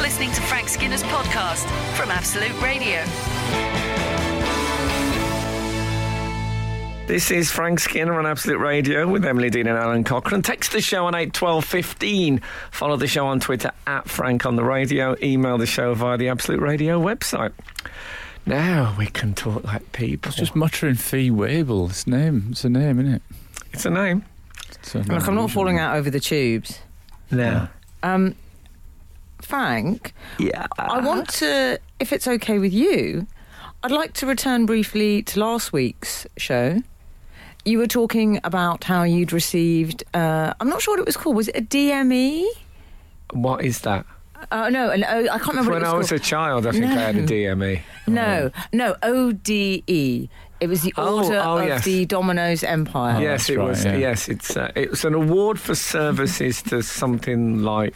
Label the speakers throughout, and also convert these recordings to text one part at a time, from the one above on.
Speaker 1: listening to Frank Skinner's podcast from Absolute Radio.
Speaker 2: This is Frank Skinner on Absolute Radio with Emily Dean and Alan Cochrane. Text the show on 81215. Follow the show on Twitter at Frank on the Radio. Email the show via the Absolute Radio website. Now we can talk like people.
Speaker 3: It's just muttering Fee Wable. It's name. It's a name, isn't it?
Speaker 2: It's a name.
Speaker 3: It's a
Speaker 4: Look, I'm not falling out over the tubes.
Speaker 2: Now.
Speaker 4: Um, Frank,
Speaker 2: Yeah.
Speaker 4: I want to, if it's okay with you, I'd like to return briefly to last week's show. You were talking about how you'd received, uh, I'm not sure what it was called. Was it a E? DME?
Speaker 2: What is that?
Speaker 4: Uh, no, an o, I can't remember
Speaker 2: when
Speaker 4: what it was
Speaker 2: I was
Speaker 4: called.
Speaker 2: a child, I think I had a E.
Speaker 4: No.
Speaker 2: DME.
Speaker 4: No, no, ODE. It was the
Speaker 2: Oh,
Speaker 4: Order
Speaker 2: oh,
Speaker 4: of
Speaker 2: yes.
Speaker 4: the Dominoes Empire.
Speaker 2: yes,
Speaker 3: Oh, that's
Speaker 2: it
Speaker 3: right,
Speaker 2: was.
Speaker 3: yeah.
Speaker 2: Yes, it's uh, it was an award for services to something like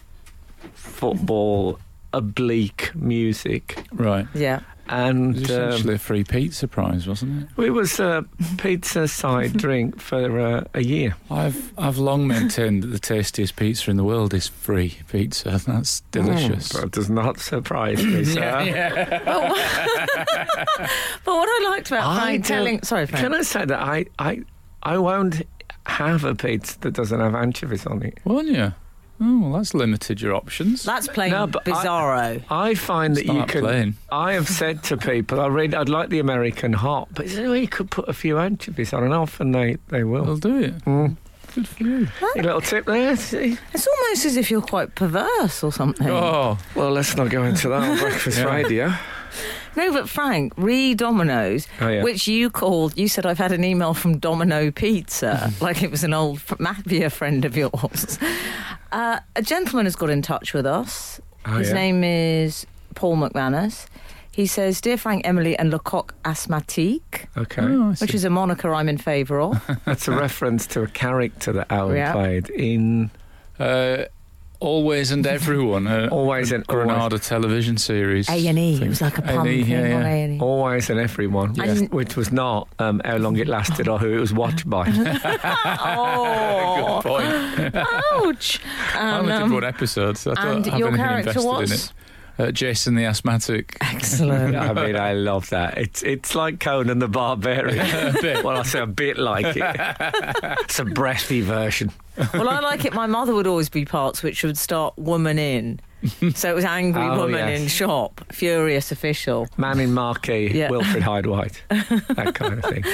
Speaker 2: football, oblique music,
Speaker 3: Right.
Speaker 4: Yeah.
Speaker 2: and
Speaker 3: It was
Speaker 2: um,
Speaker 3: essentially a free pizza prize, wasn't it?
Speaker 2: It was a pizza side drink for uh, a year.
Speaker 3: I've I've long maintained that the tastiest pizza in the world is free pizza.
Speaker 4: Hmm.
Speaker 3: That's delicious.
Speaker 2: That does not surprise me, sir.
Speaker 4: But what I liked about
Speaker 2: I
Speaker 4: Frank
Speaker 2: don't-
Speaker 4: telling. Sorry, Frank.
Speaker 2: Can I say that I, I, I won't have a pizza that doesn't have anchovies on it.
Speaker 3: Won't you? Oh, well, that's limited your options.
Speaker 4: That's plain
Speaker 2: No, but I-
Speaker 4: bizarro.
Speaker 2: I find that
Speaker 3: It's
Speaker 2: you
Speaker 3: not
Speaker 2: can.
Speaker 3: plain.
Speaker 2: I have said to people, I read, I'd like the American hot, but is there any way you could put a few anchovies on and off, and they, they
Speaker 4: Oh.
Speaker 3: They'll
Speaker 2: will.
Speaker 3: do it.
Speaker 4: Hmm.
Speaker 2: Mm.
Speaker 3: Good for you.
Speaker 2: A little tip there. see?
Speaker 4: It's almost as if you're quite perverse or something.
Speaker 3: Oh,
Speaker 2: Well, let's not go into that on breakfast
Speaker 3: Yeah.
Speaker 2: radio.
Speaker 4: No, but Frank, re Domino's,
Speaker 2: Oh, yeah.
Speaker 4: which you called, you said, I've had an email from Domino Pizza, like it was an old f- mafia friend of yours. Uh, a gentleman has got in touch with us.
Speaker 2: Oh,
Speaker 4: His
Speaker 2: yeah.
Speaker 4: name is Paul McManus. He says, Dear Frank, Emily, and Lecoq Asthmatique,
Speaker 2: Okay.
Speaker 3: Oh, I see.
Speaker 4: which is a moniker I'm in favour of.
Speaker 2: That's a reference to a character that Alan
Speaker 4: Yeah.
Speaker 2: played in
Speaker 3: uh, always and everyone. Uh,
Speaker 2: Always and
Speaker 3: or an
Speaker 2: Always.
Speaker 3: Arda television series.
Speaker 4: A and E. It
Speaker 3: Thing.
Speaker 4: was like a
Speaker 3: A&E,
Speaker 4: pun thing
Speaker 3: yeah,
Speaker 4: on
Speaker 3: yeah.
Speaker 4: A and E.
Speaker 2: Always and Everyone,
Speaker 4: Yeah.
Speaker 2: which,
Speaker 4: And-
Speaker 2: which was not um, how long it lasted or who it was watched by.
Speaker 4: Oh,
Speaker 3: Point.
Speaker 4: ouch!
Speaker 3: I only
Speaker 4: And,
Speaker 3: did
Speaker 4: um,
Speaker 3: one episode, so I
Speaker 4: and
Speaker 3: don't have
Speaker 4: your
Speaker 3: anything
Speaker 4: character
Speaker 3: invested
Speaker 4: was?
Speaker 3: in it. Uh, Jason the asthmatic.
Speaker 4: excellent.
Speaker 2: I mean, I love that. It's it's like Conan the Barbarian. well, I say a bit like it. It's a breathy version.
Speaker 4: Well, I like it. My mother would always be parts which would start woman in. So it was angry
Speaker 2: Oh,
Speaker 4: woman
Speaker 2: yes.
Speaker 4: in shop, furious official.
Speaker 2: Man in Marquee,
Speaker 4: Yeah.
Speaker 2: Wilfred Hyde White, that kind of thing.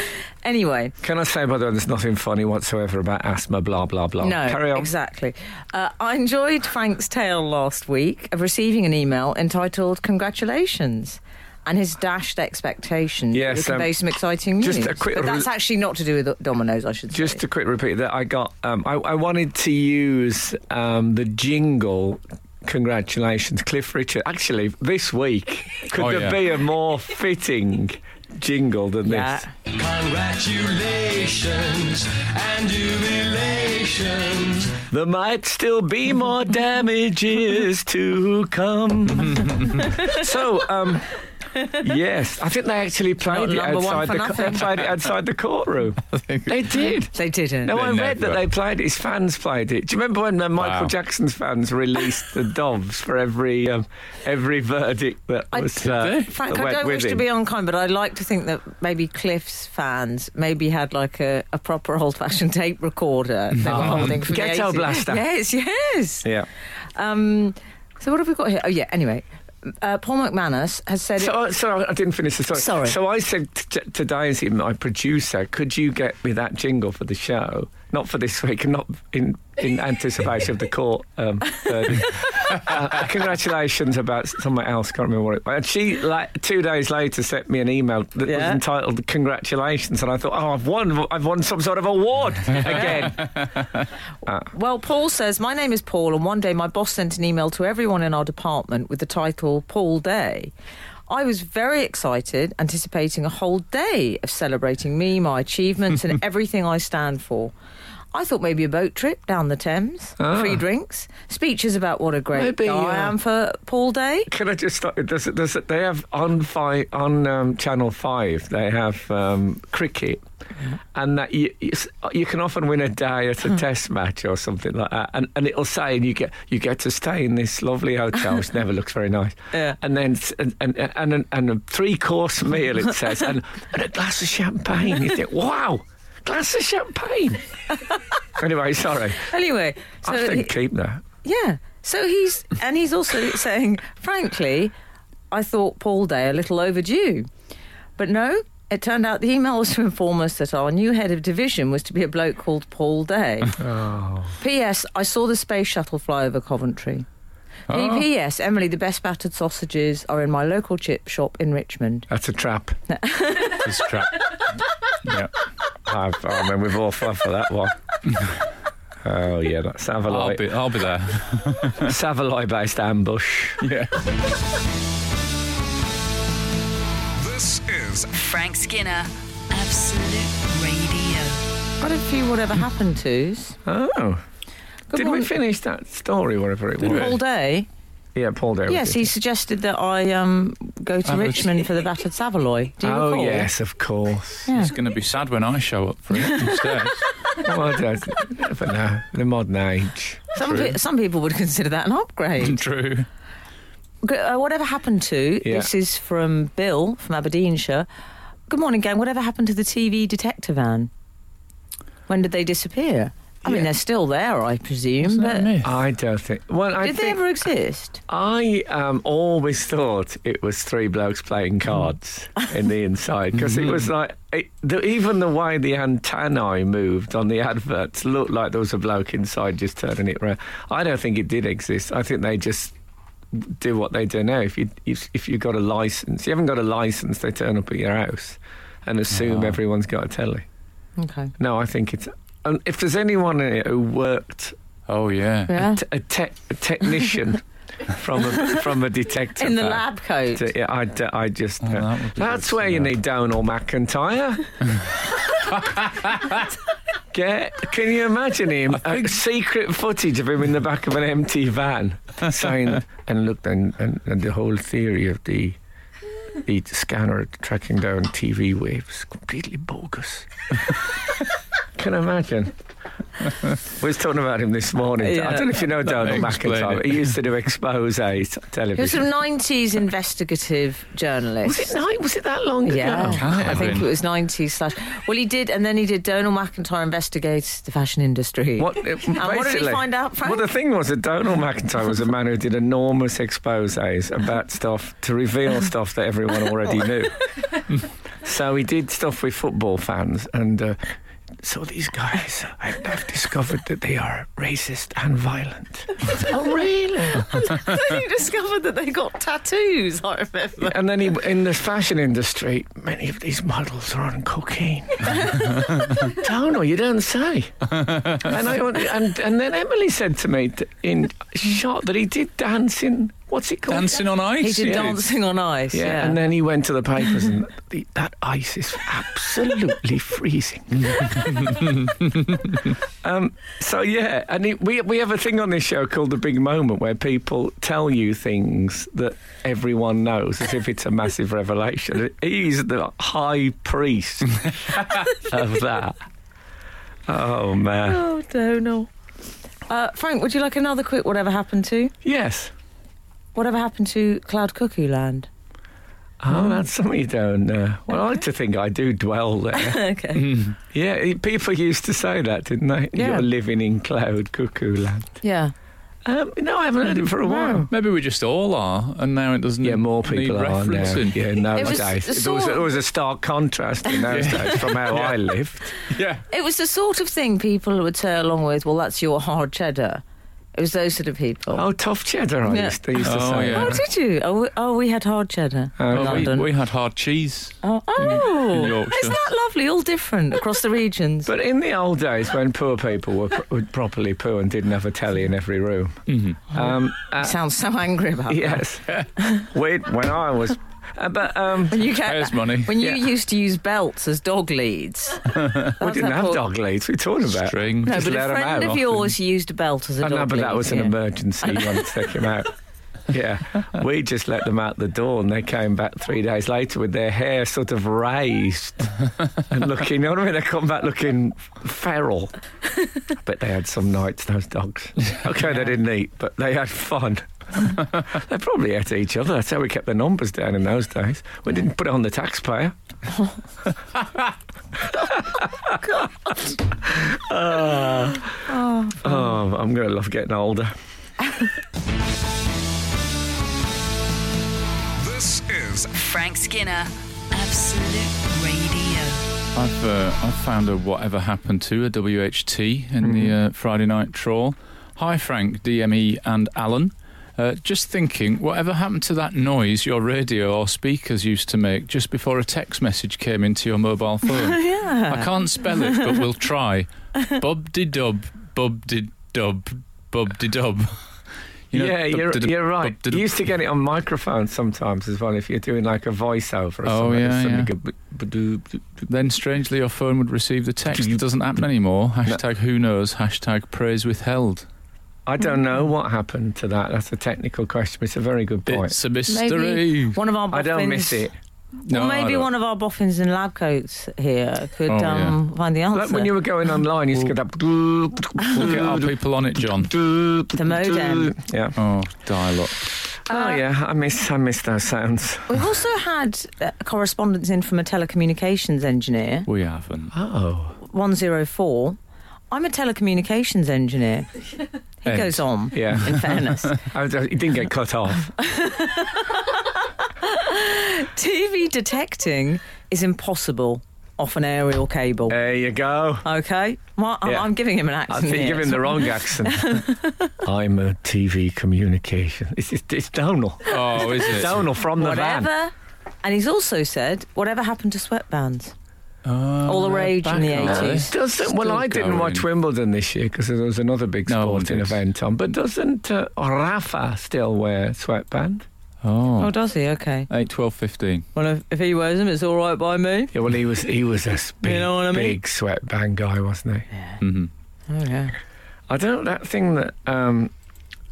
Speaker 4: Anyway,
Speaker 2: Can I say, by the way, there's nothing funny whatsoever about asthma, blah, blah, blah.
Speaker 4: no,
Speaker 2: Oh, Carry on.
Speaker 4: exactly. Uh, I enjoyed Frank's tale last week of receiving an email entitled "Congratulations." And his dashed expectation.
Speaker 2: Yes,
Speaker 4: would convey
Speaker 2: um,
Speaker 4: some exciting news.
Speaker 2: just a quick
Speaker 4: but
Speaker 2: re-
Speaker 4: that's actually not to do with Dominoes, I should say.
Speaker 2: Just a quick repeat that I got. Um, I, I wanted to use um, the jingle. Congratulations, Cliff Richard. Actually, this week, could
Speaker 3: Oh,
Speaker 2: there
Speaker 3: yeah.
Speaker 2: be a more fitting jingle than
Speaker 4: yeah.
Speaker 2: this?
Speaker 5: Congratulations and jubilations.
Speaker 2: There might still be more damages to come. so, um, yes, I think they actually played it
Speaker 4: number one
Speaker 2: outside
Speaker 4: for
Speaker 2: the co- they
Speaker 4: nothing.
Speaker 2: played it outside the courtroom. they did.
Speaker 4: They didn't.
Speaker 2: No,
Speaker 3: They
Speaker 2: I read that
Speaker 3: never.
Speaker 2: they played his fans played it. Do you remember when uh, Michael
Speaker 3: Wow.
Speaker 2: Jackson's fans released the Doves for every um, every verdict that
Speaker 4: I-
Speaker 2: was
Speaker 4: Did
Speaker 2: uh,
Speaker 3: they?
Speaker 4: Frank,
Speaker 2: that
Speaker 4: I
Speaker 2: went
Speaker 4: don't
Speaker 2: with
Speaker 4: wish to
Speaker 2: him?
Speaker 4: be unkind, but I like to think that maybe Cliff's fans maybe had like a, a proper old fashioned tape recorder. They were holding from the
Speaker 2: Ah. Ghetto
Speaker 4: 80s.
Speaker 2: blaster.
Speaker 4: Yes, yes.
Speaker 2: Yeah.
Speaker 4: Um, so what have we got here? Oh, yeah, anyway. Uh, Paul McManus has said. it,
Speaker 2: So, uh, so I didn't finish the story.
Speaker 4: Sorry.
Speaker 2: So I said t- t- to Daisy, my producer, could you get me that jingle for the show? Not for this week, not in, in anticipation of the court. Um, verdict. uh, congratulations about somewhere else. Can't remember what it was. And she, like, two days later, sent me an email that was
Speaker 4: Yeah.
Speaker 2: entitled "Congratulations," and I thought, oh, I've won. I've won some sort of award again.
Speaker 4: well, Paul says, My name is Paul, and one day my boss sent an email to everyone in our department with the title Paul Day. I was very excited, anticipating a whole day of celebrating me, my achievements, and everything I stand for. I thought maybe a boat trip down the Thames,
Speaker 2: Ah.
Speaker 4: free drinks, speeches about what a great
Speaker 2: Maybe,
Speaker 4: guy I
Speaker 2: uh,
Speaker 4: am for Paul Day.
Speaker 2: Can I just stop? Does, it- does, it- they have on five, on um, Channel Five. They have um, cricket,
Speaker 4: Mm-hmm.
Speaker 2: and that you, you s- you can often win a day at
Speaker 4: Hmm.
Speaker 2: a Test match or something like that. And, and it'll say, and you get you get to stay in this lovely hotel, which never looks very nice.
Speaker 4: Yeah.
Speaker 2: And then s- and and, and, and, a three course meal it says, and, and a glass of champagne. You think, wow, glass of champagne. anyway, sorry,
Speaker 4: Anyway,
Speaker 2: I
Speaker 4: so
Speaker 2: think
Speaker 4: he-
Speaker 2: keep that.
Speaker 4: yeah, so he's and he's also saying, frankly, I thought Paul Day a little overdue, but no. It turned out the email was to inform us that our new head of division was to be a bloke called Paul Day. P.S. I saw the space shuttle fly over Coventry.
Speaker 3: Oh.
Speaker 4: P.P.S. Emily, the best battered sausages are in my local chip shop in Richmond.
Speaker 2: That's a trap.
Speaker 3: This trap. yeah.
Speaker 2: I've, I mean, we've all fun for that one. Oh yeah, that
Speaker 3: I'll
Speaker 2: Savaloy,
Speaker 3: be, I'll be there.
Speaker 2: Savaloy-based ambush.
Speaker 3: yeah.
Speaker 5: This is
Speaker 1: Frank Skinner, Absolute Radio.
Speaker 4: Got a few whatever happened to's.
Speaker 2: Oh,
Speaker 4: Good
Speaker 2: did we
Speaker 4: morning.
Speaker 2: finish that story, whatever it
Speaker 3: Did
Speaker 2: was?
Speaker 4: Paul Day.
Speaker 2: Yeah, Paul Davis.
Speaker 4: Yes, he suggested that I um, go to
Speaker 3: Have a-
Speaker 4: Richmond for the battered Savaloy. Do you
Speaker 2: oh
Speaker 4: recall?
Speaker 2: yes, of course.
Speaker 4: Yeah.
Speaker 3: It's going to be sad when I show up for it instead.
Speaker 2: well, I don't- never know. The modern age.
Speaker 4: Some,
Speaker 3: True.
Speaker 4: pe- some people would consider that an upgrade.
Speaker 3: True.
Speaker 4: G- uh, whatever happened to,
Speaker 2: Mm. Yeah.
Speaker 4: this is from Bill from Aberdeenshire. Good morning, gang. Whatever happened to the TV detector van? When did they disappear? I mean,
Speaker 2: Yeah.
Speaker 4: they're still there, I presume.
Speaker 3: Isn't that
Speaker 4: But
Speaker 3: a myth?
Speaker 2: I don't think. Well, I
Speaker 4: did they
Speaker 2: think
Speaker 4: ever exist?
Speaker 2: I um, always thought it was three blokes playing cards in the inside because it was like it, the, even the way the antennae moved on the adverts looked like there was a bloke inside just turning it round. I don't think it did exist. I think they just do what they do now. If you if, if you got a license, you haven't got a license, they turn up at your house and assume
Speaker 3: Ah.
Speaker 2: everyone's got a telly.
Speaker 4: Okay.
Speaker 2: No, I think it's. And if there's anyone in it who worked
Speaker 3: Oh, yeah.
Speaker 4: Yeah.
Speaker 2: t- a, te- a technician from a, from a detective
Speaker 4: In the
Speaker 2: van.
Speaker 4: lab coat.
Speaker 2: To- yeah, I, d- I just uh,
Speaker 3: Oh, that would be
Speaker 2: that's
Speaker 3: good to
Speaker 2: where you
Speaker 3: know.
Speaker 2: need Donal McIntyre. Get, can you imagine him? uh, secret footage of him in the back of an empty van saying, and look, and, and, and the whole theory of the the scanner tracking down TV waves completely bogus. Can I imagine? We was talking about him this morning. I
Speaker 4: Yeah.
Speaker 2: don't know if you know Donald
Speaker 3: may explain
Speaker 2: McIntyre.
Speaker 3: it.
Speaker 2: He used to do exposés on
Speaker 4: He was a
Speaker 2: television.
Speaker 4: 90s investigative journalist.
Speaker 2: Was it night? Was it that long
Speaker 4: Yeah,
Speaker 2: ago?
Speaker 3: can't
Speaker 4: I
Speaker 3: have
Speaker 4: think
Speaker 3: been.
Speaker 4: it was 90s slash. Well, he did, and then he did Donald McIntyre investigates the fashion industry.
Speaker 2: What, uh,
Speaker 4: what did he
Speaker 2: basically-
Speaker 4: find out, Frank?
Speaker 2: Well, the thing was that Donald McIntyre was a man who did enormous exposés about stuff to reveal stuff that everyone already knew. so he did stuff with football fans and. Uh, so these guys, I've, I've discovered that they are racist and violent. oh, really?
Speaker 4: he discovered that they got tattoos. I remember.
Speaker 2: And then he, in the fashion industry, many of these models are on cocaine. Donal, you don't say. and, I, and, and then Emily said to me t- in shot that he did dancing. What's it called?
Speaker 3: Dancing on ice.
Speaker 4: He did
Speaker 3: yeah.
Speaker 4: dancing on ice.
Speaker 2: Yeah,
Speaker 4: Yeah,
Speaker 2: and then he went to the papers, and the, that ice is absolutely freezing. um, so yeah, and it, we we have a thing on this show called the Big Moment, where people tell you things that everyone knows, as if it's a massive revelation. He's the high priest of that. Oh man,
Speaker 4: oh Donald. Uh, Frank, would you like another quick whatever happened to?
Speaker 2: yes.
Speaker 4: Whatever happened to Cloud Cuckoo Land?
Speaker 2: Oh, that's something you don't know. Well, I like to think I do dwell there. Hmm.
Speaker 4: okay.
Speaker 2: Yeah, it- people used to say that, didn't they?
Speaker 4: Yeah.
Speaker 2: You're living in cloud cuckoo land.
Speaker 4: Yeah.
Speaker 2: Um, no, I haven't heard it for a while.
Speaker 3: Maybe we just all are, and now it doesn't.
Speaker 2: Yeah, more people
Speaker 3: need
Speaker 2: are now.
Speaker 3: referencing.
Speaker 2: Yeah, nowadays.
Speaker 4: the
Speaker 2: there, was a,
Speaker 4: sort-
Speaker 2: there was a stark contrast in those days from how I lived.
Speaker 3: yeah.
Speaker 4: It was the sort of thing people would say along with, well, that's your hard cheddar. It was those sort of people.
Speaker 2: Oh, tough cheddar, I
Speaker 4: Yeah.
Speaker 2: used, they used to
Speaker 3: Oh,
Speaker 2: say.
Speaker 3: yeah.
Speaker 4: Oh, did you? Oh, we, oh, we had hard cheddar
Speaker 2: Oh,
Speaker 4: in
Speaker 3: Oh, we,
Speaker 4: London.
Speaker 3: we had hard cheese.
Speaker 4: oh, oh.
Speaker 3: in Yorkshire.
Speaker 4: isn't that lovely? All different across the regions.
Speaker 2: But in the old days, when poor people were, pro- would properly poo and didn't have a telly in every
Speaker 3: Mm-hmm.
Speaker 2: room, um, uh,
Speaker 4: Sounds so angry about. it.
Speaker 2: Yes. Wait, when I was Uh, but um,
Speaker 4: When you get
Speaker 3: There's money.
Speaker 4: When you
Speaker 2: Yeah.
Speaker 4: used to use belts as dog leads.
Speaker 2: we didn't have dog leads. What are you talking about?
Speaker 3: String.
Speaker 4: No,
Speaker 2: Just
Speaker 4: but
Speaker 2: let
Speaker 4: a
Speaker 2: 'em out
Speaker 4: friend of
Speaker 2: often.
Speaker 4: yours used a belt as a
Speaker 2: I
Speaker 4: dog
Speaker 2: know, but
Speaker 4: lead.
Speaker 2: that was an
Speaker 4: yeah.
Speaker 2: emergency. You wanted to take him out. Yeah, we just let them out the door, and they came back three days later with their hair sort of raised and looking. You know what I mean? They come back looking feral. I bet they had some nights. Those dogs. Okay, they didn't eat, but they had fun. they probably ate each other. That's how we kept the numbers down in those days. We didn't put it on the taxpayer. Oh, I'm going to love getting older.
Speaker 5: This is
Speaker 1: Frank Skinner, Absolute Radio.
Speaker 3: I've uh, I've found a whatever happened to a WHT in the
Speaker 2: Mm.
Speaker 3: uh, Friday night trawl. Hi Frank, DME and Alan. Uh, just thinking, whatever happened to that noise your radio or speakers used to make just before a text message came into your mobile phone?
Speaker 4: Yeah.
Speaker 3: I can't spell it, but we'll try. Bub de dub, bub de dub, bub de dub.
Speaker 2: yeah,
Speaker 3: dub
Speaker 2: you're,
Speaker 3: de dub,
Speaker 2: you're right.
Speaker 3: bub de
Speaker 2: You
Speaker 3: dub.
Speaker 2: used to get it on microphones sometimes as well if you're doing like a voiceover or
Speaker 3: Oh,
Speaker 2: something.
Speaker 3: yeah,
Speaker 2: It's something
Speaker 3: yeah.
Speaker 2: good, but- but do- do- do-
Speaker 3: Then strangely, your phone would receive the text. It doesn't happen anymore. Hashtag who knows. Hashtag praise withheld.
Speaker 2: I don't know what happened to that. That's a technical question. but It's a very good point.
Speaker 3: It's a mystery.
Speaker 4: Maybe one of our
Speaker 2: I
Speaker 4: boffins.
Speaker 2: don't miss it.
Speaker 4: Well,
Speaker 3: No, I
Speaker 4: maybe
Speaker 3: don't.
Speaker 4: one of our boffins in lab coats here could
Speaker 3: Oh, yeah.
Speaker 4: um, find the answer.
Speaker 2: Like when you were going online, you used to go that.
Speaker 3: We'll get our people on it, John.
Speaker 2: The
Speaker 4: Ah, modem. Uh,
Speaker 2: Yeah.
Speaker 3: Oh, dial up.
Speaker 2: oh yeah. I miss. I miss those sounds.
Speaker 4: We've also had uh, correspondence in from a telecommunications engineer,
Speaker 3: We haven't.
Speaker 2: Oh.
Speaker 4: 104. I'm a telecommunications engineer. He
Speaker 3: Ed.
Speaker 4: goes on,
Speaker 2: Yeah.
Speaker 4: in fairness.
Speaker 2: I was- it didn't get cut off.
Speaker 4: TV detecting is impossible off an aerial cable.
Speaker 2: There you go.
Speaker 4: Okay? Well, I'm,
Speaker 2: Yeah.
Speaker 4: I'm giving him an
Speaker 2: I
Speaker 4: accent.
Speaker 2: think
Speaker 4: here.
Speaker 2: you're in the wrong accent. I'm a TV communication. It's, it's, it's Donal.
Speaker 3: Oh, is it?
Speaker 2: Donal from the van.
Speaker 4: Whatever. And he's also said, whatever happened to sweatbands?
Speaker 3: Oh,
Speaker 4: All the
Speaker 3: they're
Speaker 4: rage
Speaker 3: back,
Speaker 4: in the
Speaker 3: are they?
Speaker 4: 80s.
Speaker 2: Doesn't well,
Speaker 3: Still
Speaker 2: I didn't
Speaker 3: going.
Speaker 2: watch Wimbledon this year because there was another big
Speaker 3: No,
Speaker 2: sporting
Speaker 3: it is.
Speaker 2: event on. But doesn't uh, Rafa still wear sweatband?
Speaker 4: Oh,
Speaker 3: Oh,
Speaker 4: does he? Okay.
Speaker 3: 8, 12, 15.
Speaker 4: Well, if, if he wears them, it's all right by me.
Speaker 2: Yeah, well, he was he was a big,
Speaker 4: know what I mean?
Speaker 2: big sweatband guy, wasn't he?
Speaker 3: hmm
Speaker 4: Oh, yeah.
Speaker 2: I don't that thing that um,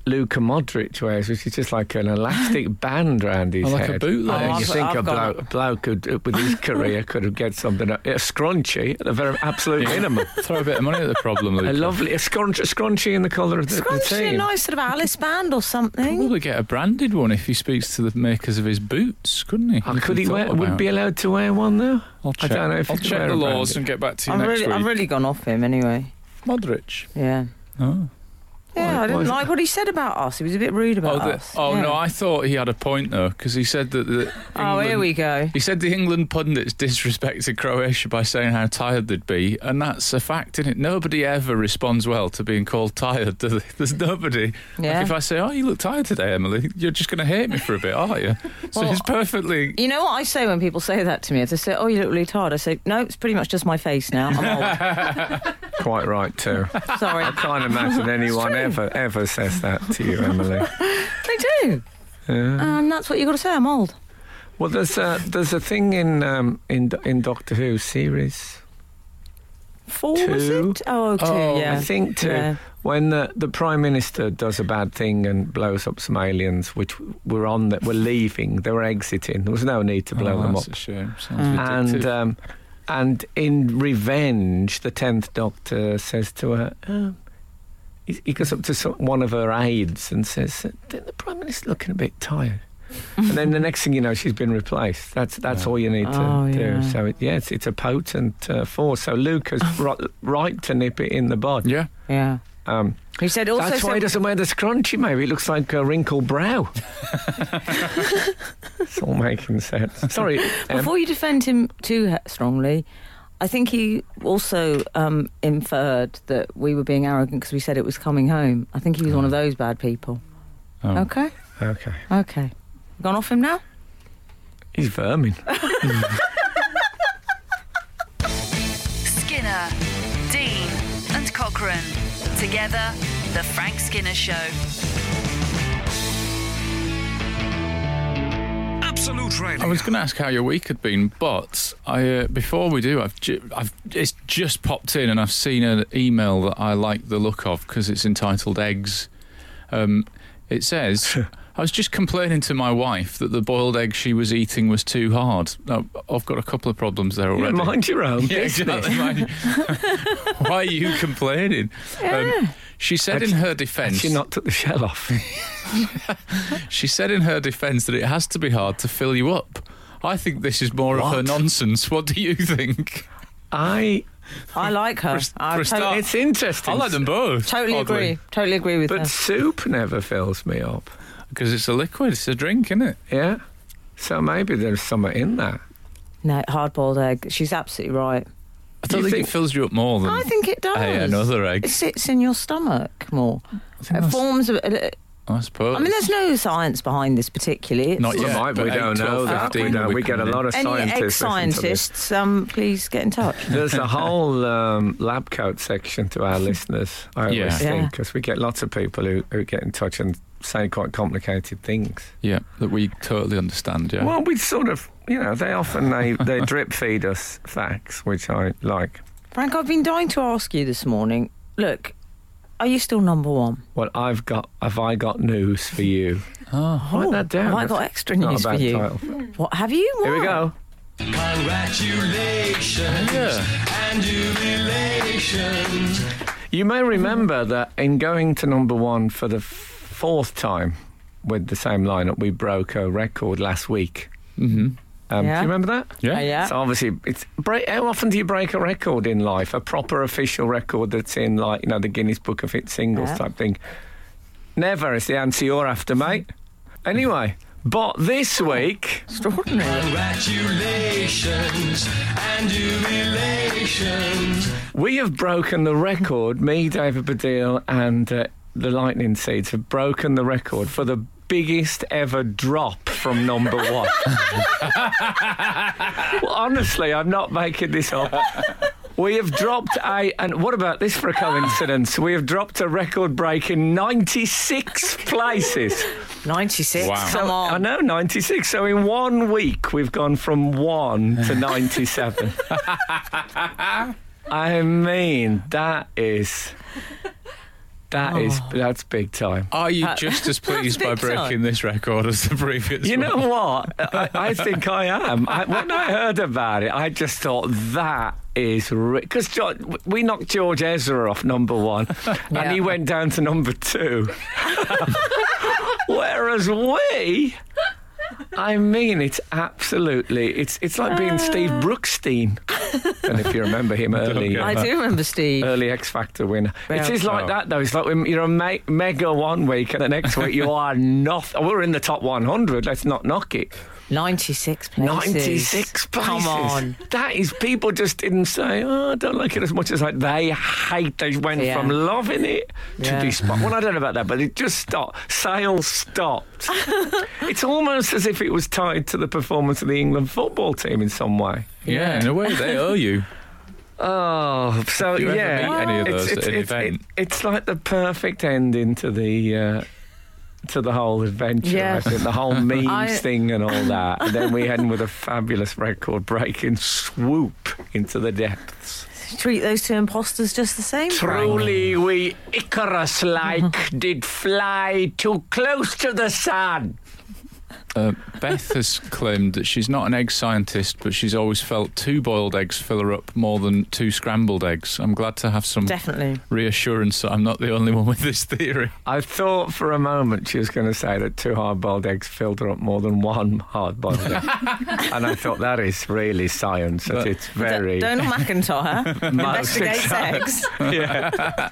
Speaker 2: Luka Modric wears, which is just like an elastic band around his
Speaker 3: Oh, like a
Speaker 2: head.
Speaker 3: bootleg.
Speaker 2: And you
Speaker 4: Oh, I've-
Speaker 2: think
Speaker 4: I've
Speaker 2: a
Speaker 4: got-
Speaker 2: bloke, a bloke could, with his career could have get something a scrunchie at the very absolute minimum.
Speaker 4: Oh.
Speaker 3: Throw a bit of money at the problem, Luke.
Speaker 2: A lovely a scrunch, a scrunchie in the colour of the, the
Speaker 4: Scrunchy, a
Speaker 2: team.
Speaker 4: nice sort of Alice band or something.
Speaker 3: Probably get a branded one if he speaks to the makers of his boots, couldn't he?
Speaker 2: Oh,
Speaker 3: If
Speaker 2: could he
Speaker 3: thought
Speaker 2: wear? Would
Speaker 3: about
Speaker 2: be
Speaker 3: it.
Speaker 2: allowed to wear one though?
Speaker 3: I'll
Speaker 2: I
Speaker 3: check,
Speaker 2: don't know if
Speaker 3: I'll
Speaker 2: you can
Speaker 3: check
Speaker 2: wear
Speaker 3: the
Speaker 2: a
Speaker 3: laws
Speaker 2: branded.
Speaker 3: and get back to you
Speaker 4: I've
Speaker 3: next
Speaker 4: really,
Speaker 3: week.
Speaker 4: I've really gone off him anyway.
Speaker 3: Modric.
Speaker 4: Yeah.
Speaker 3: Oh,
Speaker 4: Yeah,
Speaker 2: Why-
Speaker 4: I
Speaker 2: why
Speaker 4: didn't
Speaker 2: is
Speaker 4: like what he said about us. He was a bit rude
Speaker 3: oh,
Speaker 4: about
Speaker 3: the-
Speaker 4: us.
Speaker 3: oh
Speaker 4: Yeah.
Speaker 3: no, I thought he had a point though because he said that. The
Speaker 4: Oh, here
Speaker 3: England-
Speaker 4: we go.
Speaker 3: He said the England pundits disrespected Croatia by saying how tired they'd be, and that's a fact, isn't it? Nobody ever responds well to being called tired, do they? There's nobody. Like,
Speaker 4: Yeah.
Speaker 3: if I say, "Oh, you look tired today, Emily," you're just going to hate me for a bit, aren't you? so
Speaker 4: Well,
Speaker 3: it's perfectly.
Speaker 4: You know what I say when people say that to me? If they say, "Oh, you look really tired," I say, "No, it's pretty much just my face now. I'm
Speaker 2: Quite right too.
Speaker 4: old. Sorry,
Speaker 2: I can't imagine anyone ever ever says that to you, Emily.
Speaker 4: they do."
Speaker 2: Yeah.
Speaker 4: Um, that's what you got to say. I'm old.
Speaker 2: Well, there's a there's a thing in um, in Do- in Doctor Who series.
Speaker 4: Four was
Speaker 2: Two.
Speaker 4: it? Oh, two.
Speaker 3: Oh,
Speaker 4: yeah.
Speaker 2: I think too
Speaker 4: Yeah.
Speaker 2: when the, the prime minister does a bad thing and blows up some aliens, which were on that were leaving, they were exiting. There was no need to blow
Speaker 3: oh,
Speaker 2: them up.
Speaker 3: that's a shame. Sounds
Speaker 4: Mm.
Speaker 3: addictive.
Speaker 2: and um, and in revenge, the tenth Doctor says to her, um, he, he goes up to some, one of her aides and says, "Didn't the Prime Minister looking a bit tired?" and then the next thing you know, she's been replaced. That's that's
Speaker 3: Yeah.
Speaker 2: all you need to
Speaker 4: Oh,
Speaker 2: do.
Speaker 4: yeah.
Speaker 2: So it, yeah, it's, it's a potent uh, force. So Luke has right, right to nip it in the bud.
Speaker 3: yeah,
Speaker 4: yeah.
Speaker 2: Um,
Speaker 4: He said also.
Speaker 2: that's why he doesn't wear the scrunchie. Maybe it looks like a wrinkled brow. it's all making sense. Sorry, Em.
Speaker 4: Before you defend him too he- strongly, I think he also um, inferred that we were being arrogant because we said it was coming home. I think he was one of those bad people.
Speaker 3: Oh.
Speaker 4: Okay,
Speaker 2: um, okay.
Speaker 4: okay. Gone off him now?
Speaker 2: He's vermin.
Speaker 1: Skinner, Dean, and Cochrane. Together, The Frank Skinner Show.
Speaker 5: Absolute Australia.
Speaker 3: I was going to ask how your week had been, but I uh, before we do, I've, ju- I've it's just popped in, and I've seen an email that I like the look of because it's entitled "Eggs." Um, it says, "I was just complaining to my wife that the boiled egg she was eating was too hard." Now, I've got a couple of problems there already.
Speaker 2: Mind your own
Speaker 3: Yeah,
Speaker 2: business.
Speaker 3: exactly. Mind- Why are you complaining? Um, she said in her defence,
Speaker 2: She knocked at the shell off.
Speaker 3: she said in her defence that it has to be hard to fill you up. I think this is more of her
Speaker 2: What?
Speaker 3: nonsense. What do you think?
Speaker 2: I.
Speaker 4: I like her.
Speaker 3: For-
Speaker 4: I
Speaker 3: for a
Speaker 4: tot-
Speaker 3: start.
Speaker 2: It's interesting.
Speaker 3: I like Oh, them both.
Speaker 4: totally agree. Totally agree with
Speaker 2: But
Speaker 4: her.
Speaker 2: soup never fills me up.
Speaker 3: Because it's a liquid, it's a drink, isn't it?
Speaker 2: Yeah. So maybe there's something in that.
Speaker 4: No, hard boiled egg. She's absolutely right.
Speaker 3: I don't
Speaker 2: You
Speaker 3: think,
Speaker 2: think-
Speaker 3: it fills you up more than
Speaker 4: I think it does.
Speaker 3: Um, Hey, another egg.
Speaker 4: It sits in your stomach more.
Speaker 3: I, think
Speaker 4: It
Speaker 3: that's-
Speaker 4: forms. A, a-
Speaker 3: I suppose.
Speaker 4: I mean, there's no science behind this particularly. It's
Speaker 3: Not
Speaker 2: Well,
Speaker 3: yet.
Speaker 2: might
Speaker 3: but
Speaker 2: we
Speaker 3: eight,
Speaker 2: don't
Speaker 3: 12,
Speaker 2: know that. We,
Speaker 3: 15
Speaker 2: don't.
Speaker 3: will
Speaker 2: we
Speaker 3: be
Speaker 2: get a
Speaker 3: coming
Speaker 2: lot of
Speaker 4: Any egg
Speaker 2: scientists. listening to this.
Speaker 4: scientists, um, please get in touch.
Speaker 2: There's a whole um, lab coat section to our listeners, I always
Speaker 3: Yeah.
Speaker 2: think, 'cause
Speaker 4: Yeah.
Speaker 2: because we get lots of people who, who get in touch and say quite complicated things.
Speaker 3: in. Yeah, that we totally understand, yeah.
Speaker 2: Well, we sort of, you know, they often they, they drip feed us facts, which I like.
Speaker 4: Frank, I've been dying to ask you this morning. Look, are you still number one?
Speaker 2: Well, I've got, have I got news for you?
Speaker 3: Oh,
Speaker 2: Write that down.
Speaker 4: Have I got
Speaker 2: That's
Speaker 4: extra
Speaker 2: not a
Speaker 4: news for
Speaker 2: bad
Speaker 4: you?
Speaker 2: title.
Speaker 4: What have you?
Speaker 2: Here we
Speaker 4: What?
Speaker 2: go.
Speaker 6: Congratulations
Speaker 3: yeah.
Speaker 6: and jubilations.
Speaker 2: You may remember that in going to number one for the f- fourth time with the same lineup, we broke a record last week.
Speaker 3: Mm-hmm.
Speaker 2: Um, Do you
Speaker 4: Yeah.
Speaker 2: remember that?
Speaker 3: Yeah.
Speaker 4: Uh, yeah.
Speaker 2: So obviously, it's break, how often do you break a record in life? A proper official record that's in like you know the Guinness Book of Hit Singles
Speaker 4: Yeah.
Speaker 2: type thing. Never is the answer you're after, mate. Anyway, but this week,
Speaker 4: Extraordinary.
Speaker 6: Congratulations and jubilations.
Speaker 2: We have broken the record. Me, David Baddiel, and uh, the Lightning Seeds have broken the record for the biggest ever drop from number one. well, honestly, I'm not making this up. We have dropped a, and what about this for a coincidence? We have dropped a record break in 96 places.
Speaker 4: 96.
Speaker 3: Wow.
Speaker 4: Come
Speaker 2: I
Speaker 4: on.
Speaker 2: know, 96. So in one week, we've gone from one to 97. I mean, that is. that is
Speaker 4: Oh.
Speaker 2: That's big time.
Speaker 3: Are you just as pleased by
Speaker 4: Uh, big time.
Speaker 3: breaking this record as the previous
Speaker 2: You
Speaker 3: one?
Speaker 2: know what? I, I think I am. I, when I heard about it, I just thought that is because we knocked George Ezra off number one, and
Speaker 4: Yeah.
Speaker 2: he went down to number two. Whereas we, I mean, it's absolutely it's it's like
Speaker 4: Uh.
Speaker 2: being Steve Brookstein, and if you remember him early.
Speaker 3: get
Speaker 4: I do remember Steve.
Speaker 2: Early X Factor winner.
Speaker 4: Well-
Speaker 2: it is like
Speaker 3: Oh.
Speaker 2: that though. It's like when you're a me- mega one week, and the next week you are not. We're in the top 100. Let's not knock it.
Speaker 4: 96 places.
Speaker 2: 96 places.
Speaker 4: Come on.
Speaker 2: That is, people just didn't say, oh, I don't like it as much as like they hate. They went
Speaker 4: Yeah.
Speaker 2: from loving it to
Speaker 4: Yeah.
Speaker 2: despite. Well, I don't know about that, but it just stopped. Sales stopped. it's almost as if it was tied to the performance of the England football team in some way.
Speaker 3: Yeah, in a way, they owe you.
Speaker 2: Oh, so
Speaker 3: you ever
Speaker 2: yeah,
Speaker 3: meet any of those
Speaker 2: it's, it's,
Speaker 3: at an
Speaker 2: it's,
Speaker 3: event?
Speaker 2: it- it's like the perfect ending to the uh, to the whole adventure.
Speaker 4: Yeah.
Speaker 2: I think the whole memes
Speaker 4: I-
Speaker 2: thing and all that. And then we end with a fabulous record-breaking swoop into the depths.
Speaker 4: Treat those two imposters just the same.
Speaker 2: Truly, we Icarus-like did fly too close to the sun.
Speaker 3: Uh, Beth has claimed that she's not an egg scientist, but she's always felt two boiled eggs fill her up more than two scrambled eggs. I'm glad to have some
Speaker 4: Definitely.
Speaker 3: reassurance that I'm not the only one with this theory.
Speaker 2: I thought for a moment she was going to say that two hard-boiled eggs filled her up more than one hard-boiled egg, and I thought that is really science. That
Speaker 3: But-
Speaker 2: it's very
Speaker 4: Donald McIntyre investigates eggs.
Speaker 2: yeah.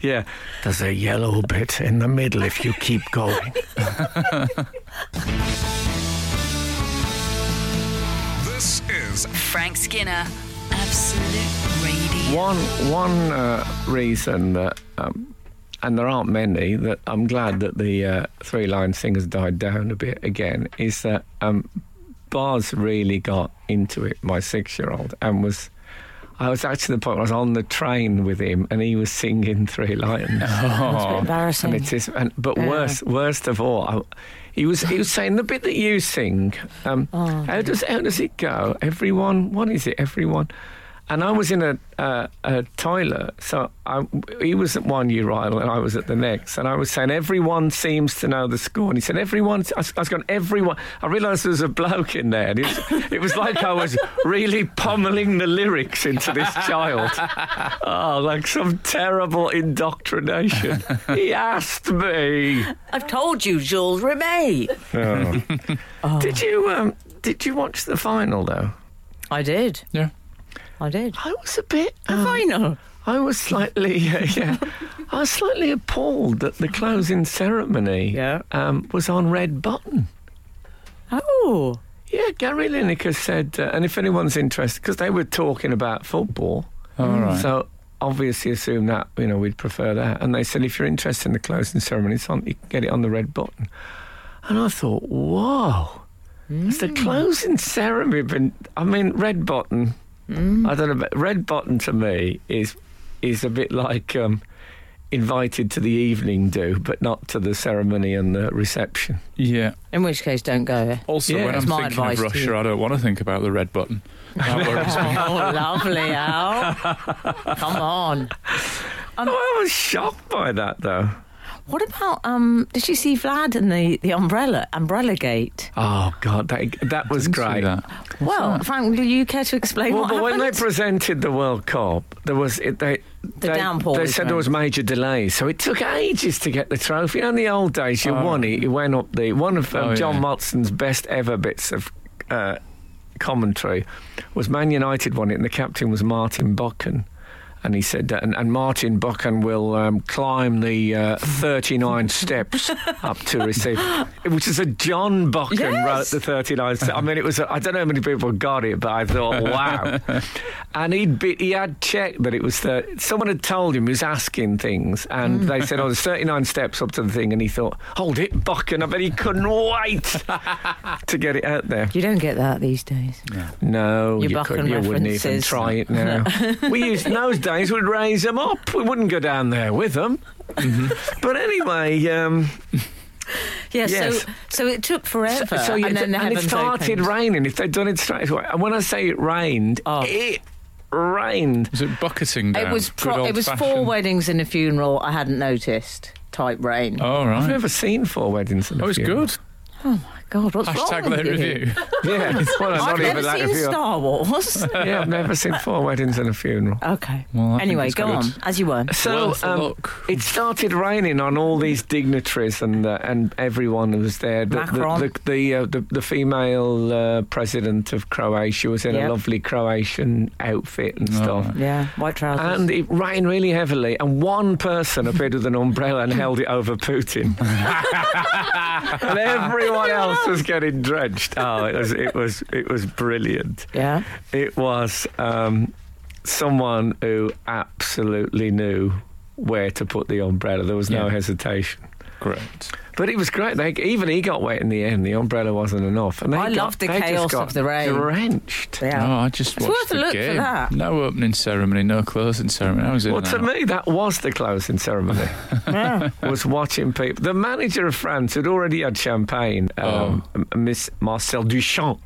Speaker 2: yeah. There's a yellow bit in the middle if you keep going.
Speaker 5: This is
Speaker 1: Frank Skinner, Absolute Radio.
Speaker 2: One one uh, reason that, um, and there aren't many, that I'm glad that the uh, three line singers died down a bit again is that um, Bars really got into it, my six year old, and was. I was actually at the point where I was on the train with him and he was singing Three Lions.
Speaker 4: That's a bit embarrassing.
Speaker 2: And it is, and, but
Speaker 4: Yeah.
Speaker 2: worse, worst of all, I, he was he was saying the bit that you sing. Um,
Speaker 4: Oh,
Speaker 2: how does how does it go? Everyone, what is it? Everyone, and I was in a uh, a toilet, so I, he was at one urinal and I was at the next, and I was saying everyone seems to know the score, and he said everyone. I was I was going everyone. I realised there was a bloke in there, and it was, it was like I was really pommeling the lyrics into this child. Oh, like some terrible indoctrination. he asked me.
Speaker 7: I've told you, Jules Rimet.
Speaker 2: Did you um, did you watch the final though?
Speaker 4: I did.
Speaker 3: Yeah.
Speaker 4: I did.
Speaker 2: I was a bit.
Speaker 4: Oh.
Speaker 2: um,
Speaker 7: Final.
Speaker 2: I was slightly. Uh, yeah. I was slightly appalled that the closing ceremony
Speaker 4: Yeah.
Speaker 2: um, was on Red Button.
Speaker 4: Oh.
Speaker 2: Yeah, Gary Lineker said, uh, and if anyone's interested, because they were talking about football.
Speaker 3: All
Speaker 4: Mm.
Speaker 3: right.
Speaker 2: So obviously assume that, you know, we'd prefer that. And they said, if you're interested in the closing ceremony, it's on, you can get it on the red button. And I thought, whoa. It's the closing ceremony. Been, I mean, red button. I don't know, but red button to me is is a bit like um, invited to the evening do, but not to the ceremony and the reception.
Speaker 3: yeah.
Speaker 4: In which case, don't go.
Speaker 3: Also,
Speaker 2: Yeah.
Speaker 3: when I'm
Speaker 4: That's my
Speaker 3: thinking of
Speaker 4: advice to
Speaker 3: Russia,
Speaker 4: you.
Speaker 3: I don't want to think about the red button. That worries me.
Speaker 4: Oh, lovely, Al. Come on.
Speaker 2: Oh, I was shocked by that, though.
Speaker 4: What about um? Did you see Vlad and the the umbrella umbrella gate?
Speaker 2: Oh God, that that was
Speaker 3: Didn't see
Speaker 2: great.
Speaker 3: that.
Speaker 4: well, Frank, do you care to explain
Speaker 2: Well,
Speaker 4: what
Speaker 2: but when
Speaker 4: happened?
Speaker 2: they presented the World Cup, there was it, they, they,
Speaker 4: The downpour
Speaker 2: They
Speaker 4: was
Speaker 2: said there was major delays, so it took ages to get the trophy. You know, in the old days, you
Speaker 3: Oh.
Speaker 2: won it, you went up the one of um,
Speaker 3: Oh,
Speaker 2: John
Speaker 3: yeah.
Speaker 2: Watson's best ever bits of uh, commentary was Man United won it, and the captain was Martin Buchan. And he said, that, and, and Martin Buchan will um, climb the uh, 39 steps up to receive, which is a John Buchan wrote
Speaker 4: Yes.
Speaker 2: the 39 steps. I mean, it was, I I don't know how many people got it, but I thought, wow. and he'd be, he had checked that it was, thir- someone had told him he was asking things, and
Speaker 4: Mm.
Speaker 2: they said, oh, there's 39 steps up to the thing. And he thought, hold it, Buchan. I bet he couldn't wait to get it out there.
Speaker 4: you don't get that these days.
Speaker 2: No,
Speaker 4: Your
Speaker 2: you,
Speaker 4: Buchan
Speaker 2: couldn't, you wouldn't even
Speaker 4: references.
Speaker 2: try it now. we used in those days we'd raise them up. We wouldn't go down there with them.
Speaker 4: Mm-hmm.
Speaker 2: But anyway, um,
Speaker 4: Yeah.
Speaker 2: Yes.
Speaker 4: So so it took forever.
Speaker 2: so you,
Speaker 4: and then the
Speaker 2: it
Speaker 4: heavens
Speaker 2: started
Speaker 4: opened.
Speaker 2: raining. If they'd done it straight away, and when I say it rained,
Speaker 4: Oh.
Speaker 2: it rained.
Speaker 3: Was it bucketing down?
Speaker 4: It was
Speaker 3: Good
Speaker 4: pro- it was four
Speaker 3: old-fashioned.
Speaker 4: weddings and a funeral. I hadn't noticed. Type rain. Oh,
Speaker 3: All right.
Speaker 2: I've never seen four weddings. in a
Speaker 3: Oh, it's
Speaker 2: funeral.
Speaker 3: good.
Speaker 4: my God! What's
Speaker 3: Hashtag
Speaker 4: wrong
Speaker 3: their
Speaker 4: with you?
Speaker 3: review.
Speaker 2: Yeah, well,
Speaker 4: I've
Speaker 2: not
Speaker 4: never
Speaker 2: even that
Speaker 4: seen
Speaker 2: if you-
Speaker 4: Star Wars.
Speaker 2: Yeah, I've never seen four weddings and a funeral.
Speaker 4: okay.
Speaker 3: Well, I think
Speaker 4: anyway,
Speaker 3: it's
Speaker 4: go
Speaker 3: good.
Speaker 4: on as you were.
Speaker 2: So
Speaker 3: Worth a
Speaker 2: um,
Speaker 3: look.
Speaker 2: it started raining on all these dignitaries and uh, and everyone who was there. The,
Speaker 4: Macron.
Speaker 2: the the the, uh, the, the female uh, president of Croatia was in
Speaker 4: Yeah.
Speaker 2: a lovely Croatian outfit
Speaker 4: Oh,
Speaker 2: and stuff.
Speaker 4: Yeah, white trousers.
Speaker 2: And it rained really heavily, and one person appeared with an umbrella and held it over Putin, and everyone else was getting drenched. Oh, it was it was it was brilliant.
Speaker 4: yeah.
Speaker 2: It was um, someone who absolutely knew where to put the umbrella. There was no
Speaker 3: Yeah.
Speaker 2: hesitation.
Speaker 3: Great.
Speaker 2: But it was great. They, even he got wet in the end. The umbrella wasn't enough. And they
Speaker 4: I
Speaker 2: got-
Speaker 4: loved the
Speaker 2: they just
Speaker 4: chaos
Speaker 2: got
Speaker 4: of the rain.
Speaker 2: Drenched.
Speaker 4: Yeah.
Speaker 3: No, Oh, I just
Speaker 4: It's
Speaker 3: watched
Speaker 4: worth a
Speaker 3: the
Speaker 4: look for
Speaker 3: game.
Speaker 4: that.
Speaker 3: No opening ceremony, no closing ceremony. I was in
Speaker 2: Well,
Speaker 3: and
Speaker 2: to
Speaker 3: out.
Speaker 2: me, that was the closing ceremony. Was watching people. The manager of France had already had champagne.
Speaker 3: Oh.
Speaker 2: Um, Miss Marcel Duchamp.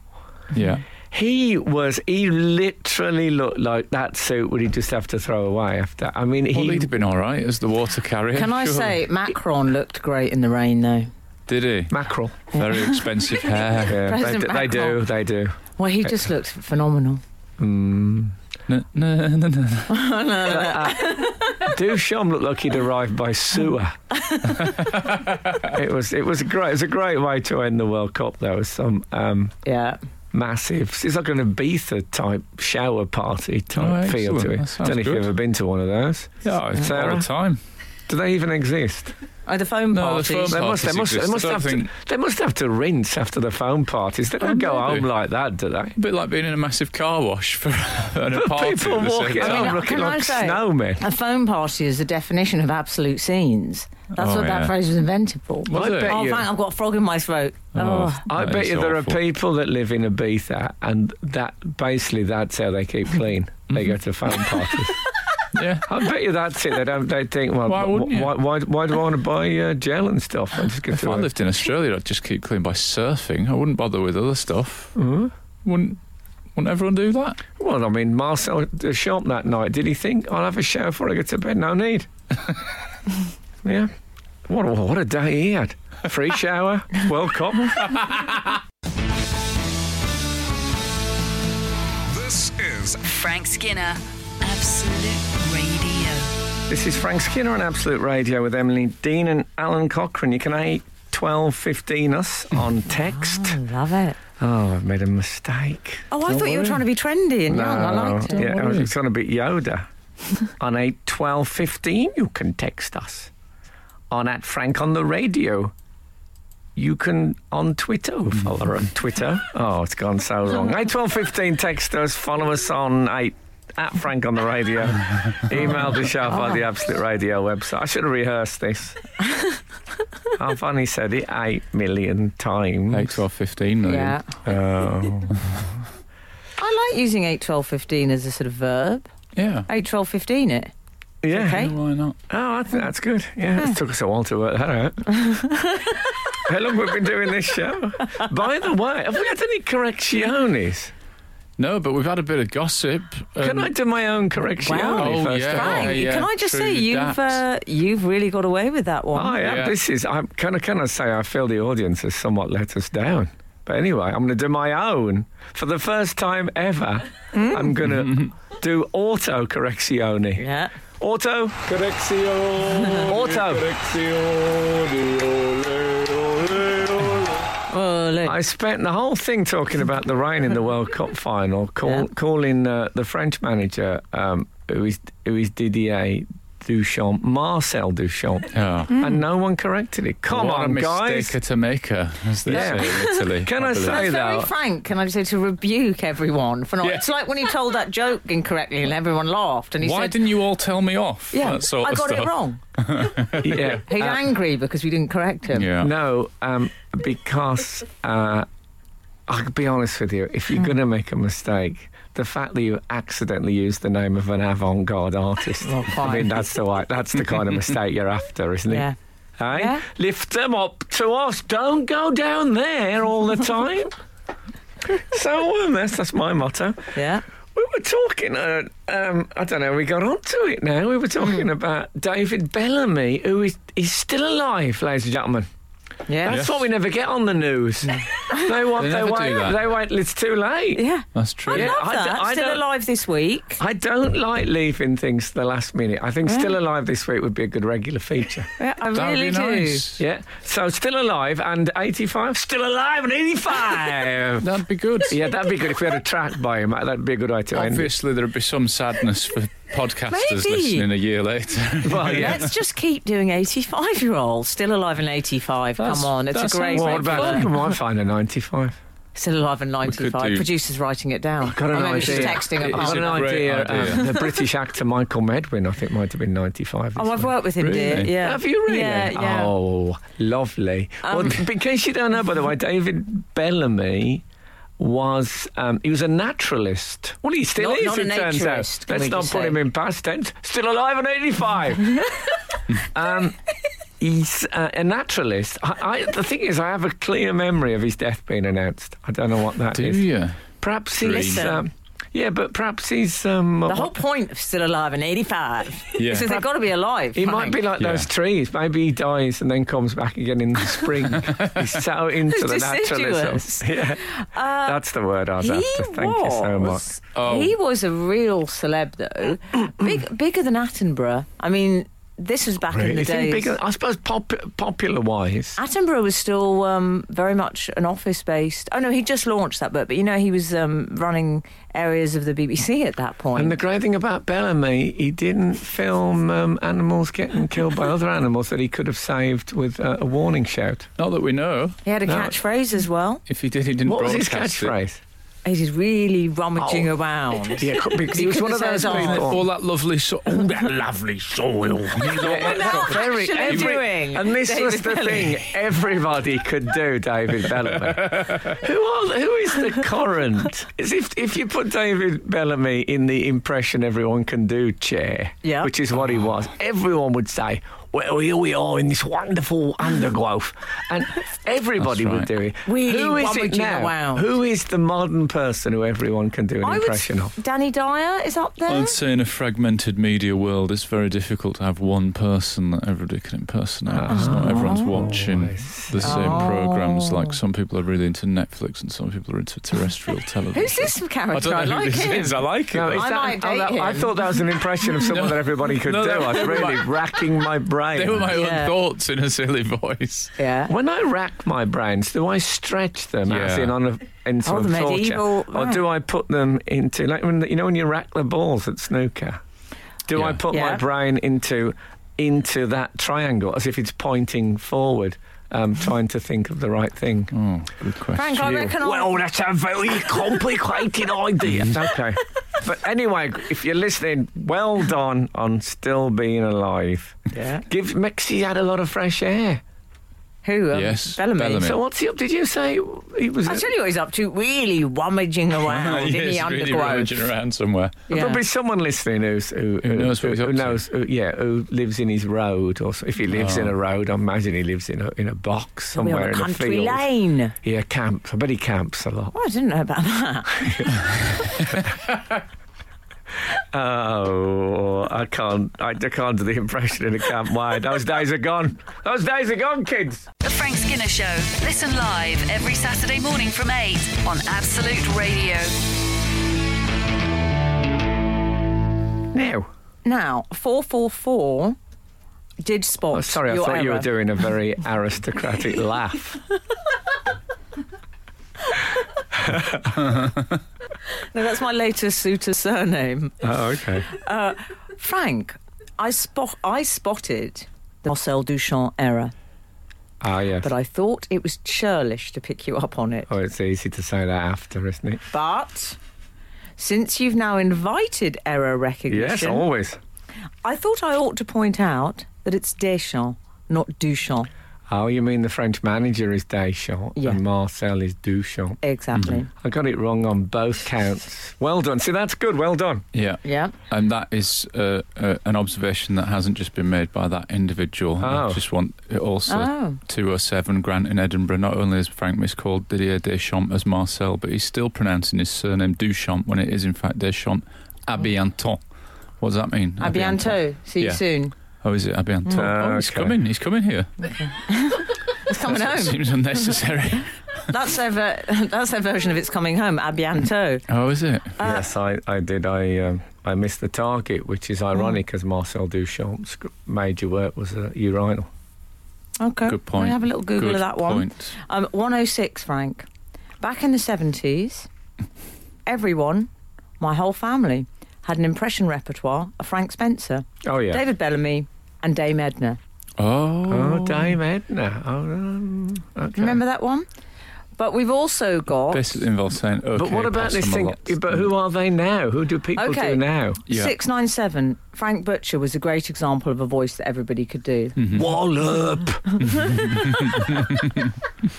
Speaker 3: Yeah.
Speaker 2: He was. He literally looked like that suit. Would he just have to throw away after? I mean,
Speaker 3: Well,
Speaker 2: he
Speaker 3: he'd have been all right as the water carrier.
Speaker 4: Can I
Speaker 3: surely.
Speaker 4: say Macron looked great in the rain though?
Speaker 3: Did he?
Speaker 2: mackerel.
Speaker 3: Very expensive hair.
Speaker 2: Yeah, they,
Speaker 4: President
Speaker 2: d- they do.
Speaker 4: Macron.
Speaker 2: They do.
Speaker 4: Well, he just looked phenomenal.
Speaker 2: Mm.
Speaker 3: No, no, no, no.
Speaker 2: Duchamp looked like he'd arrived by sewer. it was. It was a great. It was a great way to end the World Cup. There was some um,
Speaker 4: Yeah.
Speaker 2: massive. It's like an Ibiza type shower party
Speaker 3: Oh,
Speaker 2: type
Speaker 3: excellent.
Speaker 2: feel to
Speaker 3: That
Speaker 2: it.
Speaker 3: sounds
Speaker 2: Don't know if
Speaker 3: good.
Speaker 2: you've ever been to one of those.
Speaker 3: Yeah, it's
Speaker 2: Sarah?
Speaker 3: all the time.
Speaker 2: Do they even exist?
Speaker 4: Oh, the phone
Speaker 3: No, the phone-
Speaker 4: party.
Speaker 2: They must,
Speaker 3: Parties
Speaker 2: they must, they
Speaker 3: exist.
Speaker 2: must
Speaker 3: I
Speaker 2: have
Speaker 3: think-
Speaker 2: to, they must have to rinse after the phone parties. They don't go
Speaker 3: maybe.
Speaker 2: home like that, do they?
Speaker 3: A bit like being in a massive car wash for
Speaker 2: But
Speaker 3: an apartment.
Speaker 2: people walking
Speaker 4: time. I
Speaker 2: home
Speaker 4: mean,
Speaker 2: looking
Speaker 4: can I
Speaker 2: like
Speaker 4: say-
Speaker 2: snowmen.
Speaker 4: A phone party is the definition of absolute scenes. That's
Speaker 3: Oh,
Speaker 4: what that
Speaker 3: yeah.
Speaker 4: phrase was invented for.
Speaker 3: Was
Speaker 2: I
Speaker 3: it?
Speaker 2: bet
Speaker 4: Oh,
Speaker 2: you.
Speaker 4: thank, I've got a frog in my throat. Oh.
Speaker 2: I bet you there are people that live in Ibiza, and that basically that's how they keep clean. They
Speaker 3: Mm-hmm.
Speaker 2: go to phone parties.
Speaker 3: Yeah.
Speaker 2: I bet you that's it. They don't. They think, well,
Speaker 3: Why wouldn't you?
Speaker 2: why, why, why do I want to buy uh, gel and stuff? I just go
Speaker 3: If
Speaker 2: to
Speaker 3: I
Speaker 2: a-
Speaker 3: lived in Australia, I'd just keep clean by surfing. I wouldn't bother with other stuff. Wouldn't Wouldn't everyone do that?
Speaker 2: Well, I mean, Marcel at the shop that night. Did he think I'll have a shower before I get to bed? No need. yeah. What a, what a day he had. Free shower, World Cup.
Speaker 5: This is
Speaker 1: Frank Skinner, Absolute Radio.
Speaker 2: This is Frank Skinner on Absolute Radio with Emily Dean and Alan Cochrane. You can eight twelve fifteen us on text.
Speaker 4: I love it.
Speaker 2: Oh, I've made a mistake.
Speaker 4: Oh, I
Speaker 2: Don't
Speaker 4: thought you were
Speaker 2: worry.
Speaker 4: trying to be trendy and
Speaker 2: No,
Speaker 4: young. I liked it.
Speaker 2: yeah, I
Speaker 3: Don't
Speaker 2: was
Speaker 3: worry.
Speaker 2: just trying to be Yoda. on eight twelve fifteen, you can text us. On at Frank on the radio, you can on Twitter follow on Twitter. Oh, it's gone so wrong. Eight twelve fifteen, text us. Follow us on eight. At Frank on the radio, email the show via the Absolute Radio website. I should have rehearsed this. I've only said it eight million times.
Speaker 3: 8, 12, 15 million.
Speaker 4: Yeah.
Speaker 2: Oh.
Speaker 4: I like using 8, 12, 15 as a sort of verb.
Speaker 3: Yeah.
Speaker 4: 8, 12, 15 it.
Speaker 2: yeah.
Speaker 4: Okay.
Speaker 3: Yeah, Why not?
Speaker 2: Oh, I think that's good. Yeah, it took us a while to work that out. How long we've been doing this show? By the way, have we had any correcciones?
Speaker 3: No, but we've had a bit of gossip.
Speaker 2: Can
Speaker 3: and-
Speaker 2: I do my own correccione
Speaker 3: Um, Wow. Oh,
Speaker 2: first of
Speaker 3: yeah.
Speaker 2: all?
Speaker 4: Frank,
Speaker 3: I, uh,
Speaker 4: can I just
Speaker 3: true
Speaker 4: say you've uh,
Speaker 3: that.
Speaker 4: you've really got away with that one?
Speaker 2: I am.
Speaker 3: Yeah.
Speaker 2: This is. I'm, can I can I say I feel the audience has somewhat let us down. But anyway, I'm going to do my own for the first time ever. I'm going to do auto correccione.
Speaker 4: yeah.
Speaker 2: Auto correccione. Auto.
Speaker 4: Oh, look.
Speaker 2: I spent the whole thing talking about the rain in the World Cup final, call,
Speaker 4: Yeah.
Speaker 2: calling uh, the French manager, um, who, is, who is Didier Duchamp, Marcel Duchamp,
Speaker 3: Yeah.
Speaker 4: Hmm.
Speaker 2: and no one corrected it. Come
Speaker 3: what
Speaker 2: on,
Speaker 3: a
Speaker 2: guys.
Speaker 3: mistake to make her, as they
Speaker 2: Yeah.
Speaker 3: say in Italy.
Speaker 2: Can I
Speaker 3: believe.
Speaker 2: say-
Speaker 4: That's very
Speaker 2: though-
Speaker 4: frank, can I just say, to rebuke everyone for not.
Speaker 3: Yeah.
Speaker 4: It's like when he told that joke incorrectly and everyone laughed and he
Speaker 3: Why
Speaker 4: said,
Speaker 3: didn't you all tell me off?
Speaker 4: Yeah,
Speaker 3: That sort
Speaker 4: I
Speaker 3: of
Speaker 4: got it
Speaker 3: stuff.
Speaker 4: wrong.
Speaker 2: yeah.
Speaker 4: He's
Speaker 2: Uh,
Speaker 4: angry because we didn't correct him.
Speaker 3: Yeah.
Speaker 2: No, um, because uh, I'll be honest with you, if
Speaker 4: Hmm.
Speaker 2: you're going to make a mistake, the fact that you accidentally used the name of an avant-garde artist,
Speaker 4: Well,
Speaker 2: I mean,
Speaker 4: fine.
Speaker 2: that's the way, that's the kind of mistake you're after, isn't it?
Speaker 4: Yeah.
Speaker 2: Hey?
Speaker 4: Yeah.
Speaker 2: Lift them up to us. Don't go down there all the time. so um, that's, that's my motto.
Speaker 4: Yeah.
Speaker 2: We were talking, uh, um, I don't know, we got onto it now. We were talking
Speaker 3: Hmm.
Speaker 2: about David Bellamy, who is, is still alive, ladies and gentlemen.
Speaker 4: Yeah.
Speaker 2: That's what we never get on the news. they want,
Speaker 3: They
Speaker 2: they,
Speaker 3: never do
Speaker 2: wait,
Speaker 3: that.
Speaker 2: they wait, it's too late.
Speaker 4: Yeah.
Speaker 3: That's true.
Speaker 4: I
Speaker 2: Yeah,
Speaker 4: love
Speaker 2: I
Speaker 4: that.
Speaker 2: d- I
Speaker 4: Still
Speaker 2: don't-
Speaker 4: alive this week.
Speaker 2: I don't like leaving things to the last minute. I think Still Alive this week would be a good regular feature.
Speaker 4: Yeah, I
Speaker 3: That would
Speaker 4: really
Speaker 3: be nice.
Speaker 2: Yeah. So still alive and 85. Still alive and 85.
Speaker 3: That'd be good.
Speaker 2: yeah, that'd be good if we had a track by him. That'd be a good idea.
Speaker 3: Obviously, there'd be some sadness for podcasters
Speaker 4: Maybe.
Speaker 3: listening a year later.
Speaker 2: Well,
Speaker 4: do.
Speaker 2: yeah.
Speaker 4: Let's just keep doing 85 year olds. Still alive and 85.
Speaker 3: That's-
Speaker 4: Come on. It's a
Speaker 3: that's
Speaker 4: great
Speaker 2: Well, what
Speaker 4: regular.
Speaker 2: about? I might find a 95.
Speaker 4: Still alive and
Speaker 3: could
Speaker 4: 95.
Speaker 3: do-
Speaker 4: Producer's writing it down.
Speaker 2: Got an
Speaker 4: I mean,
Speaker 2: idea.
Speaker 4: she's texting
Speaker 2: I've
Speaker 4: a
Speaker 2: got
Speaker 4: partner.
Speaker 2: an
Speaker 3: a great
Speaker 2: idea.
Speaker 3: idea.
Speaker 2: Um, the British actor Michael Medwin, I think, might have been 95. this
Speaker 4: Oh, I've
Speaker 2: year.
Speaker 4: worked with him, dear.
Speaker 3: Really?
Speaker 4: Yeah.
Speaker 2: Have you really?
Speaker 4: Yeah, yeah. Um,
Speaker 2: Oh, lovely. well, because you don't know, by the way, David Bellamy was um, he was a naturalist. Well, he still
Speaker 4: Not-
Speaker 2: is.
Speaker 4: not
Speaker 2: it
Speaker 4: a
Speaker 2: turns
Speaker 4: naturist,
Speaker 2: out.
Speaker 4: can
Speaker 2: Let's
Speaker 4: we
Speaker 2: not put
Speaker 4: just say.
Speaker 2: him in past tense. Still alive and eighty-five. um, he's uh, a naturalist. I, I, the thing is, I have a clear memory of his death being announced. I don't know what that
Speaker 3: Do
Speaker 2: is.
Speaker 3: you?
Speaker 2: Perhaps he's.
Speaker 4: Dream.
Speaker 2: Um, yeah, but perhaps he's. Um,
Speaker 4: The whole point of Still Alive and 85
Speaker 3: Yeah.
Speaker 4: is that they've got to be alive.
Speaker 2: He might
Speaker 4: Frank.
Speaker 2: be like
Speaker 3: Yeah.
Speaker 2: those trees. Maybe he dies and then comes back again in the spring. He's so into the
Speaker 4: Deciduous. Uh,
Speaker 2: naturalism. Yeah, that's the word I was
Speaker 4: He
Speaker 2: after. Thank
Speaker 4: was.
Speaker 2: you so much.
Speaker 3: Oh.
Speaker 4: He was a real celeb, though. Big, bigger than Attenborough. I mean, this was back in
Speaker 2: Really?
Speaker 4: the
Speaker 2: Is he
Speaker 4: days. Ah,
Speaker 2: bigger? I suppose pop, popular wise.
Speaker 4: Attenborough was still um, very much an office based. Oh no, he just launched that book, but you know he was um, running areas of the BBC at that point.
Speaker 2: And the great thing about Bellamy, he didn't film um, animals getting killed by other animals that he could have saved with uh, a warning shout.
Speaker 3: Not that we know.
Speaker 4: he had a
Speaker 2: No.
Speaker 4: catchphrase as well.
Speaker 3: If he did, he didn't
Speaker 2: What was his
Speaker 3: broadcast it.
Speaker 2: catchphrase?
Speaker 4: He was really rummaging
Speaker 2: Oh.
Speaker 4: around.
Speaker 2: Yeah, because he
Speaker 4: He
Speaker 2: was one of
Speaker 4: couldn't
Speaker 2: those
Speaker 4: say his own.
Speaker 2: people.
Speaker 3: All that lovely, so- all that lovely soil.
Speaker 2: Yeah,
Speaker 4: not
Speaker 2: very-
Speaker 4: actually doing
Speaker 2: and this
Speaker 4: David
Speaker 2: was the
Speaker 4: Bellamy.
Speaker 2: thing everybody could do David Bellamy. who are, who is the current? Is if if you put David Bellamy in the impression everyone can do chair,
Speaker 4: Yeah.
Speaker 2: which is what he was, everyone would say. Well, here we are in this wonderful undergrowth, and everybody
Speaker 3: That's
Speaker 2: would do it.
Speaker 4: Really
Speaker 2: who is it
Speaker 4: rummaging
Speaker 2: now?
Speaker 4: around.
Speaker 2: Who is the modern person who everyone can do an
Speaker 4: I would,
Speaker 2: impression of?
Speaker 4: Danny Dyer is up there.
Speaker 3: I'd say in a fragmented media world, it's very difficult to have one person that everybody can impersonate. It's not everyone's watching
Speaker 2: I
Speaker 3: the same
Speaker 4: Oh.
Speaker 3: programs. Like some people are really into Netflix, and some people are into terrestrial television.
Speaker 4: Who's this character?
Speaker 3: I don't know
Speaker 4: I
Speaker 3: who
Speaker 4: like
Speaker 3: this
Speaker 4: him.
Speaker 3: is. I like
Speaker 2: No,
Speaker 3: it.
Speaker 2: is
Speaker 4: I
Speaker 2: that-
Speaker 4: might
Speaker 2: oh,
Speaker 4: date
Speaker 2: that- I
Speaker 4: him.
Speaker 2: thought that was an impression of someone that everybody could
Speaker 3: No,
Speaker 2: do.
Speaker 3: that-
Speaker 2: I was
Speaker 3: they were
Speaker 2: really
Speaker 3: my-
Speaker 2: racking my brain.
Speaker 3: They were my
Speaker 4: Yeah.
Speaker 3: own thoughts in a silly voice.
Speaker 4: Yeah.
Speaker 2: When I rack my brains, do I stretch them as
Speaker 3: Yeah.
Speaker 2: in on a into
Speaker 4: Oh,
Speaker 2: a
Speaker 4: the
Speaker 2: torture,
Speaker 4: medieval- oh.
Speaker 2: or do I put them into like when you know when you rack the balls at snooker? Do I
Speaker 3: Yeah.
Speaker 2: put my
Speaker 4: Yeah.
Speaker 2: brain into into that triangle as if it's pointing forward, um, trying to think of the right thing?
Speaker 3: Oh, good question.
Speaker 4: Frank, I reckon
Speaker 2: Well, oh, that's a very complicated idea.
Speaker 3: Mm,
Speaker 2: okay. But anyway, if you're listening, well done on still being alive.
Speaker 4: I... Yeah.
Speaker 2: Give Mexi had a lot of fresh air.
Speaker 4: Who? Um,
Speaker 3: Yes,
Speaker 4: Bellamy.
Speaker 3: Bellamy.
Speaker 2: So what's he up? Did you say he was?
Speaker 4: I'll tell you what he's up to. Really rummaging around in the
Speaker 3: yes, really
Speaker 4: undergrowth.
Speaker 3: rummaging around somewhere.
Speaker 2: There'll
Speaker 4: Yeah.
Speaker 2: probably someone listening who's, who,
Speaker 3: Who knows what he's up
Speaker 2: who
Speaker 3: to.
Speaker 2: knows, who- yeah, who lives in his road, or so- if he lives
Speaker 3: Oh.
Speaker 2: in a road, I imagine he lives in a in a box
Speaker 4: We're
Speaker 2: somewhere
Speaker 4: on a
Speaker 2: in a
Speaker 4: country
Speaker 2: field.
Speaker 4: lane.
Speaker 2: Yeah, camps. I bet he camps a lot.
Speaker 4: Oh, I didn't know about that.
Speaker 2: Oh, I can't. I, I can't do the impression in a camp. Why? Those days are gone. Those days are gone, kids.
Speaker 1: The Frank Skinner Show. Listen live every Saturday morning from 8 on Absolute Radio.
Speaker 2: Now,
Speaker 4: now, 444 did spot.
Speaker 2: oh, sorry, I
Speaker 4: your
Speaker 2: thought you were
Speaker 4: error.
Speaker 2: doing a very aristocratic laugh.
Speaker 4: No, that's my latest suitor surname.
Speaker 2: Oh, okay.
Speaker 4: Frank, I, spot, I spotted the Marcel Duchamp error,
Speaker 2: Ah, yes.
Speaker 4: but I thought it was churlish to pick you up on it.
Speaker 2: Oh, it's easy to say that after, isn't it?
Speaker 4: But since you've now invited error
Speaker 2: Yes,
Speaker 4: recognition,
Speaker 2: always.
Speaker 4: I thought I ought to point out that it's Deschamps, not Duchamp.
Speaker 2: Oh, you mean the French manager is Deschamps
Speaker 4: Yeah.
Speaker 2: and Marcel is Duchamp.
Speaker 4: Exactly.
Speaker 2: I got it wrong on both counts. Well done. See, that's good. Well done.
Speaker 3: Yeah.
Speaker 4: Yeah.
Speaker 3: And that is uh, uh, an observation that hasn't just been made by that individual.
Speaker 2: Oh.
Speaker 3: I just want it also
Speaker 4: Oh.
Speaker 3: 207 Grant in Edinburgh. Not only is Frank miscalled Didier Deschamps as Marcel, but he's still pronouncing his surname Duchamp when it is in fact Deschamps. A bientôt. What does that mean?
Speaker 4: A bientôt. See you
Speaker 3: Yeah.
Speaker 4: soon.
Speaker 3: Oh, is it a bientôt?
Speaker 2: Mm.
Speaker 3: Oh, he's
Speaker 2: Okay.
Speaker 3: coming. He's coming here.
Speaker 4: It's coming
Speaker 3: That
Speaker 4: home.
Speaker 3: seems unnecessary.
Speaker 4: That's their, ver- that's their version of it's coming home. A bientôt.
Speaker 3: oh, is it?
Speaker 4: Ah.
Speaker 2: yes, I, I did. I um, I missed the target, which
Speaker 4: Mm.
Speaker 2: is ironic, as Marcel Duchamp's gr- major work was uh, urinal.
Speaker 4: Okay.
Speaker 3: Good point.
Speaker 4: I'll have a little Google
Speaker 3: Good
Speaker 4: of that one.
Speaker 3: point.
Speaker 4: Um, 106, Frank. Back in the 70s, everyone, my whole family, had an impression repertoire of Frank Spencer,
Speaker 2: Oh, yeah.
Speaker 4: David Bellamy, and Dame Edna.
Speaker 3: Oh,
Speaker 2: Oh, Dame Edna. Oh, um, okay.
Speaker 4: Remember that one? But we've also got
Speaker 3: Basically involves saying, okay,
Speaker 2: but what about this
Speaker 3: possum a
Speaker 2: thing?
Speaker 3: lot.
Speaker 2: But who are they now? Who do people
Speaker 4: Okay.
Speaker 2: do now?
Speaker 3: Yeah.
Speaker 4: 697. Frank Butcher was a great example of a voice that everybody could do.
Speaker 2: Mm-hmm. Wallop.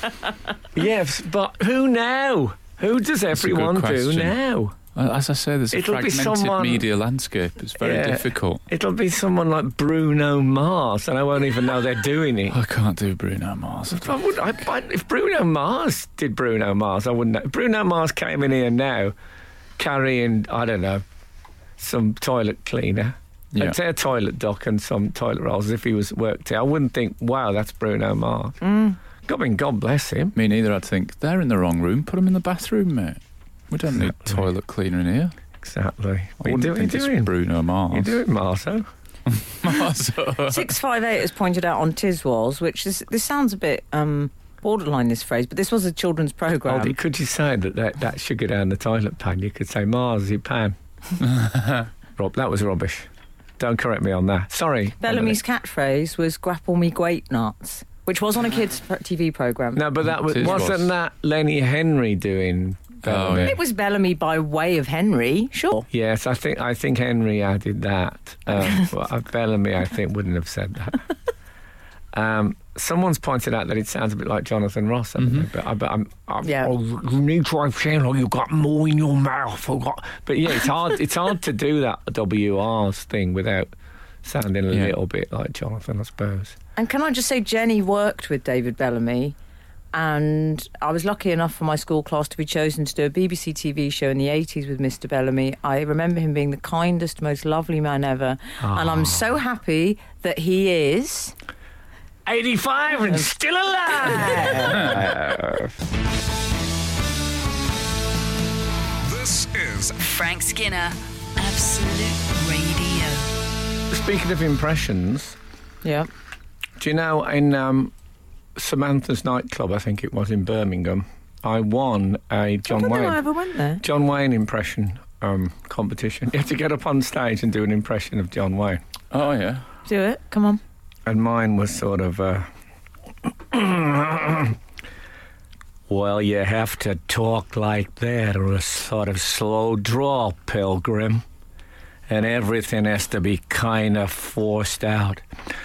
Speaker 2: yes, but who now? Who does
Speaker 3: a good
Speaker 2: everyone do
Speaker 3: question.
Speaker 2: now?
Speaker 3: Uh, As I say, there's a
Speaker 2: It'll be
Speaker 3: fragmented
Speaker 2: someone-
Speaker 3: media landscape. It's very
Speaker 2: Yeah.
Speaker 3: difficult.
Speaker 2: It'll be someone like Bruno Mars, and I won't even know they're doing it.
Speaker 3: I can't do Bruno Mars.
Speaker 2: I would, I, I, if Bruno Mars did Bruno Mars, I wouldn't. Know. If Bruno Mars came in here now, carrying I don't know some toilet cleaner.
Speaker 3: Yeah.
Speaker 2: I'd say a toilet dock and some toilet rolls if he was worked here. I wouldn't think, wow, that's Bruno Mars. God, I mean, God bless him.
Speaker 3: Me neither. I'd think they're in the wrong room. Put them in the bathroom, mate. We don't need toilet cleaner in here.
Speaker 2: Exactly.
Speaker 3: I
Speaker 2: What are you
Speaker 3: wouldn't
Speaker 2: doing?
Speaker 3: think it's
Speaker 2: doing?
Speaker 3: Bruno
Speaker 2: You
Speaker 3: Mars.
Speaker 2: doing, Marto?
Speaker 4: Six five eight has pointed out on Tiswals, which is this sounds a bit um, borderline this phrase, but this was a children's program.
Speaker 2: Aldi, could you say that, that that should go down the toilet pan? You could say Mars, you pan. Rob, that was rubbish. Don't correct me on that. Sorry.
Speaker 4: Bellamy's catchphrase was "Grapple me great nuts," which was on a kids' pro- TV program.
Speaker 2: No, but that was,
Speaker 3: It was.
Speaker 2: wasn't that Lenny Henry doing.
Speaker 3: Oh,
Speaker 2: Bellamy?
Speaker 3: yeah.
Speaker 4: It was Bellamy by way of Henry, sure.
Speaker 2: Yes, I think I think Henry added that. Um, well, uh, Bellamy, I think, wouldn't have said that. Um, someone's pointed out that it sounds a bit like Jonathan Ross, haven't
Speaker 3: Mm-hmm.
Speaker 2: they? but, I, but I'm, I'm
Speaker 4: Yeah.
Speaker 2: oh, you need to have channel. You've got more in your mouth. I've got- But yeah, it's hard. it's hard to do that WR's thing without sounding a
Speaker 3: Yeah.
Speaker 2: little bit like Jonathan, I suppose.
Speaker 4: And can I just say, Jenny worked with David Bellamy, and I was lucky enough for my school class to be chosen to do a BBC TV show in the 80s with Mr. Bellamy. I remember him being the kindest, most lovely man ever,
Speaker 2: Ah.
Speaker 4: and I'm so happy that he is.
Speaker 2: 85 and still alive.
Speaker 5: This is
Speaker 1: Frank Skinner, Absolute Radio.
Speaker 2: Speaking of impressions.
Speaker 4: Yeah.
Speaker 2: Do you know in um, Samantha's nightclub? I think it was in Birmingham. I won a John
Speaker 4: I don't
Speaker 2: Wayne
Speaker 4: know I ever went there.
Speaker 2: John Wayne impression um, competition. You had to get up on stage and do an impression of John Wayne,
Speaker 3: Oh, yeah.
Speaker 4: Do it. Come on.
Speaker 2: and mine was sort of. Uh, Well, you have to talk like that, or a sort of slow draw, pilgrim. And everything has to be kind of forced out.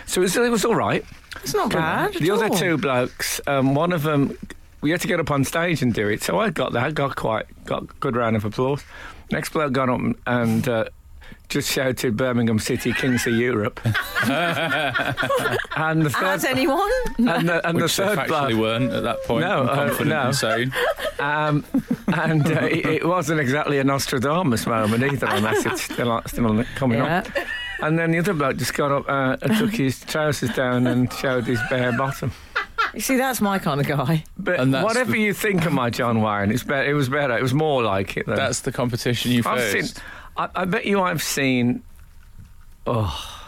Speaker 2: So it was, it was all right.
Speaker 4: It's not bad.
Speaker 2: The
Speaker 4: at
Speaker 2: other
Speaker 4: all.
Speaker 2: two blokes, um, one of them, we had to get up on stage and do it. So I got that, got quite, got a good round of applause. Next bloke got up and uh, just shouted Birmingham City, Kings of Europe. and the third,
Speaker 4: Has anyone?
Speaker 2: and the, and the
Speaker 3: Which they
Speaker 2: third
Speaker 3: actually
Speaker 2: bloke,
Speaker 3: weren't at that point.
Speaker 2: No,
Speaker 3: I'm
Speaker 2: uh,
Speaker 3: confident
Speaker 2: no.
Speaker 3: in saying.
Speaker 2: um, and uh, it, it wasn't exactly a Nostradamus moment either, unless it's still, on- still on- coming up.
Speaker 4: Yeah.
Speaker 2: And then the other bloke just got up uh, and took his trousers down and showed his bare bottom.
Speaker 4: You see, that's my kind of guy.
Speaker 2: But
Speaker 3: And that's
Speaker 2: whatever
Speaker 3: the-
Speaker 2: you think of my John Wayne, it's better. It was better. It was more like it. Than
Speaker 3: That's the competition you
Speaker 2: I've
Speaker 3: faced.
Speaker 2: seen. I, I bet you I've seen. Oh,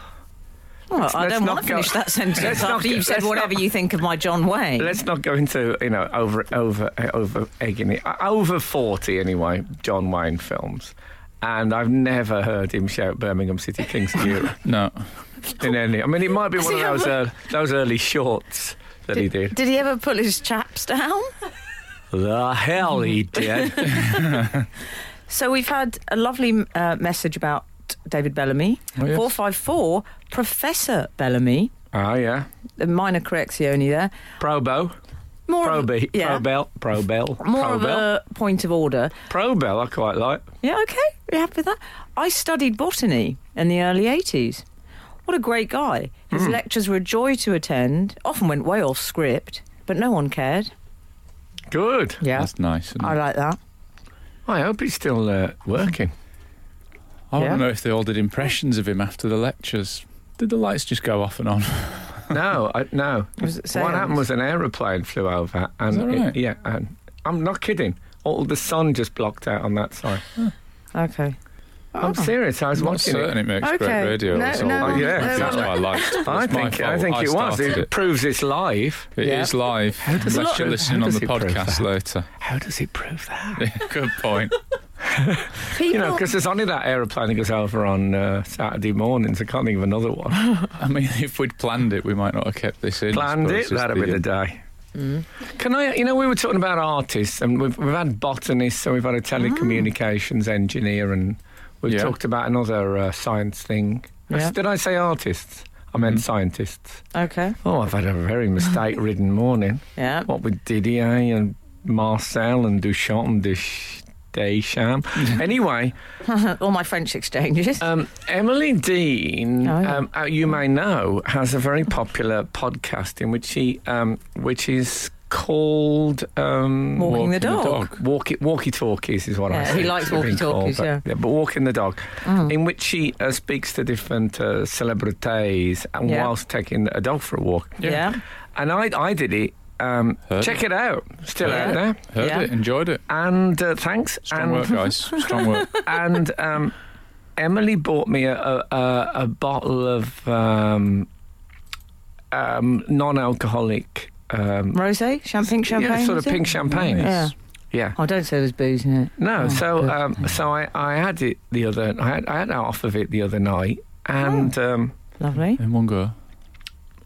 Speaker 4: Well, I
Speaker 2: let's
Speaker 4: don't want
Speaker 2: not
Speaker 4: to
Speaker 2: go-
Speaker 4: finish that sentence
Speaker 2: Let's not
Speaker 4: after
Speaker 2: go-
Speaker 4: you've said
Speaker 2: let's
Speaker 4: whatever
Speaker 2: not-
Speaker 4: you think of my John Wayne.
Speaker 2: let's not go into you know over over over egging it. Over forty anyway. John Wayne films, and I've never heard him shout Birmingham City Kings of Europe
Speaker 3: No.
Speaker 2: in any. I mean, it might be one of
Speaker 4: he
Speaker 2: those
Speaker 4: ever-
Speaker 2: uh, those early shorts that he did.
Speaker 4: Did he ever pull his chaps down?
Speaker 2: The hell he did.
Speaker 4: So we've had a lovely uh, message about David Bellamy.
Speaker 3: Oh, yes.
Speaker 4: 454, Professor Bellamy.
Speaker 2: oh yeah,
Speaker 4: The minor correzione there.
Speaker 2: Probo,
Speaker 4: More of a-
Speaker 2: Probe,
Speaker 4: yeah.
Speaker 2: Probel, Probel,
Speaker 4: More of
Speaker 2: Probel,
Speaker 4: a point of order.
Speaker 2: Probel. I quite like.
Speaker 4: Yeah, okay. You happy with that? I studied botany in the early 80s. What a great guy. His lectures were a joy to attend, often went way off script, but no one cared.
Speaker 2: Good.
Speaker 4: Yeah.
Speaker 3: That's nice. isn't it?
Speaker 4: I like that.
Speaker 2: I hope he's still uh, working.
Speaker 3: I want
Speaker 4: Yeah.
Speaker 3: to know if they all did impressions of him after the lectures. Did the lights just go off and on?
Speaker 2: No, I, no.
Speaker 4: Was it
Speaker 2: what
Speaker 4: sounds?
Speaker 2: happened was an aeroplane flew over, and
Speaker 3: that
Speaker 2: it-
Speaker 3: right?
Speaker 2: yeah, and I'm not kidding. All the sun just blocked out on that side.
Speaker 4: Okay.
Speaker 2: I'm serious. I was
Speaker 3: I'm Ah. not
Speaker 2: watching
Speaker 3: certain
Speaker 2: it.
Speaker 3: it makes
Speaker 4: Okay.
Speaker 3: great radio.
Speaker 4: No,
Speaker 3: it's all
Speaker 4: no,
Speaker 3: right.
Speaker 2: Yeah. no,
Speaker 3: that's
Speaker 4: no.
Speaker 3: why I liked. It.
Speaker 2: I
Speaker 3: It's my
Speaker 2: think I
Speaker 3: fault.
Speaker 2: think it was.
Speaker 3: started
Speaker 2: It,
Speaker 3: It
Speaker 2: proves it's live.
Speaker 3: It
Speaker 4: Yeah.
Speaker 3: is live.
Speaker 2: does it
Speaker 3: Unless
Speaker 2: prove-
Speaker 3: you're listening
Speaker 2: how
Speaker 3: on
Speaker 2: does
Speaker 3: the
Speaker 2: it prove
Speaker 3: podcast
Speaker 2: that?
Speaker 3: later.
Speaker 2: How does it prove that?
Speaker 3: Good point.
Speaker 4: People,
Speaker 2: You know, because there's only that aeroplane that goes over on uh, Saturday mornings. I can't think of another one.
Speaker 3: I mean, if we'd planned it, we might not have kept this in. I
Speaker 2: Planned
Speaker 3: suppose,
Speaker 2: it.
Speaker 3: is
Speaker 2: That'd
Speaker 3: the-
Speaker 2: be the day. Can I? You know, we were talking about artists, and we've, we've had botanists, and we've had a telecommunications engineer, and we've
Speaker 3: Yeah.
Speaker 2: talked about another uh, science thing.
Speaker 4: Yeah.
Speaker 2: Did I say artists? I meant scientists.
Speaker 4: okay.
Speaker 2: Oh, I've had a very mistake-ridden morning.
Speaker 4: Yeah.
Speaker 2: What with Didier and Marcel and Duchamp and Dush- Deschamps. anyway,
Speaker 4: All my French exchanges.
Speaker 2: um, Emily Dean,
Speaker 4: Oh, yeah.
Speaker 2: um, uh, you may know, has a very popular podcast in which she, um, which is called um,
Speaker 4: Walking,
Speaker 3: Walking
Speaker 4: the
Speaker 3: the
Speaker 4: dog.
Speaker 3: dog.
Speaker 2: Walkie Walkie Talkies is what I
Speaker 4: Yeah,
Speaker 2: said.
Speaker 4: he likes
Speaker 2: It's been
Speaker 4: walkie talkies,
Speaker 2: called,
Speaker 4: yeah. Mm.
Speaker 2: But, but Walking the Dog, in which she uh, speaks to different uh, celebrities and
Speaker 4: Yeah.
Speaker 2: whilst taking a dog for a walk.
Speaker 4: Yeah.
Speaker 2: And I, I did it. Um,
Speaker 3: Heard
Speaker 2: check it out. Still
Speaker 4: Yeah.
Speaker 2: out there.
Speaker 3: Heard
Speaker 4: Yeah.
Speaker 3: it, enjoyed it.
Speaker 2: And uh, thanks.
Speaker 3: Strong
Speaker 2: and
Speaker 3: work, guys. Strong work.
Speaker 2: and um, Emily bought me a, a, a, a bottle of um, um, non-alcoholic. Um,
Speaker 4: Rosé, Champ- pink champagne.
Speaker 2: yeah, sort of
Speaker 4: is it?
Speaker 2: pink champagne.
Speaker 4: Yeah.
Speaker 2: Yeah.
Speaker 4: Oh, don't say there's booze in it.
Speaker 2: No,
Speaker 4: Oh,
Speaker 2: so
Speaker 4: good.
Speaker 2: um, so I, I had it the other I had, I had half of it the other night and
Speaker 4: Oh.
Speaker 2: um,
Speaker 4: lovely.
Speaker 3: In one go.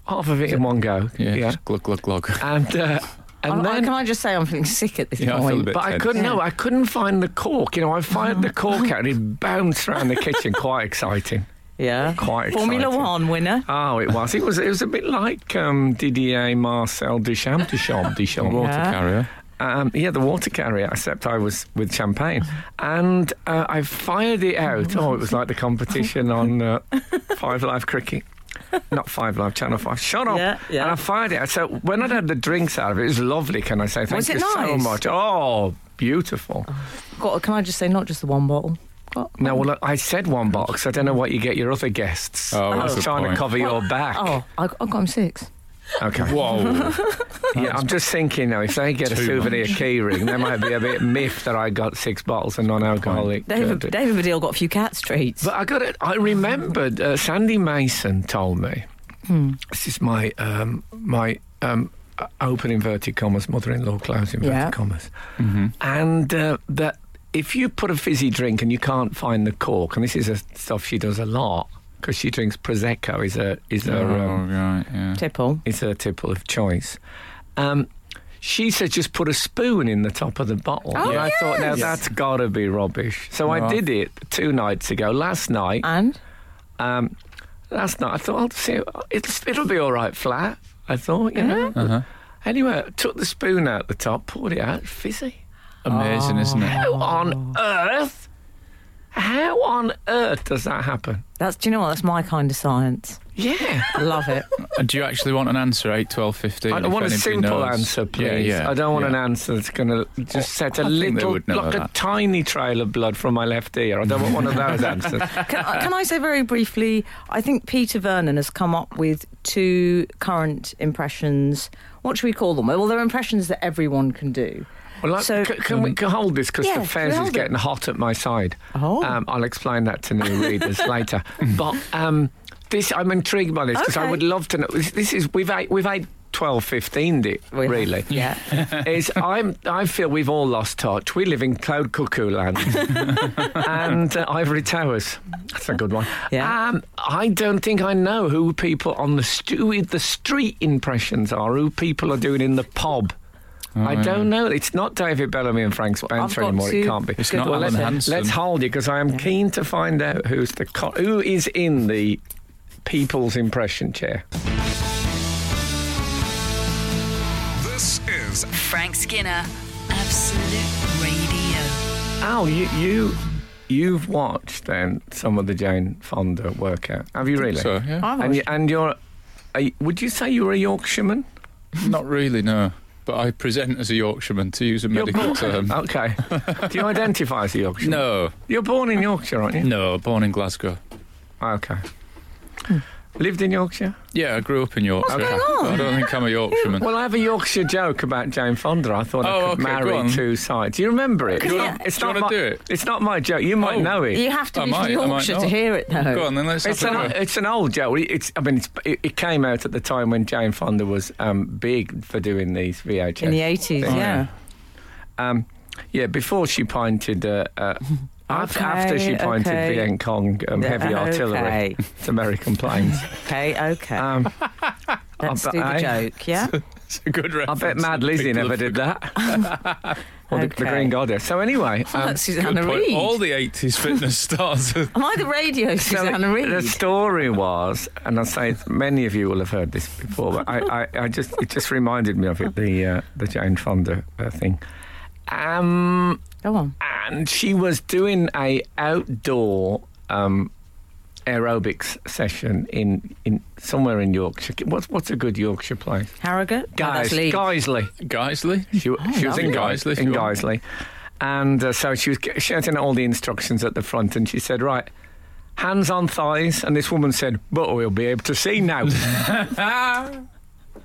Speaker 2: half of it in one go.
Speaker 3: Yeah, just glug, glug, glug.
Speaker 2: And uh, and
Speaker 4: I- I-
Speaker 2: then
Speaker 4: Oh, can I just say I'm feeling sick at this
Speaker 3: Yeah, I
Speaker 4: point?
Speaker 3: feel a bit
Speaker 2: but I
Speaker 3: tense.
Speaker 2: couldn't
Speaker 4: Yeah.
Speaker 2: no, I couldn't find the cork. You know, I fired
Speaker 4: Oh.
Speaker 2: the cork out and it bounced around the kitchen. Quite exciting.
Speaker 4: Yeah.
Speaker 2: Quite exciting.
Speaker 4: Formula One winner.
Speaker 2: Oh, it was. It was. It was a bit like um, Didier Marcel Duchamp, Duchamp, Duchamp.
Speaker 3: Water
Speaker 4: Yeah.
Speaker 3: carrier.
Speaker 2: Um, yeah, the water carrier, except I was with champagne. And uh, I fired it out. Oh, it was like the competition on uh, Five Live Cricket. Not Five Live, Channel 5. Shut up.
Speaker 4: Yeah, yeah.
Speaker 2: And I fired it out. So when I'd had the drinks out of it, it was lovely, can I say. Thank
Speaker 4: Was
Speaker 2: you
Speaker 4: it
Speaker 2: so
Speaker 4: nice?
Speaker 2: much. Oh, beautiful.
Speaker 4: Got, can I just say, not just the one bottle. Got,
Speaker 2: Now, well, I said one box. I don't know what you get your other guests.
Speaker 3: Oh,
Speaker 2: I
Speaker 3: that's
Speaker 2: was
Speaker 3: a
Speaker 2: trying to
Speaker 3: point.
Speaker 2: cover your back.
Speaker 4: oh, I, I got him six.
Speaker 2: Okay.
Speaker 3: Whoa.
Speaker 2: Yeah, I'm just thinking now, if they get a
Speaker 3: Too
Speaker 2: souvenir key ring, they might be a bit miffed that I got six bottles of non alcoholic.
Speaker 4: David, David Baddiel got a few cat treats.
Speaker 2: But I got it. I remembered uh, Sandy Mason told me.
Speaker 4: Hmm.
Speaker 2: This is my um, my um, uh, open inverted commas, mother-in-law close inverted
Speaker 4: Yeah.
Speaker 2: commas,
Speaker 3: Mm-hmm.
Speaker 2: and uh, that if you put a fizzy drink and you can't find the cork, and this is a stuff she does a lot because she drinks prosecco is a is
Speaker 3: Oh,
Speaker 2: her um,
Speaker 3: right, yeah.
Speaker 4: Tipple.
Speaker 2: is her tipple of choice. Um, she said just put a spoon in the top of the bottle.
Speaker 4: Oh,
Speaker 2: and I thought, now
Speaker 4: yes.
Speaker 2: that's got to be rubbish. So I
Speaker 3: Right.
Speaker 2: did it two nights ago. Last night,
Speaker 4: And
Speaker 2: um, last night I thought I'll see it'll, it'll be all right flat. I thought, you
Speaker 4: Uh-huh.
Speaker 2: know. Anyway, I took the spoon out the top, poured it out, fizzy.
Speaker 3: Amazing, isn't it?
Speaker 2: How
Speaker 4: Oh.
Speaker 2: on earth? How on earth does that happen?
Speaker 4: that's, do you know what? That's my kind of science.
Speaker 2: Yeah.
Speaker 4: Love it.
Speaker 3: And do you actually want an answer, 8, 12, 15?
Speaker 2: I
Speaker 3: if
Speaker 2: want a
Speaker 3: anybody
Speaker 2: simple
Speaker 3: knows?
Speaker 2: answer, please.
Speaker 3: Yeah, yeah,
Speaker 2: I don't want
Speaker 3: yeah.
Speaker 2: an answer that's going to just set a
Speaker 3: I think they
Speaker 2: little,
Speaker 3: would know
Speaker 2: like a
Speaker 3: that.
Speaker 2: tiny trail of blood from my left ear. I don't want one of those answers.
Speaker 4: Can, I- can I say very briefly? I think Peter Vernon has come up with two current impressions. What should we call them? Well, they're impressions that everyone can do.
Speaker 2: Well, like,
Speaker 4: So-
Speaker 2: c- can
Speaker 3: mm.
Speaker 2: we can hold this because
Speaker 4: Yeah,
Speaker 2: the fez is
Speaker 4: hold it.
Speaker 2: getting hot at my side.
Speaker 4: Oh.
Speaker 2: Um, I'll explain that to new readers later. But um, this, I'm intrigued by this because I
Speaker 4: Okay.
Speaker 2: would love to know. This, this is we've had, we've had 12, 15, it
Speaker 4: We-
Speaker 2: really.
Speaker 4: Yeah.
Speaker 2: is I'm, I feel we've all lost touch. We live in cloud cuckoo land and uh, ivory towers. That's a good one.
Speaker 4: Yeah.
Speaker 2: Um, I don't think I know who people on the st- who the street impressions are, who people are doing in the pub.
Speaker 4: Oh,
Speaker 2: I don't know. It's not David Bellamy and Frank Spencer
Speaker 4: got
Speaker 2: anymore. It
Speaker 4: two
Speaker 2: can't be.
Speaker 3: It's
Speaker 4: Good
Speaker 3: not
Speaker 4: one.
Speaker 3: Alan
Speaker 4: Let's-
Speaker 3: Hansen.
Speaker 2: Let's hold you because I am keen to find out who's the co- who is in the people's impression chair.
Speaker 5: This is
Speaker 1: Frank Skinner, Absolute Radio.
Speaker 2: Al, you, you you've watched then some of the Jane Fonda workout. Have you really?
Speaker 3: So, yeah.
Speaker 4: I
Speaker 2: And you, and you're, are you, would you say you were a Yorkshireman?
Speaker 3: Not really, no. But I present as a Yorkshireman, to use a medical term.
Speaker 2: Okay. Do you identify as a Yorkshireman?
Speaker 3: No,
Speaker 2: You're born in Yorkshire, aren't you?
Speaker 3: no, born in Glasgow.
Speaker 2: Okay. Lived in Yorkshire?
Speaker 3: Yeah, I grew up in Yorkshire.
Speaker 4: going on?
Speaker 3: I don't think I'm a Yorkshireman.
Speaker 2: Well, I have a Yorkshire joke about Jane Fonda. I thought
Speaker 3: Oh,
Speaker 2: I could
Speaker 3: okay, go
Speaker 2: marry
Speaker 3: on.
Speaker 2: two sides. Do you remember it?
Speaker 3: Do you wanna-
Speaker 2: it's
Speaker 3: do you
Speaker 2: not
Speaker 3: wanna
Speaker 2: my,
Speaker 3: do it?
Speaker 2: It's not my joke. You might
Speaker 3: Oh.
Speaker 2: know it.
Speaker 4: You have to
Speaker 3: I
Speaker 4: be
Speaker 3: might, I
Speaker 4: from
Speaker 3: might
Speaker 4: Yorkshire to
Speaker 3: not.
Speaker 4: hear it, though.
Speaker 3: Go on then, let's
Speaker 2: It's
Speaker 3: have a
Speaker 2: an,
Speaker 3: go.
Speaker 2: it's an old joke. It's I mean, it's, it, it came out at the time when Jane Fonda was um, big for doing these VHS.
Speaker 4: In the e-, 80s,
Speaker 2: things.
Speaker 4: yeah.
Speaker 2: Um, yeah, before she pointed. Uh, uh, af- after she
Speaker 4: Okay,
Speaker 2: pointed
Speaker 4: okay.
Speaker 2: Vien Cong um, heavy
Speaker 4: Okay.
Speaker 2: artillery to American planes.
Speaker 4: Okay, okay.
Speaker 2: Um,
Speaker 4: Let's
Speaker 2: I
Speaker 4: do the
Speaker 2: bet- I-
Speaker 4: joke, yeah? Oh,
Speaker 3: It's a good
Speaker 2: I
Speaker 3: reference.
Speaker 2: bet Mad Lizzie
Speaker 3: People
Speaker 2: never
Speaker 3: have
Speaker 2: did that. or the, the
Speaker 4: Okay.
Speaker 2: Green Goddess. So, anyway. Um,
Speaker 4: That's Susanna
Speaker 3: Good point.
Speaker 4: Reid.
Speaker 3: All the 80s fitness stars. are-
Speaker 4: Am I the radio
Speaker 2: so
Speaker 4: Susanna Reid?
Speaker 2: the story was, and I say many of you will have heard this before, but I, I, I just it just reminded me of it the uh, the Jane Fonda uh, thing. Um,
Speaker 4: Go on.
Speaker 2: and she was doing a outdoor um, aerobics session in, in somewhere in Yorkshire. What's what's a good Yorkshire place?
Speaker 4: Harrogate? No,
Speaker 2: Guys,
Speaker 4: Oh, that's Leeds.
Speaker 2: Guisley.
Speaker 3: Geisley?
Speaker 2: She,
Speaker 4: Oh,
Speaker 2: she was in
Speaker 3: lovely.
Speaker 2: Guisley.
Speaker 3: Guisley,
Speaker 2: In
Speaker 3: sure.
Speaker 2: Guisley. And uh, so she was g- shouting out all the instructions at the front, and she said, "Right, hands on thighs." And this woman said, "But we'll be able to see now."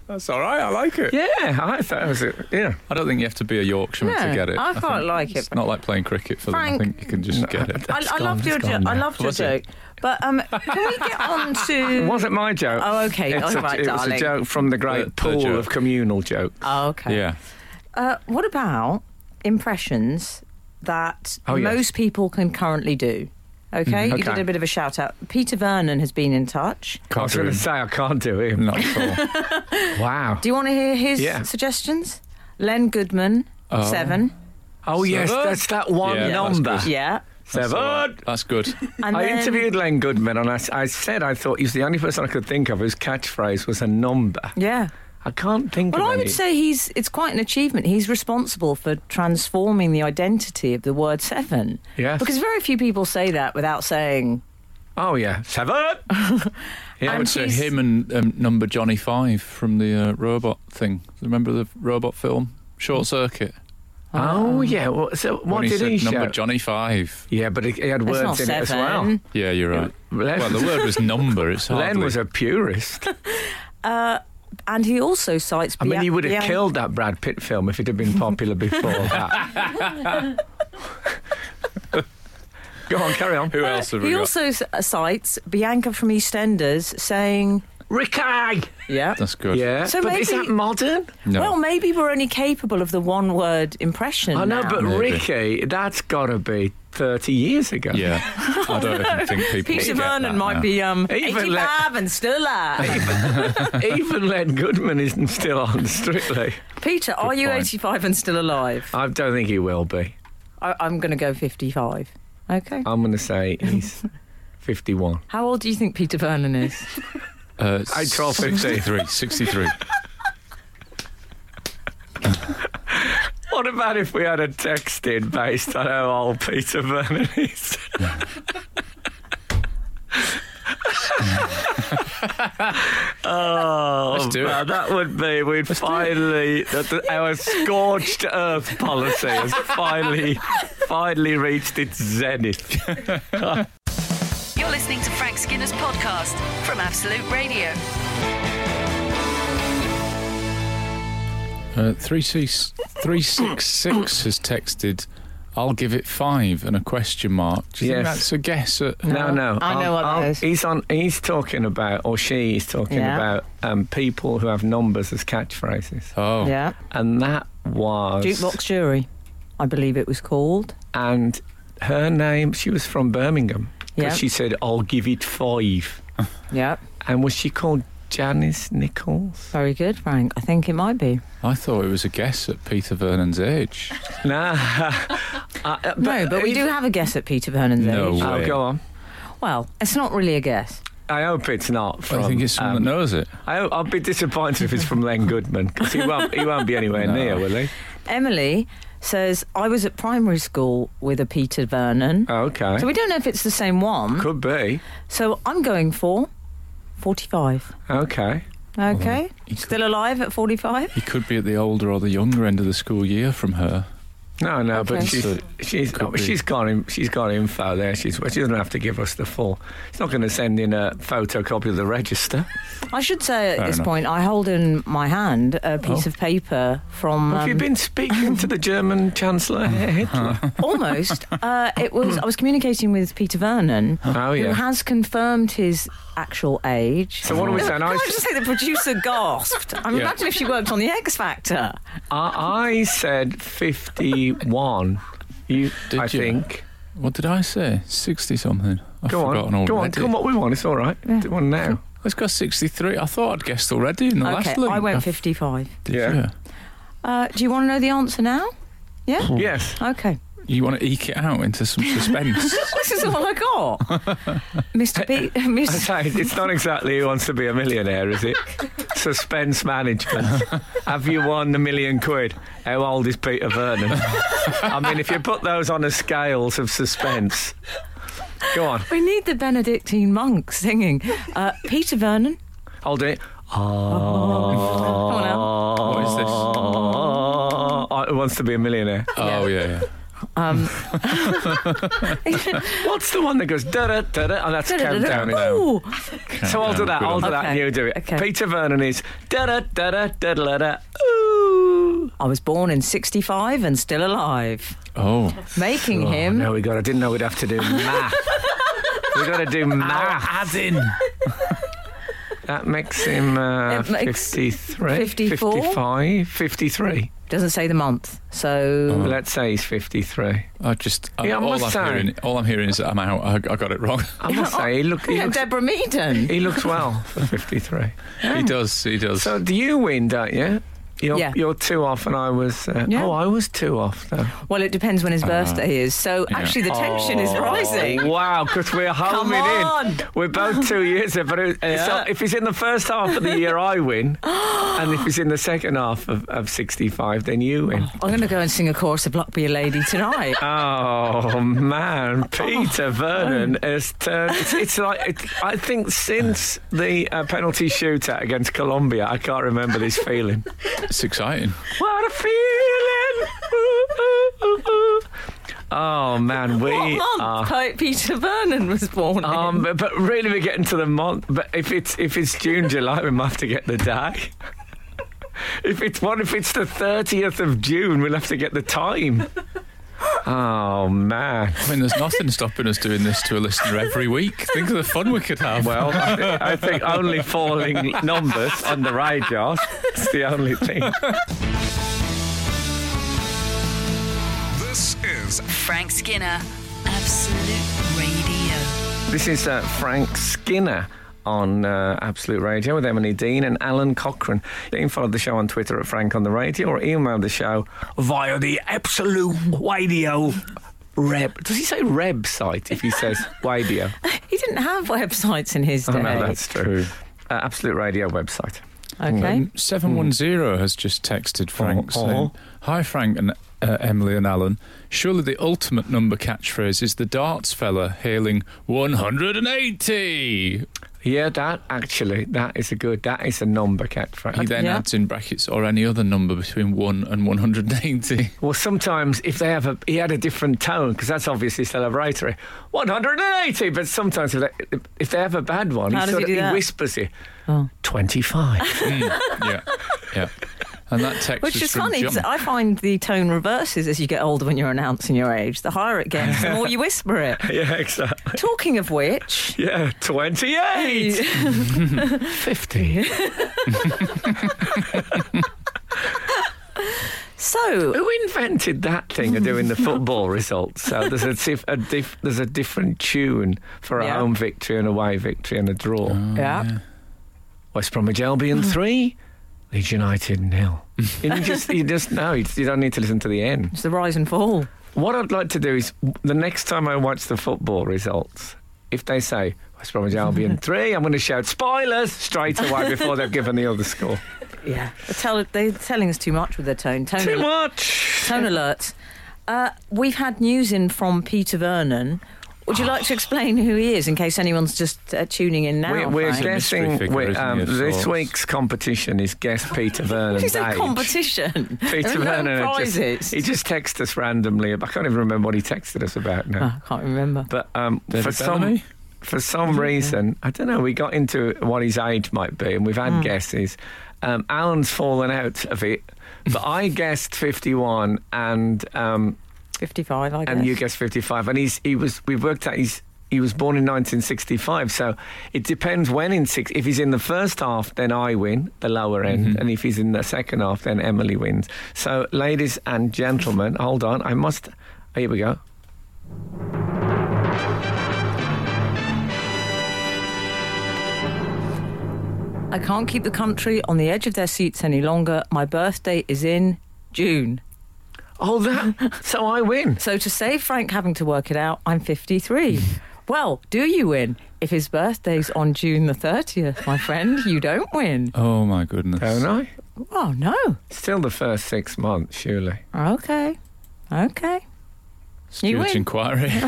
Speaker 3: That's all right. I like it.
Speaker 2: Yeah, I thought it was a, yeah.
Speaker 3: I don't think you have to be a Yorkshireman
Speaker 4: No,
Speaker 3: to get it.
Speaker 4: I quite
Speaker 3: think
Speaker 4: like it,
Speaker 3: It's not like playing cricket for
Speaker 4: Frank-
Speaker 3: them. I think you can just get it.
Speaker 4: I, I loved your joke. I loved your
Speaker 3: Was
Speaker 4: joke.
Speaker 3: it?
Speaker 4: But um, can we get on
Speaker 2: It
Speaker 4: to?
Speaker 2: wasn't my joke.
Speaker 4: Mm. Oh, okay.
Speaker 2: It's
Speaker 4: All
Speaker 2: a,
Speaker 4: right,
Speaker 2: it
Speaker 4: darling.
Speaker 2: was a joke from the great
Speaker 3: The- the
Speaker 2: pool
Speaker 3: joke.
Speaker 2: of communal jokes.
Speaker 4: Oh, okay.
Speaker 3: Yeah.
Speaker 4: Uh, what about impressions that
Speaker 2: Oh, yes. Mm-hmm.
Speaker 4: most people can currently do? Okay? you
Speaker 2: Okay.
Speaker 4: did a bit of a shout out. Peter Vernon has been in touch.
Speaker 2: I was
Speaker 3: do
Speaker 2: going to
Speaker 3: him.
Speaker 2: say I can't do him.
Speaker 3: Not at all.
Speaker 2: Wow.
Speaker 4: Do you want to hear his
Speaker 2: Yeah.
Speaker 4: suggestions? Len Goodman,
Speaker 3: Oh.
Speaker 4: seven.
Speaker 2: Oh yes,
Speaker 3: Seven?
Speaker 2: that's that one
Speaker 3: Yeah, that's
Speaker 2: number.
Speaker 3: good.
Speaker 4: Yeah.
Speaker 3: That's all
Speaker 2: Seven.
Speaker 3: right. That's good.
Speaker 4: And
Speaker 2: I
Speaker 4: then-
Speaker 2: interviewed Len Goodman, and I, s- I said I thought he was the only person I could think of whose catchphrase was a number.
Speaker 4: Yeah.
Speaker 2: I can't think
Speaker 4: Well,
Speaker 2: of
Speaker 4: I
Speaker 2: any.
Speaker 4: would say he's it's quite an achievement. He's responsible for transforming the identity of the word seven.
Speaker 2: Yes.
Speaker 4: Because very few people say that without saying
Speaker 2: oh yeah, seven. yeah,
Speaker 4: And
Speaker 2: I would
Speaker 3: So
Speaker 2: say-
Speaker 4: he's-
Speaker 3: him and um, number Johnny Five from the uh, robot thing. Remember the robot film Short Circuit?
Speaker 4: Um,
Speaker 2: oh yeah. Well, so what
Speaker 3: when he
Speaker 2: did
Speaker 3: said
Speaker 2: he
Speaker 3: number
Speaker 2: shout?
Speaker 3: Johnny Five.
Speaker 2: Yeah, but he, he had
Speaker 4: it's
Speaker 2: words in
Speaker 4: not
Speaker 2: it as
Speaker 4: seven.
Speaker 2: well.
Speaker 3: Yeah, you're right.
Speaker 2: Len,
Speaker 3: Well, the word was number. It's hardly.
Speaker 2: Len was a purist.
Speaker 4: And he also cites
Speaker 2: I mean,
Speaker 4: Bia-
Speaker 2: he would have
Speaker 4: Bian-
Speaker 2: killed that Brad Pitt film if it had been popular before that. Go on, carry on.
Speaker 3: Who else have we
Speaker 4: He
Speaker 3: got?
Speaker 4: also s- uh, cites Bianca from EastEnders saying,
Speaker 2: Ricky!
Speaker 4: "Yeah,
Speaker 3: That's good.
Speaker 2: Yeah.
Speaker 4: So
Speaker 2: but is
Speaker 4: maybe-
Speaker 2: that modern?
Speaker 3: No.
Speaker 4: well, maybe we're only capable of the one-word impression."
Speaker 2: I know,
Speaker 4: now."
Speaker 2: but
Speaker 3: Maybe.
Speaker 2: Ricky, that's got to be 30 years ago.
Speaker 3: Yeah. I don't even think people.
Speaker 4: Peter
Speaker 3: get that
Speaker 4: Vernon might
Speaker 3: now.
Speaker 4: be um,
Speaker 2: Even
Speaker 4: 85 and still alive.
Speaker 2: Even Len Goodman isn't still on Strictly.
Speaker 4: Peter, are you
Speaker 3: point.
Speaker 4: 85 and still alive?
Speaker 2: I don't think he will be.
Speaker 4: I- I'm going to go 55. Okay.
Speaker 2: I'm going to say he's 51.
Speaker 4: How old do you think Peter Vernon is?
Speaker 3: Uh,
Speaker 2: I troll
Speaker 3: 63. 63.
Speaker 2: What about if we had a text in based on how old Peter Vernon is? oh,
Speaker 3: Let's do it.
Speaker 2: man, that would be we'd finally that the, our scorched earth policy has finally finally reached its zenith.
Speaker 1: You're listening to Frank Skinner's podcast from Absolute Radio.
Speaker 3: Uh, 366 has texted, I'll give it five and a question mark. Do you think
Speaker 2: Yes.
Speaker 3: that's a guess at.
Speaker 2: No, no.
Speaker 4: I know what that is.
Speaker 2: He's on. He's talking about, or she is talking
Speaker 4: Yeah.
Speaker 2: about um, people who have numbers as catchphrases,
Speaker 3: Oh.
Speaker 4: Yeah.
Speaker 2: and that was
Speaker 4: Jukebox Jury, I believe it was called.
Speaker 2: and her name she was from Birmingham 'cause
Speaker 4: Yeah.
Speaker 2: she said I'll give it five
Speaker 4: Yeah.
Speaker 2: and was she called Janice Nichols
Speaker 4: Very good, Frank. I think it might be.
Speaker 3: I thought it was a guess at Peter Vernon's age.
Speaker 2: nah Uh, uh,
Speaker 4: no, but we do have a guess at Peter Vernon's
Speaker 3: No.
Speaker 4: age.
Speaker 2: oh
Speaker 3: Wait.
Speaker 2: go on
Speaker 4: Well, it's not really a guess.
Speaker 2: I hope it's not from
Speaker 3: I think it's someone
Speaker 2: um,
Speaker 3: that knows it.
Speaker 2: I, will be disappointed if it's from Len Goodman because he won't he won't be anywhere
Speaker 3: No.
Speaker 2: near will he
Speaker 4: Emily says, I was at primary school with a Peter Vernon.
Speaker 2: oh, okay
Speaker 4: So we don't know if it's the same one.
Speaker 2: could be
Speaker 4: So I'm going for 45.
Speaker 2: okay
Speaker 4: Okay.
Speaker 3: he could-
Speaker 4: Still alive at 45?
Speaker 3: He could be at the older or the younger end of the school year from her.
Speaker 2: no no
Speaker 4: Okay.
Speaker 2: but she's she's, oh,
Speaker 3: Could be.
Speaker 2: she's got in, she's got info there she's she doesn't have to give us the full she's not going to send in a photocopy of the register
Speaker 4: I should say at
Speaker 3: Fair
Speaker 4: this
Speaker 3: enough.
Speaker 4: point, I hold in my hand a piece
Speaker 3: Oh.
Speaker 4: of paper from
Speaker 2: Have you
Speaker 4: um,
Speaker 2: been speaking to the German Chancellor
Speaker 3: Uh-huh.
Speaker 2: Hitler?
Speaker 4: almost. Uh, it was I was communicating with Peter Vernon,
Speaker 2: oh
Speaker 4: who
Speaker 2: yeah.
Speaker 4: has confirmed his actual age.
Speaker 2: So what are we saying?
Speaker 4: Can
Speaker 2: I,
Speaker 4: I just say the producer gasped? I mean,
Speaker 3: Yeah.
Speaker 4: imagine if she worked on the X Factor.
Speaker 2: I, I said fifty-one. You,
Speaker 3: Did
Speaker 2: I
Speaker 3: you?
Speaker 2: think.
Speaker 3: What did I say? 60 something. I've
Speaker 2: Go
Speaker 3: forgotten
Speaker 2: on,
Speaker 3: already.
Speaker 2: go on. Come what we want. It's all right. Do one now.
Speaker 3: Let's go 63. I thought I'd guessed already in the
Speaker 4: okay,
Speaker 3: last link.
Speaker 4: I went
Speaker 3: I've-
Speaker 4: 55.
Speaker 3: Did
Speaker 2: Yeah.
Speaker 3: you?
Speaker 4: Uh, do you want to know the answer now? Yeah?
Speaker 2: Yes.
Speaker 4: Okay.
Speaker 3: You want to eke it out into some suspense?
Speaker 4: This is all I got. Mr. P.
Speaker 2: I
Speaker 4: Mr.
Speaker 2: say it's not exactly who wants to be a millionaire, is it? Suspense management. Have you won the million quid? How old is Peter Vernon? I mean, if you put those on a scales of suspense, go on.
Speaker 4: We need the Benedictine monks singing. Uh, Peter Vernon.
Speaker 2: Hold it.
Speaker 4: Come on out.
Speaker 3: What is this?
Speaker 2: Oh, who wants to be a millionaire?
Speaker 3: Oh yeah, yeah.
Speaker 4: Um,
Speaker 2: What's the one that goes da da da da? Oh, that's countdown. Now.
Speaker 4: Ooh,
Speaker 2: So I'll do that. I'll do that. and
Speaker 4: Okay,
Speaker 2: You do it.
Speaker 4: okay.
Speaker 2: Peter Vernon is da da da da da da da. Ooh.
Speaker 4: I was born in 65 and still alive.
Speaker 3: Oh,
Speaker 4: Making
Speaker 2: Oh,
Speaker 4: him.
Speaker 2: No, we got. I didn't know we'd have to do math. we got to do math.
Speaker 3: add in.
Speaker 2: That makes him uh,
Speaker 4: It makes
Speaker 2: 53,
Speaker 4: 54?
Speaker 2: 55, 53.
Speaker 4: Doesn't say the month. So.
Speaker 2: Let's say he's 53.
Speaker 3: I just I,
Speaker 2: Yeah, I
Speaker 3: all,
Speaker 2: must
Speaker 3: I'm
Speaker 2: say-
Speaker 3: hearing, all I'm hearing is that I'm out. I, I got it wrong.
Speaker 2: I must say, he, look, he,
Speaker 4: Oh, Yeah,
Speaker 2: looks,
Speaker 4: Deborah Meaden.
Speaker 2: he looks well for 53.
Speaker 3: He does. He does.
Speaker 2: So do you win, don't you? You're,
Speaker 4: Yeah.
Speaker 2: you're two off, and I was. Uh,
Speaker 4: Yeah.
Speaker 2: Oh, I was two off, though.
Speaker 4: Well, it depends
Speaker 2: Uh,
Speaker 4: when his birthday is. So
Speaker 3: yeah.
Speaker 4: actually, the tension
Speaker 2: Oh,
Speaker 4: is rising.
Speaker 2: Wow, because we're homing
Speaker 4: on.
Speaker 2: in. We're both two years in, but it, so
Speaker 4: Yeah.
Speaker 2: if he's in the first half of the year, I win. and if he's in the second half of, of 65, then you win.
Speaker 4: I'm going to go and sing a chorus of Block Be a Lady tonight.
Speaker 2: Oh man, Peter Vernon has turned. It's, it's like it, I think since the uh, penalty shootout against Colombia, I can't remember this feeling.
Speaker 3: it's exciting.
Speaker 2: What a feeling! Ooh, ooh, ooh, ooh. Oh man, we
Speaker 4: what
Speaker 2: are.
Speaker 4: month Poet Peter Vernon was born in?
Speaker 2: Um, but, but really, we're getting to the month. But if it's if it's June, July, we might have to get the day. if it's what if it's the thirtieth of June, we'll have to get the time. Oh man!
Speaker 3: I mean, there's nothing stopping us doing this to a listener every week. Think of the fun we could have.
Speaker 2: Well, I, thi- I think only falling numbers on the radar. It's the only thing.
Speaker 5: This is
Speaker 1: Frank Skinner, Absolute Radio.
Speaker 2: This is uh, Frank Skinner on uh, Absolute Radio with Emily Dean and Alan Cochrane. You can follow the show on Twitter at Frank on the Radio or email the show via the Absolute Radio Reb. Does he say Reb site if he says Radio?
Speaker 4: He didn't have websites in his day.
Speaker 2: Oh, no, that's true. Uh, Absolute Radio website.
Speaker 4: okay.
Speaker 3: Um, 710 has just texted Frank
Speaker 2: Oh, oh.
Speaker 3: saying, Hi, Frank and uh, Emily and Alan. Surely the ultimate number catchphrase is the darts fella hailing 180.
Speaker 2: Yeah, that actually, that is a good, that is a number catchphrase.
Speaker 3: He then
Speaker 4: yeah.
Speaker 3: adds in brackets or any other number between 1 and 180.
Speaker 2: Well, sometimes if they have a, he had a different tone because that's obviously celebratory. One hundred and eighty, but sometimes if they, if they have a bad one,
Speaker 4: How
Speaker 2: he,
Speaker 4: does
Speaker 2: sort
Speaker 4: he
Speaker 2: of,
Speaker 4: do that? Oh.
Speaker 2: whispers it. Twenty-five.
Speaker 3: yeah, yeah. And that text
Speaker 4: Which
Speaker 3: was
Speaker 4: is
Speaker 3: from
Speaker 4: funny
Speaker 3: John.
Speaker 4: because I find the tone reverses as you get older when you're announcing your age. The higher it gets, the more you whisper it.
Speaker 2: yeah, exactly.
Speaker 4: Talking of which,
Speaker 2: Yeah, twenty-eight. Fifty.
Speaker 4: so
Speaker 2: Who invented that thing of doing the football results? So there's a, dif- a dif- there's a different tune for a
Speaker 4: Yeah. Oh.
Speaker 2: home victory and away victory and a draw.
Speaker 4: yeah,
Speaker 2: West Bromwich
Speaker 4: Oh.
Speaker 2: Albion three, Leeds United nil. And you just, you just know you you don't need to listen to the end.
Speaker 4: it's the rise and fall.
Speaker 2: What I'd like to do is the next time I watch the football results, if they say West Bromwich Albion three, I'm going to shout spoilers straight away before they've given the other score.
Speaker 4: Yeah, they're, tell- they're telling us too much with their tone. Tone,
Speaker 2: Too much.
Speaker 4: tone alert. Uh, we've had news in from Peter Vernon. Would you like to explain who he is in case anyone's just uh, tuning in now?
Speaker 2: We're, we're
Speaker 4: Frank?
Speaker 3: a mystery
Speaker 2: guessing.
Speaker 3: figure,
Speaker 2: we're,
Speaker 3: isn't
Speaker 2: um,
Speaker 3: he, of
Speaker 2: this
Speaker 3: sorts?
Speaker 2: week's competition is guess Peter Vernon's
Speaker 4: It's a
Speaker 2: age.
Speaker 4: competition.
Speaker 2: Peter
Speaker 4: there are
Speaker 2: Vernon
Speaker 4: no
Speaker 2: had just-
Speaker 4: prizes.
Speaker 2: he just texted us randomly. I can't even remember what he texted us about now.
Speaker 4: Oh, I can't remember.
Speaker 2: But um,
Speaker 3: David
Speaker 2: for some
Speaker 3: Bellamy?
Speaker 2: for some reason, I don't know. We got into what his age might be, and we've had guesses. Um, Alan's fallen out of it, but I guessed fifty-one, and um,
Speaker 4: 55, I guess.
Speaker 2: and you guessed fifty-five, and he's he was we worked out he's. He was born in 1965, so it depends when in six. If he's in the first half, then I win the lower end, and if he's in the second half, then Emily wins. So, ladies and gentlemen, hold on. I must. Here we go.
Speaker 4: I can't keep the country on the edge of their seats any longer. My birthday is in June.
Speaker 2: Oh, that. so I win.
Speaker 4: So to save Frank having to work it out, I'm 53. well, do you win? If his birthday's on June the 30th, my friend, you don't win.
Speaker 3: Oh, my goodness.
Speaker 2: Don't I?
Speaker 4: Oh, no.
Speaker 2: Still the first six months, surely.
Speaker 4: Okay. Okay.
Speaker 3: Stewart's
Speaker 4: win.
Speaker 3: inquiry.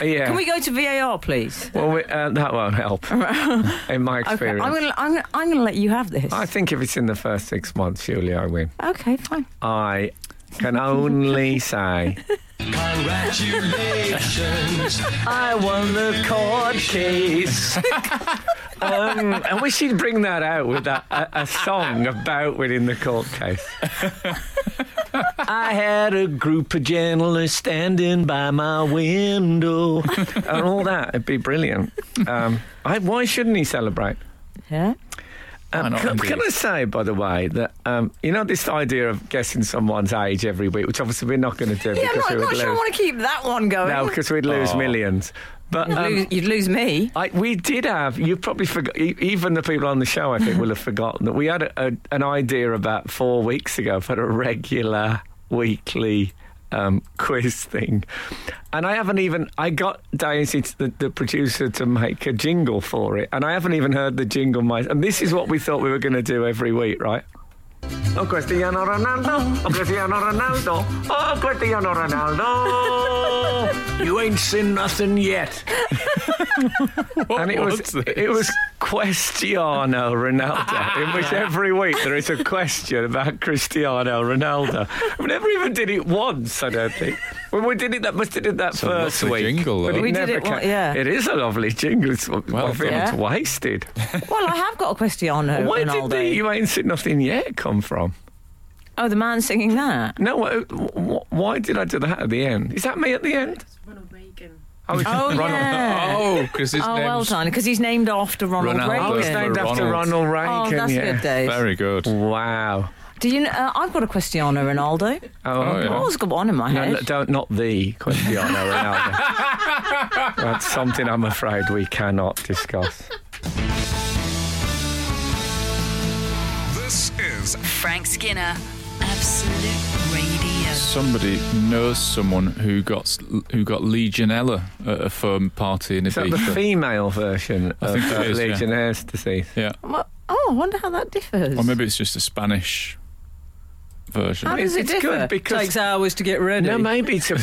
Speaker 2: Yeah.
Speaker 4: Can we go to VAR, please?
Speaker 2: well, we, uh, that won't help, in my
Speaker 4: Okay. I'm
Speaker 2: experience.
Speaker 4: gonna, I'm, gonna, I'm gonna let you have this.
Speaker 2: I think if it's in the first six months, surely I win.
Speaker 4: Okay, fine.
Speaker 2: I Can only say.
Speaker 6: Congratulations.
Speaker 2: I won the court case. um, I wish you'd bring that out with a, a, a song about winning the court case. I had a group of journalists standing by my window, and all that. It'd be brilliant. Um, I, why shouldn't he celebrate?
Speaker 4: Yeah.
Speaker 3: Why
Speaker 2: Um,
Speaker 3: not,
Speaker 2: can,
Speaker 3: indeed?
Speaker 2: can I say, by the way, that um, you know this idea of guessing someone's age every week, which obviously we're not going to do
Speaker 4: Yeah, I'm
Speaker 2: because
Speaker 4: not,
Speaker 2: we would
Speaker 4: not
Speaker 2: lose.
Speaker 4: sure I want to keep that one going.
Speaker 2: no,
Speaker 4: You'd
Speaker 2: because we'd lose
Speaker 3: Aw.
Speaker 2: millions. But um,
Speaker 4: lose- you'd lose me.
Speaker 2: I, we did have. You probably forgot. e- Even the people on the show, I think, will have forgotten that we had a, a, an idea about four weeks ago for a regular weekly um, quiz thing, and I haven't even. I got Daisy, t- the, the producer, to make a jingle for it, and I haven't even heard the jingle. My and this is what we thought we were going to do every week, right? Oh, Cristiano Ronaldo. Oh, Cristiano Ronaldo. Oh, Cristiano Ronaldo. you ain't seen nothing yet. and it was,
Speaker 3: was this?
Speaker 2: it was Cristiano Ronaldo, in which every week there is a question about Cristiano Ronaldo. We never even did it once, I don't think. When we did it, that must have did that
Speaker 3: a
Speaker 2: first
Speaker 3: lovely
Speaker 2: week.
Speaker 3: jingle,
Speaker 2: but
Speaker 3: though.
Speaker 2: it
Speaker 4: We did
Speaker 2: never
Speaker 4: it
Speaker 2: came.
Speaker 4: one- yeah.
Speaker 2: It is a lovely jingle. It's,
Speaker 3: Well
Speaker 2: I feel
Speaker 3: done.
Speaker 2: it's wasted.
Speaker 4: Well, I have got a Cristiano
Speaker 2: Where
Speaker 4: Uh, Ronaldo.
Speaker 2: did the "You Ain't Seen Nothing Yet" come from?
Speaker 4: Oh, the man singing that.
Speaker 2: No, wh- wh- why did I do that at the end? Is that me at the end?
Speaker 8: Ronald Reagan.
Speaker 2: I was,
Speaker 4: Oh, yeah.
Speaker 3: Oh, because his
Speaker 4: oh, well
Speaker 3: name's
Speaker 4: done, because he's named after Ronald
Speaker 3: Ronaldo.
Speaker 2: I was
Speaker 3: Yeah.
Speaker 4: Reagan.
Speaker 2: named
Speaker 3: For
Speaker 2: after
Speaker 3: Ronald.
Speaker 2: Ronald
Speaker 4: Oh,
Speaker 2: Reagan.
Speaker 4: that's
Speaker 2: yeah.
Speaker 4: good, Dave.
Speaker 3: very good.
Speaker 2: Wow.
Speaker 4: Do you? Know, uh, I've got a Cristiano Ronaldo.
Speaker 2: Oh,
Speaker 3: yeah.
Speaker 4: I always got one in my
Speaker 2: No,
Speaker 4: head.
Speaker 2: no, don't, not the Cristiano Ronaldo. That's something I'm afraid we cannot discuss.
Speaker 5: This is
Speaker 1: Frank Skinner, Absolute Radio.
Speaker 3: Somebody knows someone who got who got Legionella at a firm party in
Speaker 2: Is that
Speaker 3: Ibiza.
Speaker 2: the female version
Speaker 3: I
Speaker 2: of
Speaker 3: think it
Speaker 2: uh,
Speaker 3: is, yeah.
Speaker 2: Legionnaire's disease?
Speaker 3: yeah,
Speaker 4: Well, oh, I wonder how that differs.
Speaker 3: or maybe it's just a Spanish version.
Speaker 4: how
Speaker 2: mean,
Speaker 4: does it
Speaker 2: it's
Speaker 4: differ?
Speaker 2: good because-
Speaker 4: takes hours to get ready.
Speaker 2: No, maybe it's a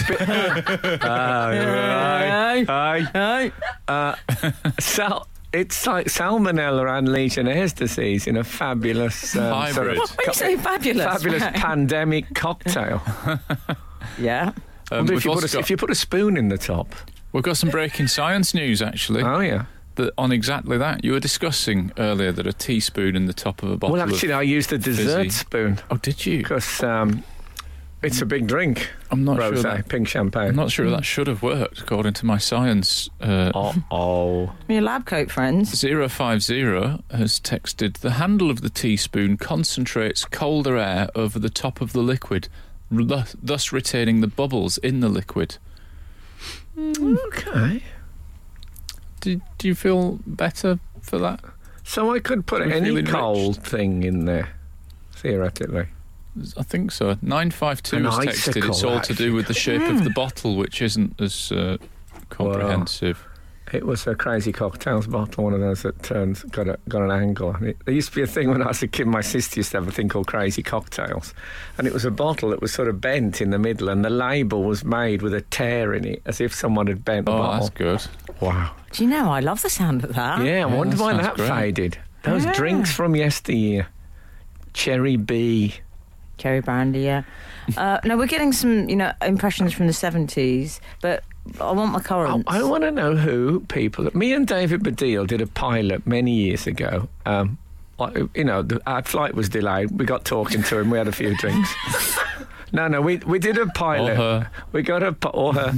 Speaker 2: bit. Aye, aye, aye. Uh, so it's like salmonella and Legionnaire's disease in a fabulous um, sort of
Speaker 3: Hybrid.
Speaker 4: When you say fabulous,
Speaker 2: fabulous Um,
Speaker 4: right?
Speaker 2: pandemic cocktail.
Speaker 4: yeah.
Speaker 3: Um,
Speaker 2: Wonder
Speaker 3: we've,
Speaker 2: if, you put
Speaker 3: also
Speaker 2: a,
Speaker 3: got,
Speaker 2: if you put a spoon in the top.
Speaker 3: we've got some breaking science news actually
Speaker 2: Oh yeah.
Speaker 3: that on exactly that you were discussing earlier that a teaspoon in the top of a bottle.
Speaker 2: Well,
Speaker 3: of-
Speaker 2: actually, I used a dessert
Speaker 3: fizzy.
Speaker 2: spoon
Speaker 3: oh, did you?
Speaker 2: because um, it's a big drink.
Speaker 3: I'm not
Speaker 2: Rosé,
Speaker 3: sure. That,
Speaker 2: pink
Speaker 3: I'm
Speaker 2: champagne.
Speaker 3: not sure that should have worked according to my science. Uh,
Speaker 2: Uh oh.
Speaker 4: Your lab coat friends.
Speaker 3: 050 has texted the handle of the teaspoon concentrates colder air over the top of the liquid r- thus- thus retaining the bubbles in the liquid
Speaker 2: Okay.
Speaker 3: do, do you feel better for that
Speaker 2: So I could put
Speaker 3: We feel
Speaker 2: any
Speaker 3: enriched.
Speaker 2: cold thing in there, theoretically.
Speaker 3: i think so 952
Speaker 2: An
Speaker 3: has texted
Speaker 2: icicle, Mm.
Speaker 3: it's all to do with the shape of the bottle which isn't as uh, comprehensive
Speaker 2: It was a crazy cocktails bottle, one of those that turns got a, got an angle on it. There used to be a thing when I was a kid. My sister used to have a thing called crazy cocktails, and it was a bottle that was sort of bent in the middle, and the label was made with a tear in it, as if someone had bent the
Speaker 3: oh that's
Speaker 2: bottle.
Speaker 3: good
Speaker 2: Wow.
Speaker 4: Do you know I love the sound of that?
Speaker 2: Yeah, I
Speaker 3: Yeah,
Speaker 2: wonder
Speaker 3: that
Speaker 2: why
Speaker 3: sounds
Speaker 2: that
Speaker 3: great.
Speaker 2: faded. Those
Speaker 4: Yeah.
Speaker 2: drinks from yesteryear. Cherry bee.
Speaker 4: Cherry brandy, yeah. Uh, no, we're getting some, you know, impressions from the seventies, but I want my
Speaker 2: I,
Speaker 4: current.
Speaker 2: Oh, I want to know who people. Me and David Baddiel did a pilot many years ago. Um, I- you know, the, our flight was delayed. We got talking to him. We had a few drinks. No, no, we, we did a
Speaker 3: or
Speaker 2: pilot.
Speaker 3: her
Speaker 2: We got a pi- or her.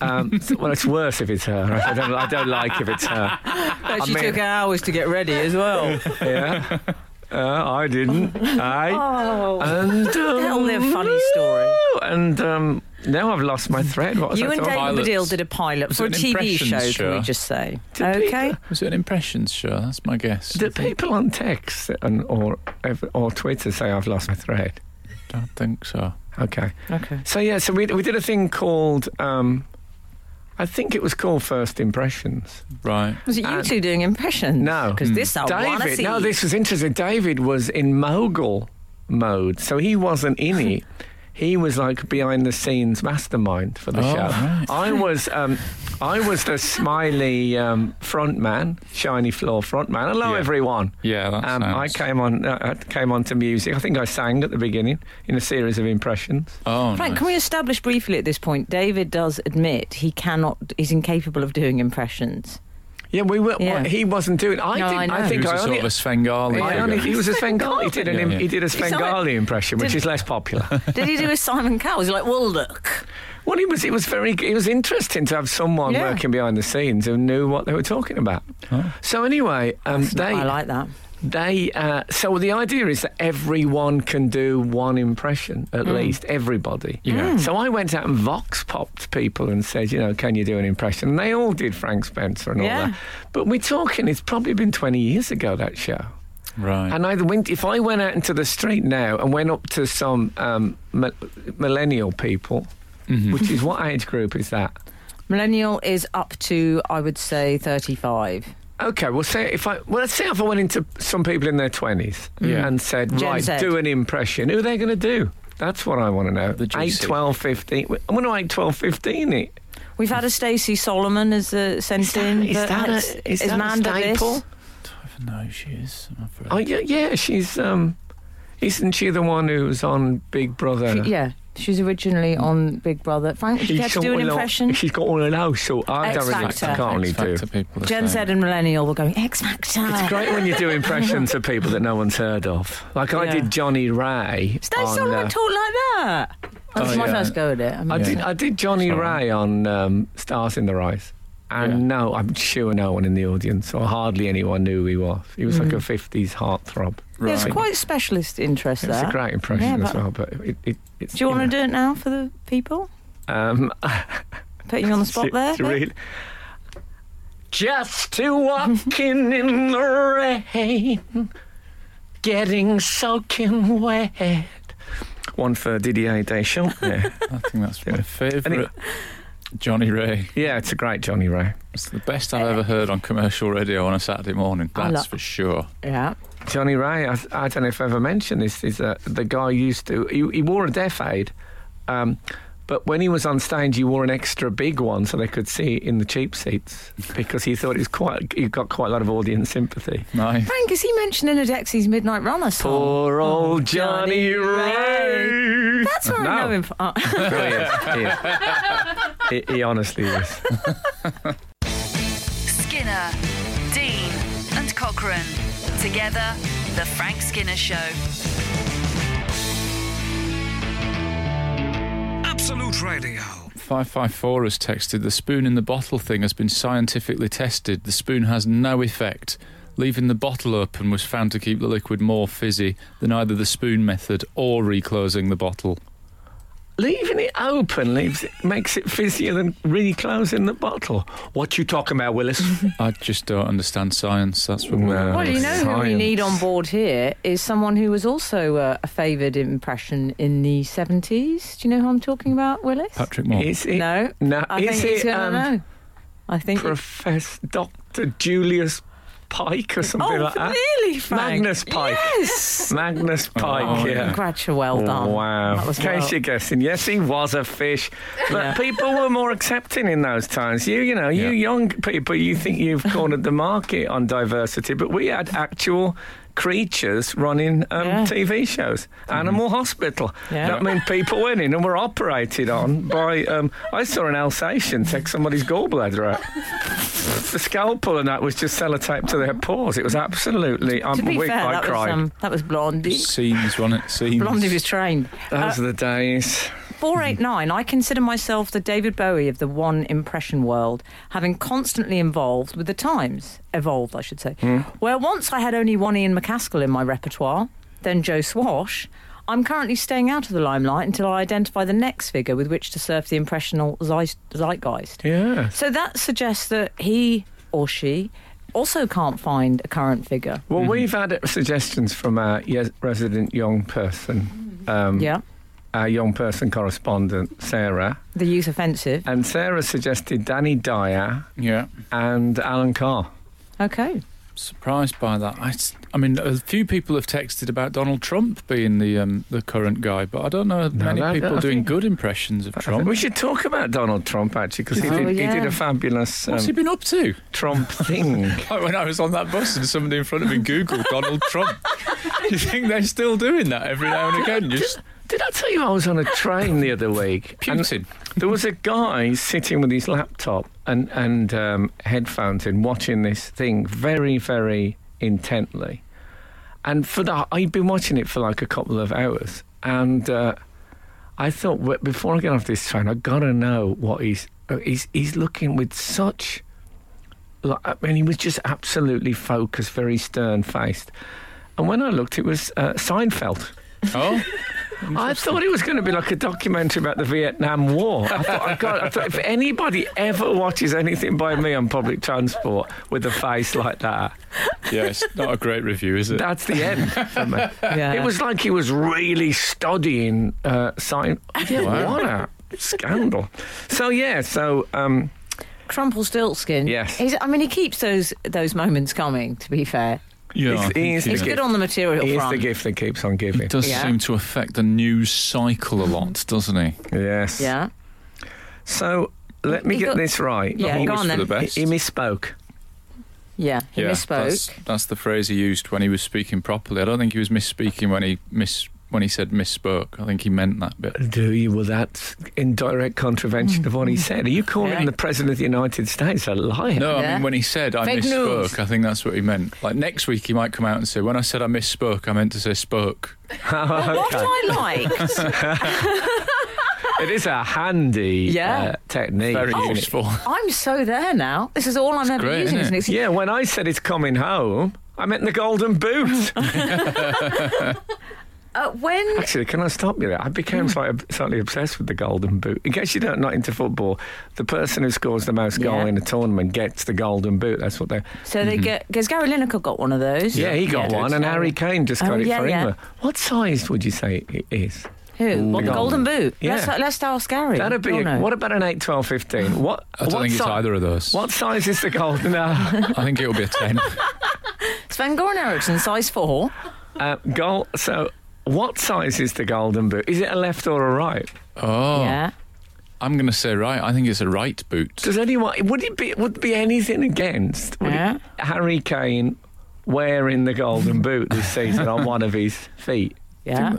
Speaker 2: Um, well, it's worse if it's her. I don't, I don't like if it's her.
Speaker 4: bet
Speaker 2: I
Speaker 4: she
Speaker 2: mean-
Speaker 4: took hours to get ready as well.
Speaker 2: Yeah, uh, I didn't. I
Speaker 4: oh,
Speaker 2: and
Speaker 4: tell
Speaker 2: um,
Speaker 4: me a funny story.
Speaker 2: and um, now I've lost my thread. What was
Speaker 4: You
Speaker 2: I
Speaker 4: and
Speaker 2: talking
Speaker 4: David
Speaker 3: pilots.
Speaker 4: Baddiel did a pilot
Speaker 3: Was
Speaker 4: for a
Speaker 3: it an
Speaker 4: TV
Speaker 3: impressions
Speaker 4: show, can
Speaker 3: show?
Speaker 4: we just say?
Speaker 2: Did we-
Speaker 4: okay.
Speaker 3: was it an impressions show that's my guess
Speaker 2: Do people on text and or or Twitter say I've lost my thread?
Speaker 3: i don't think so
Speaker 2: Okay.
Speaker 4: Okay.
Speaker 2: So yeah, so we we did a thing called um, I think it was called First Impressions.
Speaker 3: right
Speaker 4: Was it you
Speaker 2: And-
Speaker 4: two doing impressions?
Speaker 2: No. Hmm.
Speaker 4: Because this I want to
Speaker 2: David,
Speaker 4: see.
Speaker 2: no, this was interesting. David was in mogul mode, so he wasn't in it. He was like behind the scenes mastermind for the
Speaker 3: Oh,
Speaker 2: show.
Speaker 3: right.
Speaker 2: I was um, I was the smiley um, front man, shiny floor front man. Hello
Speaker 3: Yeah.
Speaker 2: everyone.
Speaker 3: Yeah, that
Speaker 2: Um, I
Speaker 3: sounds-
Speaker 2: came on uh, I came on to music. I think I sang at the beginning in a series of impressions.
Speaker 3: Oh,
Speaker 4: Frank,
Speaker 3: nice.
Speaker 4: can we establish briefly at this point? David does admit he cannot, he's incapable of doing impressions.
Speaker 2: Yeah, we were.
Speaker 4: Yeah.
Speaker 2: well, he wasn't doing. I
Speaker 4: No,
Speaker 2: didn't.
Speaker 4: I
Speaker 2: I,
Speaker 4: know.
Speaker 3: He
Speaker 2: think I
Speaker 3: was a
Speaker 2: only.
Speaker 3: sort of a Svengali.
Speaker 2: I
Speaker 3: figure.
Speaker 2: only, he was a Svengali. He did, an,
Speaker 3: Yeah.
Speaker 2: He did a
Speaker 4: not-
Speaker 2: Svengali impression, which
Speaker 4: Did-
Speaker 2: is less popular.
Speaker 4: Did he do a Simon Cowell? He's like, well, look.
Speaker 2: Well, it was it was very it was interesting to have someone
Speaker 4: Yeah. Oh.
Speaker 2: working behind the scenes who knew what they were talking about. So anyway, um, they
Speaker 4: I like that.
Speaker 2: they uh, so the idea is that everyone can do one impression at
Speaker 4: Mm.
Speaker 2: least everybody.
Speaker 3: Yeah. Mm.
Speaker 2: So I went out and vox popped people and said, you know, can you do an impression? And they all did Frank Spencer and all
Speaker 4: Yeah.
Speaker 2: that. But we're talking it's probably been 20 years ago that show.
Speaker 3: Right.
Speaker 2: And I went, if I went out into the street now and went up to some um, mi- millennial people,
Speaker 4: Mm.
Speaker 2: which is what age group is that?
Speaker 4: Millennial is up to, I would say, 35.
Speaker 2: Okay, well, say if I well, let's say if I went into some people in their twenties
Speaker 3: Yeah.
Speaker 2: and said,
Speaker 4: Mm. Gen
Speaker 2: right,
Speaker 4: Z.
Speaker 2: do an impression. Who are they going to do? That's what I want to know.
Speaker 3: The
Speaker 2: eight,
Speaker 3: GC.
Speaker 2: twelve, fifteen. I'm going to eight, twelve, fifteen. It
Speaker 4: We've had a Stacey Solomon as a sent
Speaker 2: Is that-
Speaker 4: in.
Speaker 2: is
Speaker 4: but
Speaker 2: that a-
Speaker 4: it's-
Speaker 2: is that a
Speaker 4: Amanda this?
Speaker 2: staple?
Speaker 3: No, she is. I'm afraid.
Speaker 2: Oh yeah, yeah. She's um, isn't she the one who's on Big Brother?
Speaker 4: She- yeah, she's originally on Big Brother. Frank, would you
Speaker 2: She's
Speaker 4: care to
Speaker 2: sort
Speaker 4: do an
Speaker 2: of like-
Speaker 4: impression?
Speaker 2: she's got all an O, so I
Speaker 4: X
Speaker 2: don't really, I
Speaker 4: Factor.
Speaker 2: can't really
Speaker 3: X
Speaker 2: do.
Speaker 3: Factor people are
Speaker 4: Gen Z
Speaker 3: saying.
Speaker 4: and Millennial were going, X Factor.
Speaker 2: It's great when you do impressions of people that no one's heard of. Like I
Speaker 4: Yeah.
Speaker 2: did Johnny Ray.
Speaker 4: Stacey
Speaker 2: on,
Speaker 4: Solomon
Speaker 2: uh,
Speaker 4: talk like that. That was
Speaker 3: Oh,
Speaker 4: my
Speaker 3: yeah.
Speaker 4: first go at it.
Speaker 2: I
Speaker 4: mean,
Speaker 2: did. I did Johnny
Speaker 3: Sorry.
Speaker 2: Ray on um, Stars in the Rise, and
Speaker 3: Yeah.
Speaker 2: no, I'm sure no one in the audience, or hardly anyone knew who he was. He was like a '50s heartthrob.
Speaker 3: Right.
Speaker 4: It's Mm. quite specialist interest
Speaker 2: It was
Speaker 4: there.
Speaker 2: a great impression
Speaker 4: Yeah,
Speaker 2: as
Speaker 4: but-
Speaker 2: well. But it, it, it's,
Speaker 4: Do you want to do it now for the people?
Speaker 2: do? Um,
Speaker 4: Putting you on the spot
Speaker 2: to-
Speaker 4: there.
Speaker 2: to
Speaker 4: babe?
Speaker 2: read- Just to walking in the rain, getting soaking wet. One for Didier Deschamps. there.
Speaker 3: I think that's my
Speaker 2: And
Speaker 3: favourite.
Speaker 2: it-
Speaker 3: Johnny Ray.
Speaker 2: yeah, it's a great Johnny Ray.
Speaker 3: It's the best I've ever heard on commercial radio on a Saturday morning.
Speaker 4: I
Speaker 3: That's
Speaker 4: lo-
Speaker 3: for sure.
Speaker 4: Yeah.
Speaker 2: Johnny Ray, I, I don't know if I ever mentioned this, is that the guy used to, he, he wore a deaf aid, um, but when he was on stage, he wore an extra big one so they could see it in the cheap seats because he thought it was quite, he got quite a lot of audience sympathy.
Speaker 3: Nice.
Speaker 4: Frank, is he mentioning Adexi's Midnight Runner song?
Speaker 2: Poor old
Speaker 4: Oh, Johnny
Speaker 2: Johnny Ray.
Speaker 4: That's where I know him from. Oh.
Speaker 2: Brilliant. He, is. he, he honestly is.
Speaker 1: Skinner, Dean, and Cochrane. Together, The Frank Skinner Show.
Speaker 5: Absolute Radio.
Speaker 3: 554 has texted the spoon in the bottle thing has been scientifically tested. The spoon has no effect. Leaving the bottle open was found to keep the liquid more fizzy than either the spoon method or reclosing the bottle.
Speaker 2: Leaving it open leaves it, makes it fizzier than reclosing the bottle. What you talking about, Willis?
Speaker 3: I just don't understand science. That's what
Speaker 2: No.
Speaker 4: Well, you know who we
Speaker 2: Science.
Speaker 4: need on board here is someone who was also uh, a favoured impression in the 70s. Do you know who I'm talking about, Willis?
Speaker 3: Patrick Moore.
Speaker 2: Is it?
Speaker 4: No.
Speaker 2: No,
Speaker 4: I
Speaker 2: is
Speaker 4: think he's
Speaker 2: it
Speaker 4: going to
Speaker 2: um,
Speaker 4: know. I think.
Speaker 2: Professor Doctor Julius Pike or something
Speaker 4: oh,
Speaker 2: like that?
Speaker 4: really, Frank?
Speaker 2: Magnus Pike.
Speaker 4: Yes.
Speaker 2: Magnus Pike,
Speaker 3: Oh,
Speaker 2: yeah.
Speaker 4: Gratcha, well done.
Speaker 2: Wow.
Speaker 4: That
Speaker 2: In
Speaker 4: was
Speaker 2: case
Speaker 4: well.
Speaker 2: you're guessing, yes, he was a fish. But
Speaker 4: Yeah.
Speaker 2: people were more accepting in those times. You, you know, you
Speaker 3: Yeah.
Speaker 2: young people, you think you've cornered the market on diversity, but we had actual creatures running um,
Speaker 4: Yeah.
Speaker 2: TV shows. Animal Hospital.
Speaker 4: Yeah.
Speaker 2: That meant people went in and were operated on by. Um, I saw an Alsatian take somebody's gallbladder out. The scalpel and that was just sellotaped to their paws. It was absolutely. Um,
Speaker 4: To be
Speaker 2: we,
Speaker 4: fair,
Speaker 2: I
Speaker 4: that
Speaker 2: cried.
Speaker 4: was, um, that was Blondie.
Speaker 3: Scenes, wasn't it? Scenes.
Speaker 4: Blondie was trained. Uh,
Speaker 2: Those are the days.
Speaker 4: 489, I consider myself the David Bowie of the one impression world, having constantly involved with the times, evolved, I should say.
Speaker 2: Hmm.
Speaker 4: Where once I had only one Ian McCaskill in my repertoire, then Joe Swash. I'm currently staying out of the limelight until I identify the next figure with which to surf the impressional zeis- zeitgeist.
Speaker 2: Yeah.
Speaker 4: So that suggests that he or she also can't find a current figure.
Speaker 3: Mm-hmm.
Speaker 2: Well, we've had suggestions from our yes, resident young
Speaker 7: Mm-hmm.
Speaker 2: person, um,
Speaker 4: Yeah.
Speaker 2: our young person correspondent, Sarah.
Speaker 4: The youth offensive.
Speaker 2: And Sarah suggested Danny Dyer
Speaker 3: Yeah.
Speaker 2: and Alan Carr.
Speaker 4: Okay.
Speaker 3: surprised by that. I, s- I mean, a few people have texted about Donald Trump being the um, the current guy, but I don't know many
Speaker 2: that-
Speaker 3: people
Speaker 2: I
Speaker 3: doing
Speaker 2: think-
Speaker 3: good impressions of Trump.
Speaker 2: We should talk about Donald Trump actually because he,
Speaker 7: Oh,
Speaker 2: did he
Speaker 7: yeah.
Speaker 2: did a fabulous
Speaker 3: What's he
Speaker 2: um,
Speaker 3: been up to?
Speaker 2: Trump thing.
Speaker 3: Like when I was on that bus and somebody in front of me Googled Donald Trump. You think they're still doing that every now and again? You Just
Speaker 2: Did I tell you I was on a train the other week? And
Speaker 3: Putin.
Speaker 2: There was a guy sitting with his laptop and and um, headphones in, watching this thing very very intently. And for that, I'd been watching it for like a couple of hours, and uh, I thought "Well, before I get off this train, I gotta know what he's uh, he's he's looking with such. Like, I mean, he was just absolutely focused, very stern faced. And when I looked, it was uh, Seinfeld.
Speaker 3: Oh,
Speaker 2: I thought it was going to be like a documentary about the Vietnam War. I thought, I got, I thought if anybody ever watches anything by me on public transport with a face like that,
Speaker 3: yeah, it's not a great review, is it?
Speaker 2: that's the end for me.
Speaker 7: Yeah.
Speaker 2: Uh, It was like he was really studying uh, science. Yeah,
Speaker 3: Wow.
Speaker 2: what a scandal. So, yeah, so um,
Speaker 7: Crumplestiltskin.
Speaker 2: Yes.
Speaker 7: He's, I mean, he keeps those those moments coming. To be fair,
Speaker 3: yeah,
Speaker 2: It's-
Speaker 3: I think
Speaker 2: it's-
Speaker 3: he-
Speaker 7: he's
Speaker 2: Yeah.
Speaker 7: good on the material
Speaker 2: here's the
Speaker 7: front.
Speaker 2: gift that keeps on giving.
Speaker 3: It does
Speaker 7: Yeah.
Speaker 3: seem to affect the news cycle a lot, doesn't he?
Speaker 2: Yes.
Speaker 7: Yeah.
Speaker 2: So, let me
Speaker 7: He
Speaker 2: get
Speaker 7: got-
Speaker 2: this right.
Speaker 7: Yeah,
Speaker 2: he,
Speaker 7: go
Speaker 3: Always
Speaker 7: on
Speaker 3: for
Speaker 7: then.
Speaker 3: the best.
Speaker 2: he misspoke.
Speaker 7: Yeah. He
Speaker 3: That's,
Speaker 7: misspoke.
Speaker 3: that's the phrase he used when he was speaking properly. I don't think he was misspeaking when he miss when he said misspoke. I think he meant that bit.
Speaker 2: Do you? Well, that's in direct contravention of what
Speaker 7: Mm.
Speaker 2: he said. Are you calling
Speaker 7: Yeah.
Speaker 2: the President of the United States a liar?
Speaker 3: No, I
Speaker 7: Yeah.
Speaker 3: mean when he said I
Speaker 7: Fake
Speaker 3: misspoke,
Speaker 7: news.
Speaker 3: I think that's what he meant. Like next week he might come out and say, When I said I misspoke, I meant to say spoke.
Speaker 2: Oh,
Speaker 7: What I like.
Speaker 2: It is a handy
Speaker 7: Yeah. Oh,
Speaker 2: uh, technique.
Speaker 3: Very
Speaker 2: isn't it?
Speaker 3: useful.
Speaker 7: I'm so there now. This is all I'm ever
Speaker 3: great,
Speaker 7: using.
Speaker 3: isn't
Speaker 7: Isn't
Speaker 3: it?
Speaker 7: it?
Speaker 2: Yeah, when I said it's coming home, I meant the golden boot.
Speaker 7: Uh, when
Speaker 2: Actually, can I stop you there? I became
Speaker 7: Mm.
Speaker 2: slightly, slightly obsessed with the golden boot. In case you don't not into football, the person who scores the most goal
Speaker 7: Yeah.
Speaker 2: in a tournament gets the golden boot. That's what they.
Speaker 7: so they get because Gary Lineker got one of those.
Speaker 2: Mm-hmm. Yeah, he got
Speaker 3: Yeah.
Speaker 2: one, and Harry Kane just
Speaker 7: Oh,
Speaker 2: got it
Speaker 7: yeah,
Speaker 2: for
Speaker 7: yeah.
Speaker 2: England. What size would you say it is?
Speaker 7: Who? What, the
Speaker 2: Golden.
Speaker 7: Golden Boot.
Speaker 2: Yeah.
Speaker 7: Let's, let's ask Gary.
Speaker 2: That'd be.
Speaker 7: You'll
Speaker 2: a-
Speaker 7: know.
Speaker 2: What about an 8, 12, 15? What?
Speaker 3: I don't
Speaker 2: what
Speaker 3: think it's
Speaker 2: si-
Speaker 3: either of those.
Speaker 2: What size is the golden? No.
Speaker 3: I think it'll be a ten.
Speaker 7: Sven Goran Eriksson, size four.
Speaker 2: uh, goal. So, what size is the golden boot? Is it a left or a right?
Speaker 3: Oh.
Speaker 7: Yeah.
Speaker 3: I'm gonna say right. I think it's a right boot.
Speaker 2: Does anyone? Would it be? Would be anything against would it-
Speaker 7: Yeah.
Speaker 2: Harry Kane wearing the golden boot this season on one of his feet?
Speaker 7: Yeah.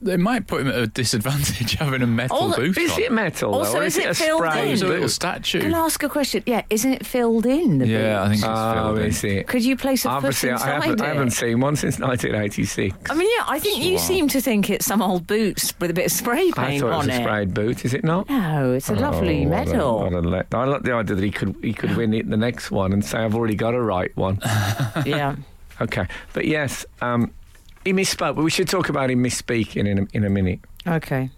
Speaker 3: They might put him at a disadvantage having a metal
Speaker 7: All the-
Speaker 3: boot
Speaker 2: Is
Speaker 3: on.
Speaker 2: it metal though,
Speaker 7: Also,
Speaker 2: or
Speaker 7: is
Speaker 2: is,
Speaker 7: it
Speaker 2: a
Speaker 7: filled
Speaker 2: spray
Speaker 7: in?
Speaker 3: It's a little
Speaker 2: boot?
Speaker 3: statue.
Speaker 7: Can I ask a question? Yeah. Isn't it filled in? The
Speaker 3: Yeah, I
Speaker 7: boot?
Speaker 3: think it's
Speaker 2: Oh,
Speaker 3: filled in.
Speaker 2: is it?
Speaker 7: Could you place a
Speaker 2: Obviously,
Speaker 7: foot
Speaker 2: I
Speaker 7: inside
Speaker 2: haven't,
Speaker 7: it?
Speaker 2: I haven't seen one since 1986.
Speaker 7: I mean, yeah, I think you
Speaker 3: Wow.
Speaker 7: seem to think it's some old boots with a bit of spray
Speaker 2: I
Speaker 7: paint
Speaker 2: thought it was
Speaker 7: on
Speaker 2: a sprayed boot. Is it not?
Speaker 7: No, it's a lovely
Speaker 2: Oh, what a-
Speaker 7: medal.
Speaker 2: what a le- I like the idea that he could he could win it the next one and say I've already got a right one.
Speaker 7: yeah.
Speaker 2: Okay, but yes, um, he misspoke. But we should talk about him misspeaking in a, in a minute.
Speaker 7: Okay.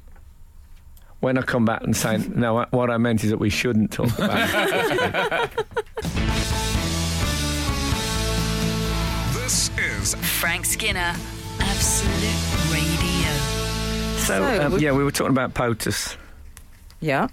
Speaker 2: When I come back and say no, what I meant is that we shouldn't talk about. it.
Speaker 5: This is
Speaker 1: Frank Skinner, Absolute Radio.
Speaker 2: So
Speaker 7: So
Speaker 2: um,
Speaker 7: we-
Speaker 2: yeah, we were talking about POTUS.
Speaker 7: Yeah.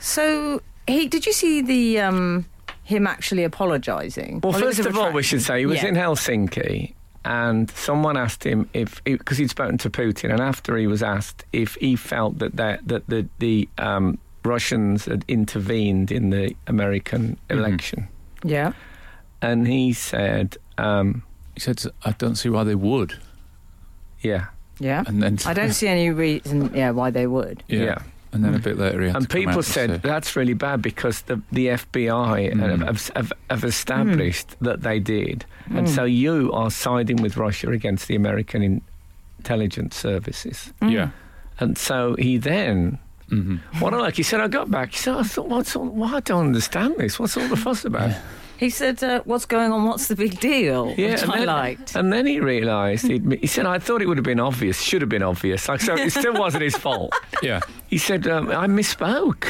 Speaker 7: So, he did you see the um him actually apologising?
Speaker 2: Well,
Speaker 7: Or it was
Speaker 2: first
Speaker 7: a
Speaker 2: of all, we
Speaker 7: retract-
Speaker 2: should say he was
Speaker 7: Yeah.
Speaker 2: in Helsinki, and someone asked him if because he'd spoken to Putin, and after he was asked if he felt that that that the the um, Russians had intervened in the American
Speaker 7: Mm-hmm.
Speaker 2: election,
Speaker 7: Yeah.
Speaker 2: and he said, um,
Speaker 3: He said I don't see why they would.
Speaker 2: "Yeah,
Speaker 7: Yeah.
Speaker 3: And then
Speaker 7: I don't see any reason, yeah, why they would.
Speaker 3: yeah.
Speaker 2: yeah.
Speaker 3: And then a bit later he had
Speaker 2: and
Speaker 3: to come out
Speaker 2: people said
Speaker 3: say,
Speaker 2: that's really bad because the, the FBI
Speaker 3: Mm.
Speaker 2: uh, have, have, have established that they did. And so you are siding with Russia against the American in- intelligence services.
Speaker 3: Yeah.
Speaker 2: And so he then,
Speaker 3: hmm
Speaker 2: what I like, he said, I got back. He said, I thought, what's all, why I don't understand this? What's all the fuss about?
Speaker 7: He said, uh, "What's going on? What's the big deal?" which
Speaker 2: and
Speaker 7: I
Speaker 2: then,
Speaker 7: liked.
Speaker 2: And then he realised, he'd- he said, I thought it would have been obvious, should have been obvious. Like, so it still wasn't his fault.
Speaker 3: Yeah.
Speaker 2: He said, um, I misspoke.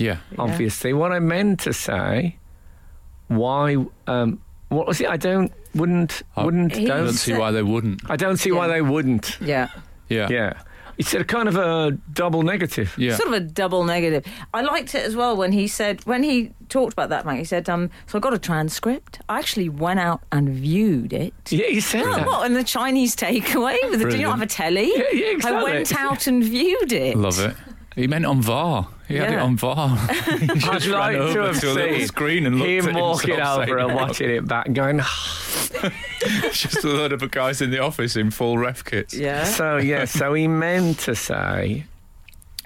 Speaker 3: Yeah.
Speaker 2: obviously. What I meant to say, why? Um, what was it? I don't. Wouldn't.
Speaker 3: I
Speaker 2: wouldn't.
Speaker 7: He
Speaker 3: I don't
Speaker 2: Don't.
Speaker 3: see why they wouldn't.
Speaker 2: I don't see why
Speaker 7: Yeah.
Speaker 2: they wouldn't.
Speaker 7: yeah.
Speaker 3: Yeah.
Speaker 2: Yeah. It's a kind of a double negative.
Speaker 3: Yeah.
Speaker 4: Sort of a double negative. I liked it as well when he said when he talked about that, Mike. He said, um, "So I got a transcript. I actually went out and viewed it.
Speaker 2: Yeah, he said
Speaker 4: Well,
Speaker 2: that.
Speaker 4: what in the Chinese takeaway? With the, do
Speaker 3: Brilliant.
Speaker 4: you not have a telly?
Speaker 2: Yeah, yeah,
Speaker 4: I
Speaker 2: exactly.
Speaker 4: went out and viewed it.
Speaker 3: Love it. He meant on VAR. He had it
Speaker 4: Yeah.
Speaker 3: on VAR. He
Speaker 2: I'd
Speaker 3: just
Speaker 2: like
Speaker 3: ran
Speaker 2: to
Speaker 3: over
Speaker 2: have
Speaker 3: a little
Speaker 2: seen
Speaker 3: screen and looked at
Speaker 2: him
Speaker 3: himself
Speaker 2: walking over
Speaker 3: saying, "Oh,
Speaker 2: and watching it back and going,
Speaker 3: just a load of guys in the office in full ref kits.
Speaker 4: Yeah.
Speaker 2: so yeah, so he meant to say,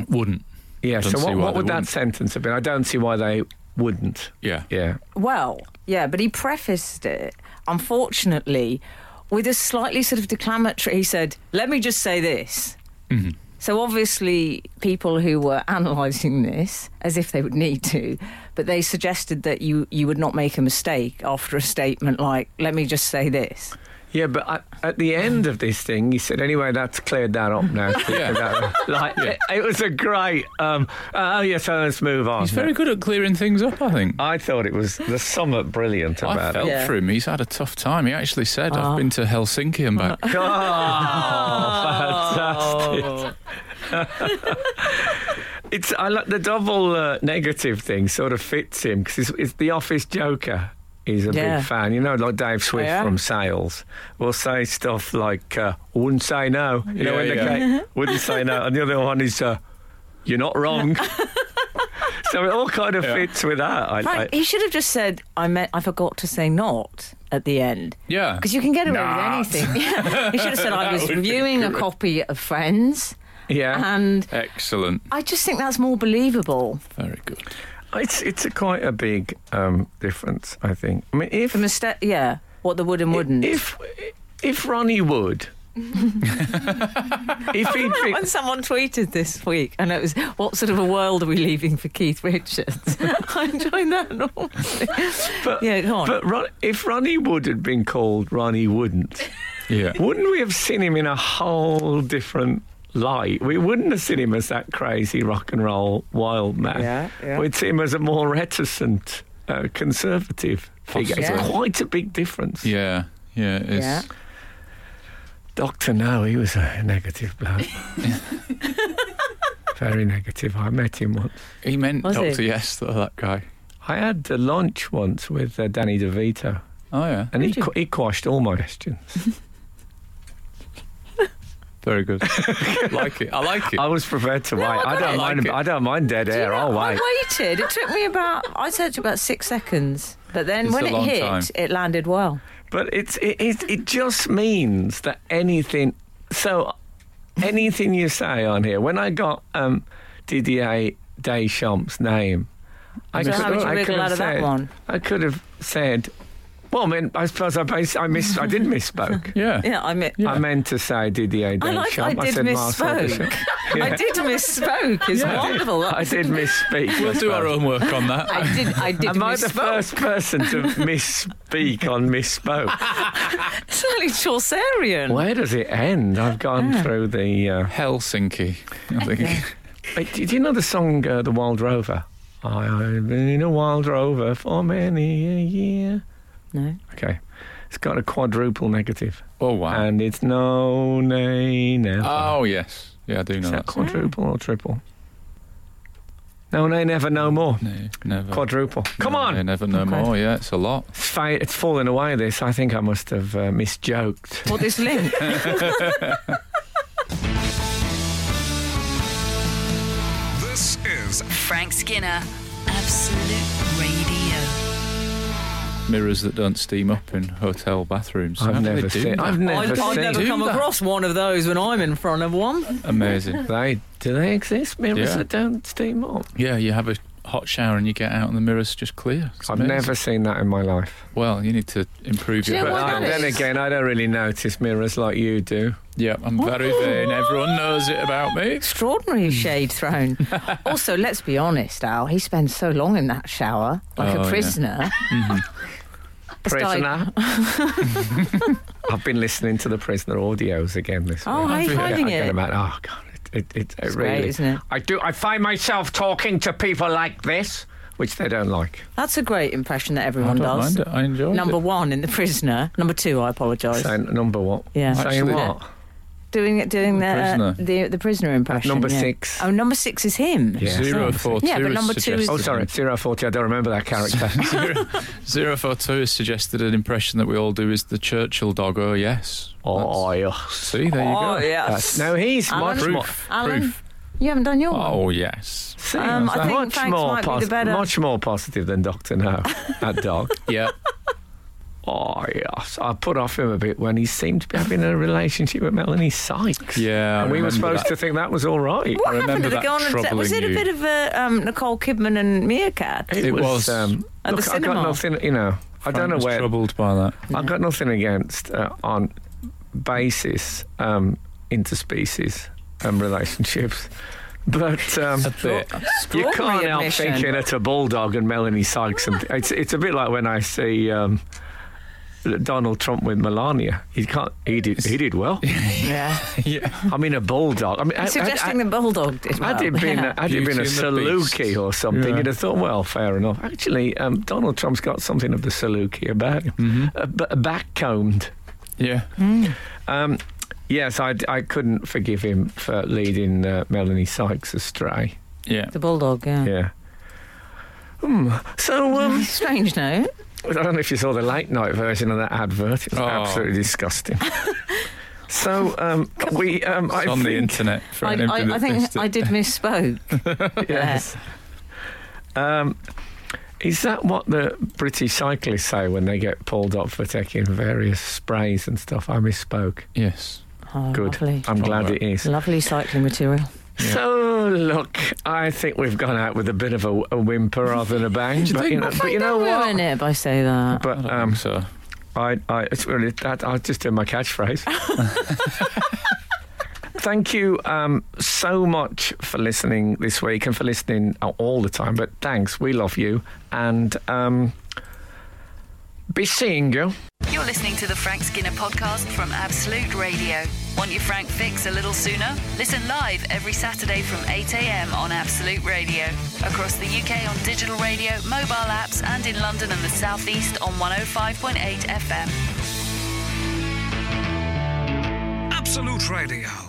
Speaker 3: Wouldn't.
Speaker 2: yeah.
Speaker 3: Don't
Speaker 2: so
Speaker 3: see
Speaker 2: what,
Speaker 3: why
Speaker 2: what
Speaker 3: they
Speaker 2: would that
Speaker 3: wouldn't.
Speaker 2: sentence have been? I don't see why they wouldn't.
Speaker 3: Yeah.
Speaker 2: Yeah,
Speaker 4: Well, yeah, but he prefaced it, unfortunately, with a slightly sort of declamatory. He said, "Let me just say this." So obviously, people who were analysing this, as if they would need to, but they suggested that you you would not make a mistake after a statement like, "Let me just say this."
Speaker 2: yeah. But at, at the end of this thing, he said, anyway, that's cleared that up now.
Speaker 3: Yeah.
Speaker 2: That- like it, it was a great. Um, oh yeah, so let's move on.
Speaker 3: He's very good at clearing things up, I think.
Speaker 2: I thought it was the somewhat brilliant
Speaker 3: I
Speaker 2: about
Speaker 3: felt
Speaker 2: it.
Speaker 4: Yeah. Oh.
Speaker 3: for him. He's had a tough time. He actually said, I've been to Helsinki and back.
Speaker 2: Oh, fantastic! Oh, it's I like the double uh, negative thing. Sort of fits him because it's, it's the office joker. He's a
Speaker 4: Yeah.
Speaker 2: big fan, you know, like Dave Swift
Speaker 4: yeah?
Speaker 2: from Sales will say stuff like uh, "wouldn't say no," you know,
Speaker 3: Yeah,
Speaker 2: when
Speaker 3: yeah.
Speaker 2: they say, "wouldn't say no," and the other one is uh, "you're not wrong." so it all kind of fits with that. I,
Speaker 4: Frank,
Speaker 2: I,
Speaker 4: he should have just said, "I meant I forgot to say not." At the end,
Speaker 3: Yeah.
Speaker 4: because you can get away
Speaker 3: Not.
Speaker 4: with anything. Yeah. He should have said, "I was reviewing a copy of Uh-huh. Friends,"
Speaker 2: yeah,
Speaker 4: and
Speaker 3: Excellent.
Speaker 4: I just think that's more believable.
Speaker 3: Very good.
Speaker 2: it's it's a quite a big um, difference. I think. I mean, if
Speaker 4: The mistake, yeah, what the would and wouldn't.
Speaker 2: If if Ronnie Wood, if he'd
Speaker 4: when
Speaker 2: been,
Speaker 4: someone tweeted this week, and it was, "What sort of a world are we leaving for Keith Richards?" I enjoyed that enormously.
Speaker 2: but,
Speaker 4: yeah, go on.
Speaker 2: but Ron, if Ronnie Wood had been called Ronnie Wouldn't,
Speaker 3: Yeah.
Speaker 2: wouldn't we have seen him in a whole different light? We wouldn't have seen him as that crazy rock and roll wild man.
Speaker 4: Yeah, yeah.
Speaker 2: We'd see him as a more reticent uh, conservative figure.
Speaker 4: Possibly.
Speaker 2: It's
Speaker 4: Yeah.
Speaker 2: quite a big difference.
Speaker 3: Yeah. Yeah. It is.
Speaker 4: Yeah.
Speaker 2: Doctor, no, he was a negative bloke. Very negative. I met him once.
Speaker 3: He meant
Speaker 4: Was
Speaker 3: Dr.
Speaker 4: he?
Speaker 3: Yes, though, that guy.
Speaker 2: I had uh, lunch once with uh, Danny DeVito,
Speaker 3: Oh, yeah.
Speaker 2: and he, qu- he quashed all my questions.
Speaker 3: Very good. like it. I like it.
Speaker 2: I was prepared to wait.
Speaker 4: I
Speaker 2: I,
Speaker 4: got
Speaker 2: don't
Speaker 4: it.
Speaker 2: mind.
Speaker 3: Like it.
Speaker 2: I don't mind dead air. I'll wait.
Speaker 4: I waited. It took me about. I searched about six seconds, but then
Speaker 3: It's
Speaker 4: when
Speaker 3: a
Speaker 4: it
Speaker 3: long
Speaker 4: hit,
Speaker 3: time.
Speaker 4: it landed well.
Speaker 2: But it's it, it it just means that anything. So anything you say on here. When I got um, Didier Deschamps' name, I
Speaker 4: So how did you wriggle out
Speaker 2: have
Speaker 4: of that
Speaker 2: said-
Speaker 4: one?
Speaker 2: I could have said. Well, I mean, I suppose I, bas- I miss. I did misspoke.
Speaker 3: yeah.
Speaker 4: Yeah, I mean,
Speaker 2: I meant to say Didier
Speaker 4: I
Speaker 2: Deschamps.
Speaker 4: like. I did
Speaker 2: said Marcel Deschamps.
Speaker 4: misspoke. I did misspoke. It's
Speaker 2: I did-
Speaker 4: wonderful.
Speaker 2: I did misspeak.
Speaker 3: We'll do our own work on that.
Speaker 4: I did. I did
Speaker 2: Am I the
Speaker 4: misspoke.
Speaker 2: first person to misspeak on misspoke?
Speaker 4: Slightly Chaucerian.
Speaker 2: Where does it end? I've gone through the. Uh,
Speaker 3: Helsinki, I think.
Speaker 2: but do you know the song uh, "The Wild Rover"? I, I've been a wild rover for many a year.
Speaker 4: No.
Speaker 2: Okay, it's got a quadruple negative,
Speaker 3: Oh, wow.
Speaker 2: and it's no nay never.
Speaker 3: oh, yes. Yeah, I do know
Speaker 2: Is that
Speaker 3: that.
Speaker 2: quadruple or triple? No nay never, no more.
Speaker 3: No, never.
Speaker 2: Quadruple. Come
Speaker 3: No,
Speaker 2: on.
Speaker 3: no, never no
Speaker 4: Okay.
Speaker 3: more. Yeah, it's a lot.
Speaker 2: It's, fa- it's fallen away. This I think I must have uh, misjoked.
Speaker 4: Or this link.
Speaker 5: This is
Speaker 1: Frank Skinner, Absolute Radio.
Speaker 3: Mirrors that don't steam up in hotel bathrooms. How
Speaker 2: I've
Speaker 3: do they
Speaker 2: never
Speaker 3: do
Speaker 2: seen.
Speaker 3: that?
Speaker 2: I've never
Speaker 4: I've, I've
Speaker 2: seen.
Speaker 4: never come
Speaker 3: that.
Speaker 4: across one of those when I'm in front of one.
Speaker 3: Amazing.
Speaker 2: They do they exist? Mirrors
Speaker 3: Yeah.
Speaker 2: that don't steam up.
Speaker 3: Yeah, you have a hot shower and you get out and the mirror's just clear. It's
Speaker 2: I've
Speaker 3: amazing.
Speaker 2: never seen that in my life.
Speaker 3: Well, you need to improve
Speaker 4: Do you
Speaker 3: your.
Speaker 4: know
Speaker 2: But
Speaker 4: what
Speaker 2: I-
Speaker 4: that
Speaker 2: then
Speaker 4: is?
Speaker 2: again, I don't really notice mirrors like you do.
Speaker 3: Yeah, I'm very
Speaker 4: Oh.
Speaker 3: vain. Everyone knows it about me.
Speaker 4: Extraordinary shade thrown. also, let's be honest, Al. He spends so long in that shower,
Speaker 3: Oh,
Speaker 4: like a
Speaker 3: yeah. Mm-hmm.
Speaker 4: prisoner. It's like-
Speaker 2: Prisoner. I've been listening to the prisoner audios again this
Speaker 4: Oh,
Speaker 2: week.
Speaker 4: how are you
Speaker 3: I've-
Speaker 4: finding
Speaker 2: I
Speaker 4: it?
Speaker 2: can imagine- Oh God, it, it, it, it
Speaker 4: It's
Speaker 2: really.
Speaker 4: great, isn't it?
Speaker 2: I do. I find myself talking to people like this, which they don't like.
Speaker 4: That's a great impression that
Speaker 3: I
Speaker 4: everyone
Speaker 3: don't
Speaker 4: does.
Speaker 3: mind it. I enjoy it.
Speaker 4: Number one in the prisoner. Number two, I apologise.
Speaker 2: So number what?
Speaker 4: Yeah.
Speaker 2: Saying
Speaker 3: Actually-
Speaker 2: what?
Speaker 7: doing it, doing
Speaker 3: The
Speaker 7: the uh,
Speaker 3: prisoner.
Speaker 7: the, the prisoner impression.
Speaker 2: number
Speaker 7: yeah.
Speaker 2: six.
Speaker 7: Oh, number six is him.
Speaker 2: Yeah.
Speaker 3: Zero four two.
Speaker 7: Yeah, but number two is-
Speaker 2: Oh, sorry, zero forty. I don't remember that character.
Speaker 3: zero, zero four two has suggested an impression that we all do is the Churchill dog. Oh yes.
Speaker 2: oh, yeah.
Speaker 3: That's- see, there you
Speaker 7: Oh
Speaker 3: go.
Speaker 7: yes.
Speaker 2: No, he's much
Speaker 3: Proof.
Speaker 2: more.
Speaker 7: Alan?
Speaker 3: Proof.
Speaker 7: You haven't done your one.
Speaker 3: Oh yes.
Speaker 2: See,
Speaker 7: Um, I think
Speaker 2: much
Speaker 7: Frank's
Speaker 2: more
Speaker 7: might be the
Speaker 2: posi-
Speaker 7: better-
Speaker 2: much more positive than Doctor Now. that dog.
Speaker 3: Yeah.
Speaker 2: Oh yes, I put off him a bit when he seemed to be having a relationship with Melanie Sykes.
Speaker 3: Yeah, I
Speaker 2: and we were
Speaker 3: remember
Speaker 2: supposed
Speaker 3: that.
Speaker 2: to think that was all right.
Speaker 7: What happened
Speaker 3: I remember
Speaker 7: to the
Speaker 3: that
Speaker 7: girl on the set?
Speaker 3: troubling
Speaker 7: Was it a
Speaker 3: you.
Speaker 7: bit of a um, Nicole Kidman and Meerkat?
Speaker 3: It
Speaker 2: uh,
Speaker 3: was.
Speaker 7: At the
Speaker 2: um, look, I
Speaker 7: cinema.
Speaker 2: got nothing. You know, I don't
Speaker 3: Frank
Speaker 2: know
Speaker 3: was
Speaker 2: where.
Speaker 3: Troubled by that.
Speaker 2: I got nothing against uh, on basis um, interspecies and relationships, but. Um,
Speaker 3: A bit.
Speaker 2: you
Speaker 7: Extraordinary
Speaker 2: can't help
Speaker 7: admission.
Speaker 2: thinking it's a bulldog and Melanie Sykes, and it's it's a bit like when I see um, Donald Trump with Melania. He can't. He did. He did well.
Speaker 7: Yeah.
Speaker 3: yeah.
Speaker 2: I mean, a bulldog. I mean, had-
Speaker 7: Suggesting
Speaker 2: had-
Speaker 7: the bulldog did well.
Speaker 2: had it been,
Speaker 7: yeah.
Speaker 2: had it been a
Speaker 3: Beauty and the
Speaker 2: Saluki
Speaker 3: Beast.
Speaker 2: or something,
Speaker 3: Yeah.
Speaker 2: you'd have thought, well, fair enough. Actually, um, Donald Trump's got something of the Saluki about him, Uh, b- back combed.
Speaker 3: Yeah.
Speaker 2: Um, yes, I, I couldn't forgive him for leading uh, Melanie Sykes astray.
Speaker 3: Yeah.
Speaker 7: the bulldog, yeah.
Speaker 2: Yeah. Hmm. So, um,
Speaker 7: Strange note.
Speaker 2: I don't know if you saw the late night version of that advert. It was
Speaker 3: Oh.
Speaker 2: absolutely disgusting. so um, we, um, I
Speaker 3: It's on
Speaker 2: think,
Speaker 3: the internet for
Speaker 7: I,
Speaker 3: anybody
Speaker 7: I, I
Speaker 3: that
Speaker 7: think
Speaker 3: missed it.
Speaker 7: I did misspoke.
Speaker 2: Yes. Um, is that what the British cyclists say when they get pulled up for taking various sprays and stuff? I misspoke.
Speaker 3: Yes.
Speaker 7: Oh,
Speaker 2: Good.
Speaker 7: Lovely.
Speaker 2: I'm glad it is.
Speaker 7: Lovely cycling material.
Speaker 2: So look, I think we've gone out with a bit of a, a whimper rather than a bang. but, you know, but you
Speaker 7: Oh,
Speaker 2: know what?
Speaker 7: Ruin it by say that.
Speaker 3: I
Speaker 2: But
Speaker 3: don't
Speaker 2: um,
Speaker 3: think so.
Speaker 2: I, I, it's really that. I just did my catchphrase. Thank you um, so much for listening this week and for listening oh, all the time. But thanks, we love you and um, be seeing you.
Speaker 1: You're listening to the Frank Skinner podcast from Absolute Radio. Want your Frank fix a little sooner? Listen live every Saturday from 8 a.m. on Absolute Radio. Across the UK on digital radio, mobile apps, and in London and the South East on 105.8 FM.
Speaker 5: Absolute Radio.